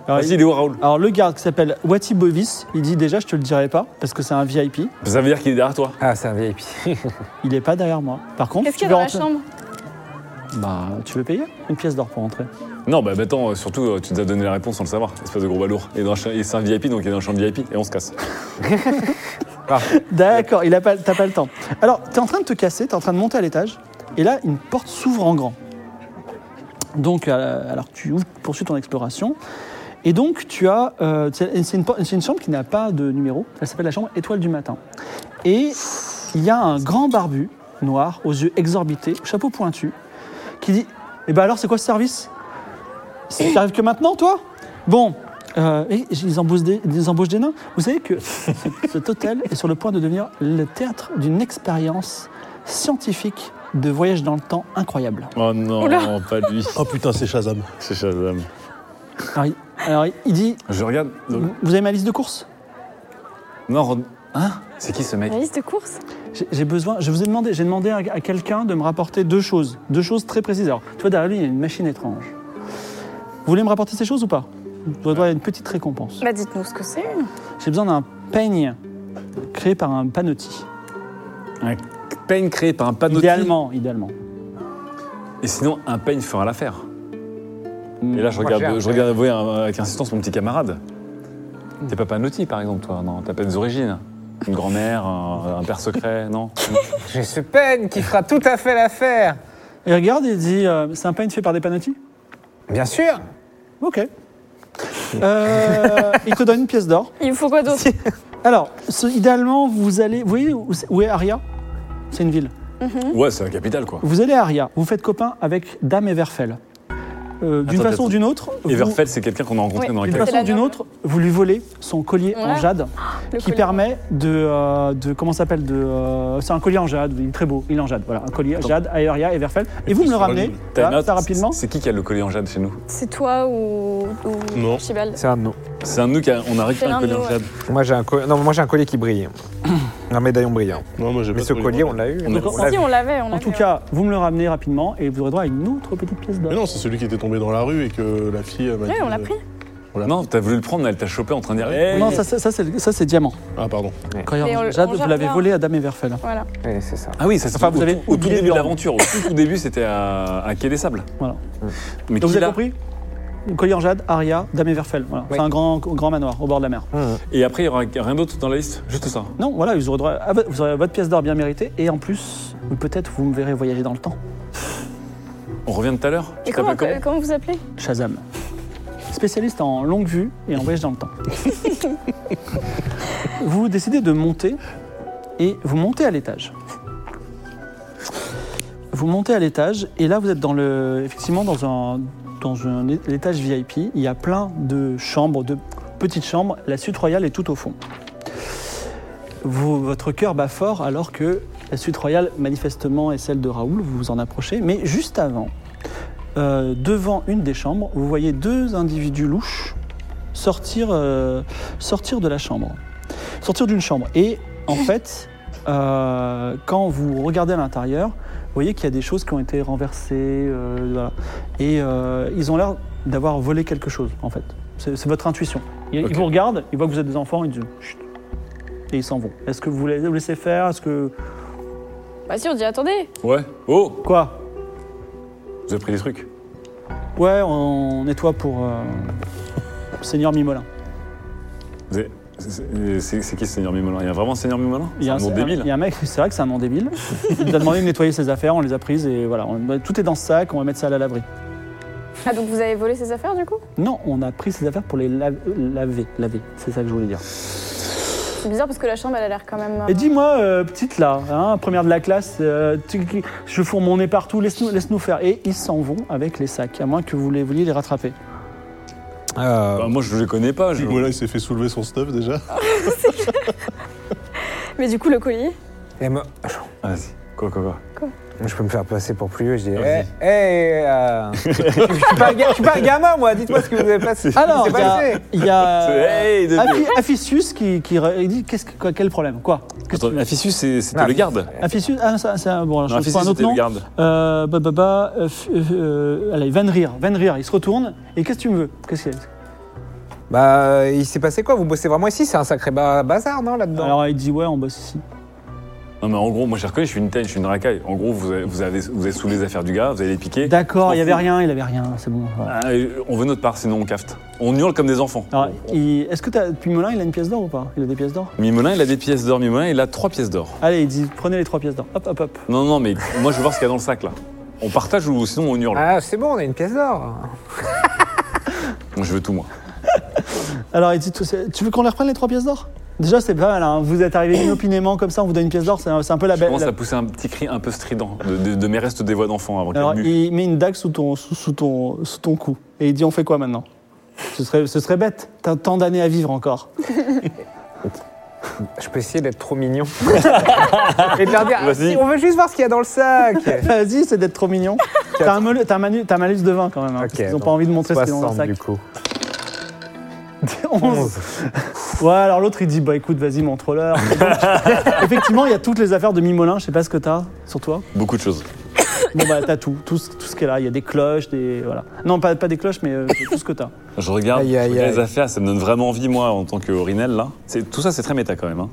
A: Alors,
F: Vas-y, Ah, il est où Raoul
A: alors, le garde qui s'appelle Wati Bovis, il dit déjà, je te le dirai pas, parce que c'est un VIP.
F: Ça veut dire qu'il est derrière toi.
E: Ah, c'est un VIP. [LAUGHS]
A: Il est pas derrière moi. Par contre,
C: Qu'est-ce
A: tu
C: qu'il y a
A: veux
C: dans la
A: rentrer.
C: chambre
A: Bah, tu veux payer une pièce d'or pour rentrer.
F: Non, bah bah, attends, euh, surtout euh, tu nous as donné la réponse sans le savoir, espèce de gros balourd. Et, dans la cha- et c'est un VIP donc il est dans la chambre VIP et on se casse.
E: Ah,
A: D'accord, il a pas, t'as pas le temps. Alors, t'es en train de te casser, t'es en train de monter à l'étage, et là, une porte s'ouvre en grand. Donc, euh, alors tu ouvres- poursuis ton exploration, et donc tu as, euh, c'est c'est une, por- c'est une chambre qui n'a pas de numéro. Elle s'appelle la chambre Étoile du matin. Et il y a un grand barbu noir, aux yeux exorbités, au chapeau pointu, qui dit "Eh ben alors, c'est quoi ce service T'arrives que maintenant, toi Bon." euh, et ils embauchent, des, ils embauchent des nains. Vous savez que cet hôtel est sur le point de devenir le théâtre d'une expérience scientifique de voyage dans le temps incroyable.
F: Oh non,
C: Oula.
F: pas lui.
B: Oh putain, c'est Shazam.
F: C'est Shazam.
A: Alors, il- alors, il dit
F: Je regarde. donc-
A: Vous avez ma liste de courses
F: Non, re- hein C'est qui ce mec
C: La liste de courses
A: J'ai- J'ai besoin, je vous ai demandé, j'ai demandé à, à quelqu'un de me rapporter deux choses, deux choses très précises. Alors, tu vois, derrière lui, il y a une machine étrange. Vous voulez me rapporter ces choses ou pas Vous aurez droit à une petite récompense.
C: Bah dites-nous ce que c'est.
A: J'ai besoin d'un peigne créé par un panotti.
F: Un peigne créé par un panneau
A: Idéalement, idéalement.
F: Et sinon, un peigne fera l'affaire.
A: Mm.
F: Et là, je
E: Moi, j'ai
F: regarde,
E: un
F: je regarde ouais, un- avec insistance mon petit camarade. T'es pas Panotti, par exemple, toi, non T'as pas des origines Une grand-mère, un, un père
A: [LAUGHS]
F: secret, non
E: J'ai ce peigne qui fera tout à fait l'affaire.
A: Et il regarde, il dit euh, C'est un peigne fait par des panotti
E: Bien sûr.
A: Ok. Euh, il te donne une pièce d'or.
C: Il faut quoi d'autre
A: Alors, ce- idéalement, vous allez. Vous voyez où, c'est- où est Aria C'est une ville.
F: Ouais, c'est la capitale, quoi.
A: Vous allez à Aria, vous faites copain avec Dame Everfell. euh, d'une
F: Attends,
A: façon ou
F: attends.
A: d'une autre, vous-
F: Everfeld, c'est quelqu'un qu'on a rencontré
C: Oui.
F: dans la
A: d'une
C: C'est
F: cave.
A: façon ou
C: la
A: d'une
C: dernière.
A: autre, vous lui volez son collier en
C: Ouais. Ah,
A: jade
C: Le
A: qui
C: collier.
A: permet de, euh, de comment ça s'appelle de euh, c'est un collier en jade, il est très beau, il est en jade, voilà, un collier jade, Aeria, Everfell, et vous me le ramenez,
F: Time
A: voilà,
F: out,
A: ça rapidement.
F: C'est qui qui a le collier en jade chez nous
C: C'est toi ou, ou
B: Non.
C: Archibald
E: C'est un de nous.
F: C'est un de nous qui a, on a récupéré
C: C'est
F: un
C: l'un de
F: collier en
C: nous,
F: jade.
E: Moi j'ai un, collier- non, moi, j'ai un collier qui brille. [COUGHS] un médaillon brillant.
B: Non, moi, j'ai
E: Mais
B: pas
E: ce
B: trouvé.
E: collier, on l'a eu.
F: On a-
E: l'a
C: Si,
E: vu.
C: on l'avait, on
A: En
C: l'avait,
A: tout
C: ouais.
A: cas, vous me le ramenez rapidement et vous aurez droit à une autre petite pièce
B: Mais
A: d'or.
B: non, c'est celui qui était tombé dans la rue et que la fille m'a
C: Ouais,
B: dit,
C: on l'a
B: euh,
C: pris.
B: Voilà.
F: Non, t'as voulu le prendre, elle t'a chopé en train de dire. Eh, Hey,
A: Non, ça, ça, ça, c'est ça, c'est diamant.
B: Ah, pardon.
A: Collier
C: Mais
A: en
C: on-
A: jade,
C: on
A: vous
C: gère
A: l'avez
C: bien.
A: volé à Dame Everfell.
C: Voilà.
E: Oui, c'est ça.
F: Ah oui, ça c'est
A: Enfin, vous
F: au,
A: avez
F: tout- au tout
A: oublié
F: début
A: de
F: de
A: le
F: l'aventure. Au tout, tout début, c'était à, à Quai des Sables.
A: Voilà. Donc
F: Mais qui
A: vous avez
F: l'a
A: compris Collier en jade, Aria, Dame Everfell. Voilà.
E: Oui.
A: C'est un grand, grand manoir au bord de la mer.
F: Et après, il n'y aura rien d'autre dans la liste Juste ça.
A: Non, voilà, vous aurez, droit à vo- vous aurez votre pièce d'or bien méritée et en plus, peut-être vous me verrez voyager dans le temps.
F: On revient tout à l'heure
C: Et
F: Tu
C: comment,
F: t'appelles comment
C: comment vous appelez
A: Shazam. Spécialiste en longue vue et en voyage dans le temps. vous décidez de monter et vous montez à l'étage. Vous montez à l'étage et là vous êtes dans le, effectivement dans un, dans un é- l'étage VIP. Il y a plein de chambres, de petites chambres. La suite royale est tout au fond. Vous- votre cœur bat fort alors que la suite royale manifestement est celle de Raoul. Vous vous en approchez, mais juste avant, euh, devant une des chambres, vous voyez deux individus louches sortir, euh, sortir de la chambre. Sortir d'une chambre. Et en fait, euh, quand vous regardez à l'intérieur, vous voyez qu'il y a des choses qui ont été renversées. euh, voilà. Et euh, ils ont l'air d'avoir volé quelque chose, en fait. C'est c'est votre intuition. Ils, ils
F: Ok.
A: vous regardent, ils voient que vous êtes des enfants, ils disent Chut Et ils s'en vont. Est-ce que vous les vous laissez faire Est-ce que.
C: Bah si, on dit attendez.
F: Ouais. Oh
A: Quoi
F: Vous avez pris des trucs.
A: Ouais, on nettoie pour euh, Seigneur Mimolin.
F: Vous avez- c'est- C'est c'est- c'est qui ce Seigneur Mimolin Il y a vraiment Seigneur Mimolin
A: Il y a un,
F: nom débile.
A: il y a un mec, c'est vrai que c'est un nom débile. Il nous a demandé de nettoyer ses affaires, on les a prises et voilà, on- tout est dans ce sac, on va mettre ça à l'abri.
C: Ah, donc vous avez volé ses affaires du coup
A: Non, on a pris ses affaires pour les la- laver, laver, c'est ça que je voulais dire.
C: C'est bizarre parce que la chambre, elle a l'air quand même. euh,
A: Et dis-moi, euh, petite là, hein, première de la classe, euh, tu- je fourre mon nez partout, laisse-nous laisse -nous faire. Et ils s'en vont avec les sacs, à moins que vous les vouliez les rattraper.
E: Euh,
F: Bah, moi, je les connais pas. Je...
B: Voilà, il s'est fait soulever son stuff déjà.
C: Mais du coup, le collier
E: et me-
F: Ah, Vas-y. Quoi, quoi, quoi
E: Je peux me faire passer pour plus vieux, je dis.
F: Vas-y.
E: Eh, eh, euh, je, suis pas un ga- je suis pas un gamin, moi, dites-moi ce que vous avez passé.
A: Alors,
E: C'est
A: il y a,
E: passé.
A: il y a,
F: [LAUGHS] C'est- hey, de-
A: Afi- Aficius qui, qui re- il dit qu'est-ce que- quoi- quel problème Quoi Qu'est-ce que
F: Attends,
A: tu veux
F: Afissus, c'est- c'était
E: Ah,
F: le garde.
A: Aficius Ah, ça, c'est un- bon, alors,
F: Non,
A: je
F: Afissus,
A: trouve un autre
F: c'était
A: nom.
F: le garde.
A: Euh, bah, bah, bah, euh, f- euh, euh, allez, Van Rire, Van Rire, il se retourne. Et qu'est-ce que tu me veux Qu'est-ce qu'il y a
E: Bah, il s'est passé quoi Vous bossez vraiment ici C'est un sacré ba- bazar, non, là-dedans
A: Alors il dit ouais, on bosse ici.
F: Non, mais en gros, moi, je les reconnais, je suis une tête, je suis une racaille. En gros, vous avez, vous avez, vous avez saoulé les affaires du gars, vous avez les piqué.
A: D'accord, il y avait
F: rien.
A: rien, il y avait rien, c'est bon. voilà.
F: Ah, et on veut notre part, sinon on cafte. On hurle comme des enfants.
A: Alors, il- est-ce que t'as- Pimolin, il a une pièce d'or ou pas Il a des pièces d'or
F: Mimolin, il a des pièces d'or. Mimolin, il a trois pièces d'or.
A: Allez, il dit prenez les trois pièces d'or. Hop, hop, hop.
F: Non, non, mais moi, je veux voir ce qu'il y a dans le sac, là. On partage ou sinon on hurle.
E: Ah, c'est bon, on a une pièce d'or.
F: Moi, je veux tout, moi.
A: Alors il dit tout- c'est- tu veux qu'on les reprenne les trois pièces d'or Déjà, c'est pas mal, hein, vous êtes arrivé inopinément comme ça, on vous donne une pièce d'or, c'est un, c'est un peu la
F: Je
E: Ben,
A: belle.
F: commence à pousser un petit cri un peu strident de, de- de mes restes des voix d'enfant avant
A: Alors
F: qu'elle mue.
A: il met une dague sous ton, sous, sous ton, sous ton cou et il dit on fait quoi maintenant ce serait, ce serait bête, t'as tant d'années à vivre encore.
E: Je peux essayer d'être trop mignon. [LAUGHS] Et de leur dire, ah,
F: Vas-y.
E: si, on veut juste voir ce qu'il y a dans le [LAUGHS] sac.
A: Vas-y, c'est d'être trop
F: [LAUGHS]
A: mignon. T'as un, molu- t'as un manu- t'as un malus de 20 quand même, hein,
E: Ok,
A: parce qu'ils ont
E: donc,
A: pas envie de montrer ce qu'ils ont dans le
E: 60
A: sac.
E: du coup.
F: [LAUGHS]
A: 11. Ouais, alors l'autre il dit Bah écoute, vas-y, montre-leur. Et donc, Effectivement, il y a toutes les affaires de Mimolin, je sais pas ce que t'as sur toi.
F: Beaucoup de choses.
A: Bon, bah t'as tout, tout, ce- tout ce qu'elle a. Il y a des cloches, des. Voilà. Non, pas, pas des cloches, mais euh, tout ce que t'as.
F: Je regarde,
E: Aïe,
F: je
E: aïe,
F: regarde les
E: aïe.
F: affaires, ça me donne vraiment envie, moi, en tant qu'Orinel, là. C'est- Tout ça, c'est très méta quand même. hein.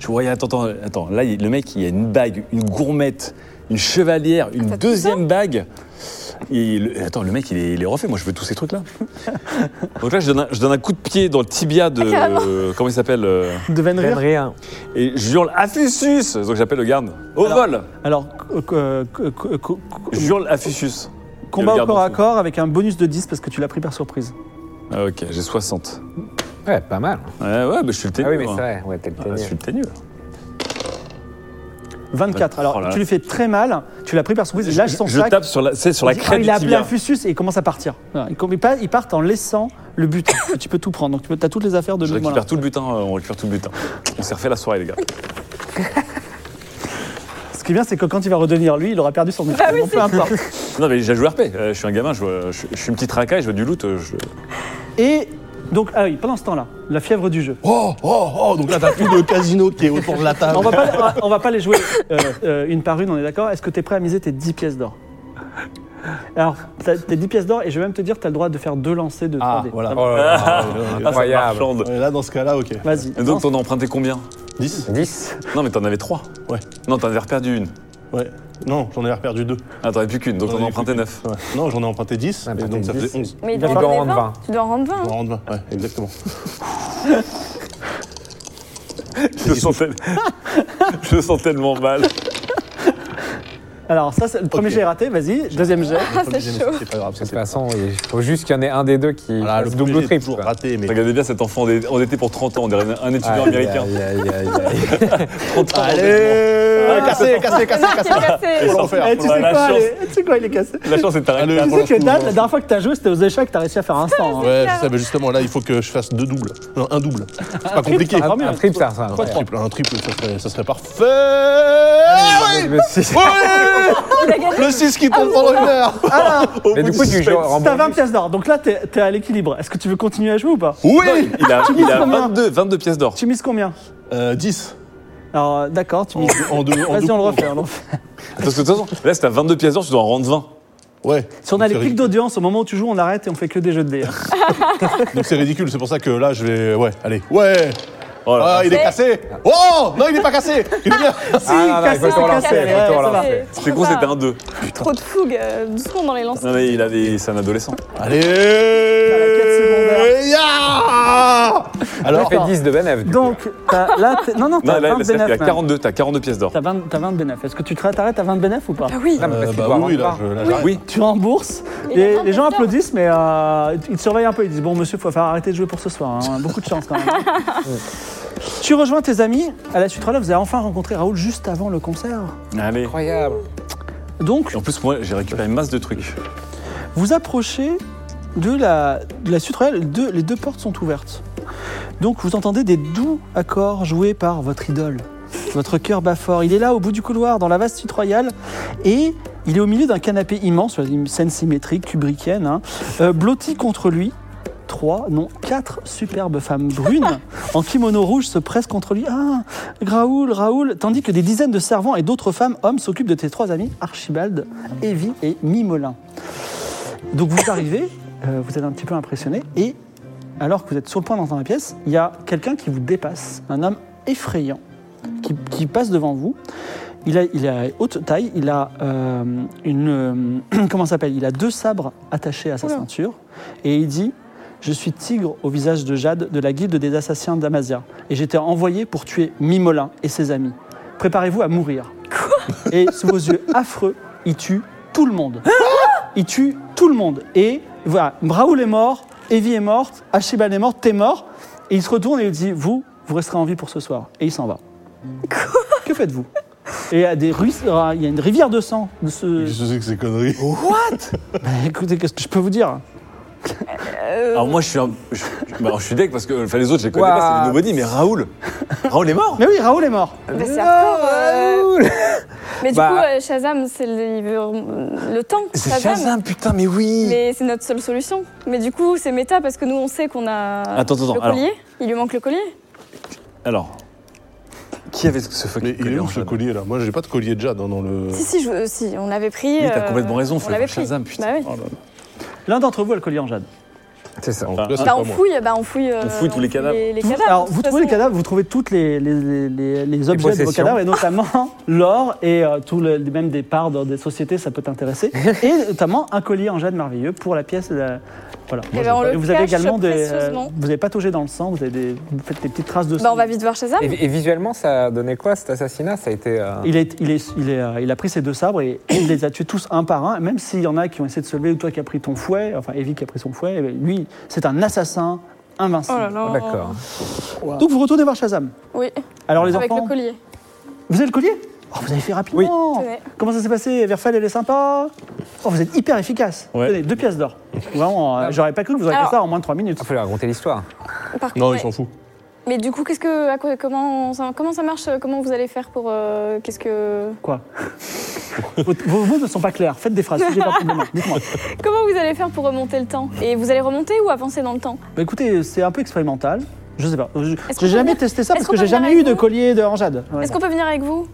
F: Je vois, attends, attends, attends. Là, il- le mec, il y a une bague, une gourmette, une chevalière, une
C: tout
F: deuxième bague. Et le- attends, le mec, il est, il est refait. Moi, je veux tous ces trucs-là. Donc là, je donne, un, je donne un coup de pied dans le tibia de. euh, comment il s'appelle euh,
A: De Venrir.
E: rien.
F: Et je hurle Afissus Donc j'appelle le garde. Au
A: Alors-
F: vol
A: Alors, euh, euh, euh, euh, co- co-
F: Je hurle Afissus.
A: combat au
F: le garde
A: corps
F: en
A: à
F: fou.
A: corps avec un bonus de 10 parce que tu l'as pris par surprise.
F: Ah, ok, j'ai 60.
E: Ouais, pas mal.
F: Ouais, ouais, bah, je suis le ténu.
E: Ah oui, mais
F: moi.
E: c'est vrai, ouais, t'es le
F: Ah, je suis
E: ténu.
F: le ténu.
A: 24. Alors,
F: Oh là
A: tu
F: là.
A: lui fais très mal, tu l'as pris par surprise, il lâche son
F: je
A: sac.
F: tape sur la, c'est sur la
A: Il dit,
F: crête
A: ah,
F: du
A: il a appelé
F: tibia.
A: un fustus et il commence à partir. Voilà, Il, com- il part- il part en laissant le [COUGHS] butin. tu peux tout prendre. Donc, tu as toutes les affaires de
F: Je
A: Benoît
F: récupère tout le butin, euh, on récupère tout le butin. On s'est refait la soirée, les gars.
A: Ce qui est bien, c'est que quand il va redevenir lui, il aura perdu son butin. Bon, peu importe.
F: Non, mais j'ai joué RP. euh, Je suis un gamin, je, vois- je- je suis une petite racaille, je veux du loot. euh, je-
A: Et donc, ah oui, pendant ce temps-là, la fièvre du jeu.
B: Oh, oh, oh, donc là, t'as tout le casino qui est autour de la table.
A: On va pas, on va- on va pas les jouer euh, euh, une par une, on est d'accord Est-ce que tu es prêt à miser tes 10 pièces d'or Alors, t'as- tes 10 pièces d'or, et je vais même te dire, tu as le droit de faire deux lancers de 3D.
B: Ah, [LAUGHS] voilà.
E: Oh là là.
F: Ah,
E: Incroyable.
F: Marchande.
B: Ouais, là, dans ce cas-là, ok.
A: Vas-y.
F: Et
A: lance.
F: donc, t'en as emprunté combien
B: 10
E: 10.
F: Non, mais t'en avais trois.
B: Ouais.
F: Non, t'en avais reperdu une.
B: Ouais. Non, j'en ai reperdu deux.
F: Ah, t'en avais plus qu'une, donc
B: J'en
F: t'en as
B: avais
F: emprunté
B: plus
F: neuf.
B: Ouais. Non, j'en ai emprunté 10,
E: Ah,
B: et donc ça
E: dix.
B: faisait 11.
C: Mais il
A: doit
C: doit
A: en
C: en
E: rendre
C: rendre 20.
E: 20.
C: Tu dois en rendre 20.
B: On
C: hein.
B: va rendre 20, ouais, exactement.
C: Ah,
F: Je le sens, tel- [LAUGHS] je le sens tellement mal.
A: Alors, ça, c'est- le premier
B: Ok.
A: jet est raté, vas-y. Deuxième jet.
B: Le premier,
C: chaud.
B: C'est pas grave, ça
E: De toute
B: c'est
E: façon, il faut juste qu'il y en ait un des deux qui
B: Voilà,
E: fasse
B: le
E: double
B: double
E: ou
B: est
E: triple.
B: toujours
E: quoi.
B: raté, [LAUGHS] mais
F: Regardez bien cet enfant endé- endetté pour 30 ans, on dirait un étudiant
E: Aïe,
F: américain.
E: aïe, aïe, aïe, aïe.
F: 30 ans
B: Allez Cassé, cassé, cassé,
C: Ah,
B: cassé
C: qui a
B: Faut
C: cassé.
A: Eh,
B: l'enfer, faut
A: tu, sais
F: la
A: quoi,
F: chance.
A: les- tu sais quoi, il est cassé.
F: La chance est
B: Ah, le-
F: arrêtée.
A: Tu
B: pour
A: sais que
B: l'instant,
A: Dan,
B: non.
A: la dernière fois que t'as joué, c'était aux échecs, t'as réussi à faire un 100. hein.
B: Ouais, je sais, mais justement, là, il faut que je fasse deux doubles. Non, un double. C'est pas compliqué.
A: triple,
B: Un
A: pardon.
E: Un triple, ça, Ah ça.
A: Trois, trois.
B: triple, un triple, ça serait, ça serait parfait. Ouais
E: Mais si-
B: le 6 qui tombe pendant
C: Ah,
B: une heure
E: Mais du coup, tu joues en
A: hein. T'as 20 pièces d'or, donc là, t'es t'es à l'équilibre. Est-ce que tu veux continuer à jouer ou pas
B: Oui
F: Il a, il a
A: combien
F: 22, 22 pièces d'or.
A: Tu mises combien
B: euh, 10.
A: Alors, euh, d'accord, tu
B: En,
A: mises.
B: en deux, en
A: Vas-y,
B: deux
A: on le
B: coups.
A: refait. on le refait.
F: Parce que de toute façon, là, si t'as 22 pièces d'or, tu dois en rendre 20.
B: Ouais.
A: Si on a les
B: C'est
A: pics
B: ridicule.
A: d'audience, au moment où tu joues, on arrête et on fait que des jeux de dés. hein.
B: Donc c'est ridicule, c'est pour ça que là, je vais... Ouais, allez. Ouais
F: Oh là
B: Ah,
F: là.
B: il est cassé Oh Non, il n'est pas cassé Il
A: [LAUGHS]
B: est bien
E: Ah, non, non, il
A: cassé,
E: faut tout
A: cassé,
E: relancer, il
A: ouais,
E: faut tout
A: ça va.
E: relancer.
F: C'est con, c'était un 2.
C: Trop de fougue, euh, doucement dans les lancers.
F: Non, mais il a des... c'est un adolescent.
B: Allez
A: secondaires.
B: Ya Alors,
E: Alors, fait 10 de Benef. du coup.
A: Donc, t'as- là, t'es- non, non,
F: Non,
A: t'as hein.
F: là,
A: 20
F: il a
A: bénéfices.
F: 42, t'as 42 pièces d'or.
A: T'as 20, t'as 20 de bénéf. Est-ce que tu te- t'arrêtes à 20 de bénéf ou pas
C: Ah oui,
E: Non, mais parce
B: euh,
E: qu'il
B: bah
E: doit
B: oui,
E: rendre
A: hein.
B: oui, là,
E: part.
B: je, là, j'arrête.
F: Oui,
A: Tu rembourses.
C: Il a
A: Les, les
C: 20
A: gens
C: pièces d'or.
A: applaudissent, mais euh, ils te surveillent un peu. Ils disent Bon, monsieur, faut faire arrêter de jouer pour ce soir. hein. Beaucoup de chance quand même. tu rejoins tes amis. À la suite, là, vous avez enfin rencontré Raoul juste avant le concert.
F: allez.
E: Incroyable.
A: Donc,
F: Et en plus, moi, j'ai récupéré une masse de trucs.
A: vous approchez de la, de la suite royale. Deux- les deux portes sont ouvertes. Donc, vous entendez des doux accords joués par votre idole. Votre cœur bat fort. Il est là, au bout du couloir, dans la vaste suite royale. Et il est au milieu d'un canapé immense, une scène symétrique, kubrickienne. hein. Euh, blotti contre lui, trois, non, quatre superbes femmes brunes en kimono rouge se pressent contre lui. Ah, Raoul, Raoul. Tandis que des dizaines de servants et d'autres femmes, hommes, s'occupent de tes trois amis, Archibald, Evie et Mimolin. Donc vous arrivez, euh, vous êtes un petit peu impressionné, et alors que vous êtes sur le point d'entrer dans la pièce, il y a quelqu'un qui vous dépasse, un homme effrayant, qui, qui passe devant vous. Il a, il a haute taille, il a euh, une euh, [CLEARS THROAT] comment ça s'appelle Il a deux sabres attachés à sa ceinture, et il dit je suis tigre au visage de Jade de la guilde des assassins d'Amazia, et j'étais envoyé pour tuer Mimolin et ses amis. Préparez-vous à mourir. et sous vos yeux affreux, il tue tout le monde. il tue tout le monde. Et voilà, Raoul est mort, Evie est morte, Archibald est mort, t'es mort. Et il se retourne et il dit Vous, vous resterez en vie pour ce soir. Et il s'en va. que faites-vous Et il y, a des ruisse- il y a une rivière de sang de ce.
B: je sais que c'est connerie.
A: Bah, écoutez, qu'est-ce que je peux vous dire
C: Euh.
F: Alors, moi, je suis un. Je, je- bah, alors, je suis deck parce que. Enfin, les autres, je les connais
E: Ouah.
F: pas, c'est des nobody, mais Raoul. Raoul est mort
A: Mais oui, Raoul est mort
C: Bah, c'est hardcore. euh. Mais du
E: Bah.
C: coup, euh, Shazam, c'est le, il veut- le temps.
F: C'est Shazam, putain, mais oui
C: Mais c'est notre seule solution. Mais du coup, c'est méta parce que nous, on sait qu'on a
F: Attends, attends,
C: le
F: alors.
C: collier. Il lui manque le collier.
F: Alors. Qui avait ce- ce
B: Mais
F: fucking
B: il est où
F: en
B: ce
F: fait
B: collier là Moi j'ai pas de collier déjà dans, dans le.
C: Si, si, je- si, on l'avait pris.
F: Oui, t'as
C: euh,
F: complètement raison, faut
C: on l'avait
F: faire
C: pris.
F: Shazam, putain.
C: Bah oui.
F: Oh là là.
A: L'un d'entre vous a le collier en Jade.
E: C'est ça.
B: En tout cas, c'est
C: Bah,
B: pas
C: on
B: moi.
C: fouille, bah, on fouille. euh,
F: fouille tous les cadavres.
C: Les, les
A: Tout-
C: cadavres,
A: Alors,
C: de
A: vous
C: toute
A: trouvez les
C: façon.
A: cadavres, vous trouvez toutes les, les, les- les- les objets de vos
E: possessions.
A: cadavres, et notamment [LAUGHS] l'or et euh, tout le, même des parts dans des sociétés, ça peut t'intéresser. et notamment un collier en jade merveilleux pour la pièce. euh, voilà.
C: Eh ben, on
A: et
C: le
A: vous avez
C: cache
A: également des. euh,
C: précieusement.
A: vous avez patauger dans le sang, vous, avez des, vous faites des petites traces de sang.
C: Bah, on va vite voir Shazam.
E: Et, et visuellement, ça donnait quoi cet assassinat Ça a été. euh,
A: Il, est, il, est, il, est, euh, il a pris ses deux sabres et il les a tués tous un par un, même s'il y en a qui ont essayé de se lever, ou toi qui as pris ton fouet, enfin Evie qui a pris son fouet, eh ben, lui, c'est un assassin
C: Oh
A: invincible.
C: là là.
E: ah, D'accord.
A: Donc vous retournez voir Shazam.
C: Oui,
A: Alors les
C: avec
A: enfants,
C: le collier.
A: vous avez le collier Oh, vous avez fait rapidement.
C: Oui. Ouais.
A: Comment ça s'est passé Verfal, elle est sympa. Oh, vous êtes hyper efficace.
F: Ouais.
A: Tenez, deux pièces d'or. Vraiment, euh, j'aurais pas cru que vous auriez
C: Alors-
A: fait ça en moins de trois minutes.
E: Il faut lui raconter l'histoire.
C: Par contre,
B: Non,
C: ouais.
B: il s'en fout.
C: Mais du coup, qu'est-ce que, à quoi- comment, ça, comment ça marche euh, Comment vous allez faire pour, euh, qu'est-ce que,
A: Quoi vos, vos mots ne sont pas clairs. Faites des phrases. J'ai pas de main. Dites-moi.
C: comment vous allez faire pour remonter le temps Et vous allez remonter ou avancer dans le temps
A: Bah, écoutez, c'est un peu expérimental. Je sais pas. Je-
C: Est-ce qu'on
A: J'ai jamais
C: peut-
A: testé ça
C: est-ce
A: parce
C: qu'on
A: que
C: peut
A: j'ai jamais
C: venir
A: eu
C: avec
A: de
C: vous
A: collier de Ranjade. Ouais.
C: Est-ce qu'on peut venir avec vous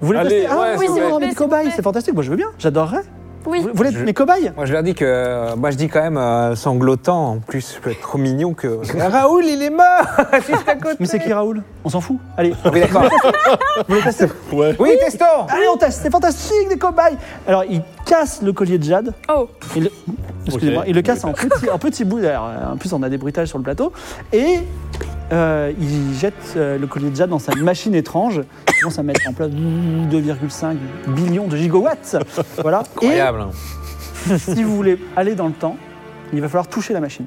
A: Vous voulez
F: Allez,
A: tester
F: ouais,
A: Ah
F: s'il
A: oui,
F: vous
A: c'est
F: plaît.
A: vraiment des
C: S'il vous
A: cobayes.
C: plaît.
A: C'est fantastique. Moi, je veux bien. J'adorerais.
C: Oui.
A: Vous voulez être mes cobayes
E: Moi, je leur dis que. euh, Moi, je dis quand même euh, sanglotant. En plus, je peux être trop mignon que. Raoul, il est mort [LAUGHS] Juste à côté
A: Mais c'est qui Raoul On s'en fout. Allez,
E: Oui, d'accord.
A: vous voulez
F: [LAUGHS]
A: tester
B: Ouais.
E: Oui, testons
A: Allez, on teste, c'est fantastique, des cobayes Alors, il casse le collier de jade.
C: Oh,
A: Il le, excusez-moi, il le casse en petits en petits bouts. Alors, euh, en plus, on a des bruitages sur le plateau. Et euh, il jette euh, le collier de jade dans sa machine étrange. Il commence à mettre en place 2,5 billions de gigawatts. Voilà. Et
E: Incroyable.
A: si vous voulez aller dans le temps, il va falloir toucher la machine.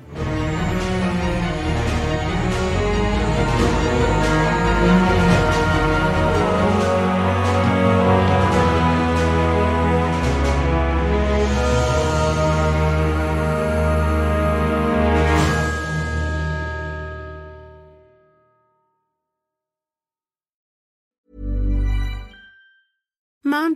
I: Mom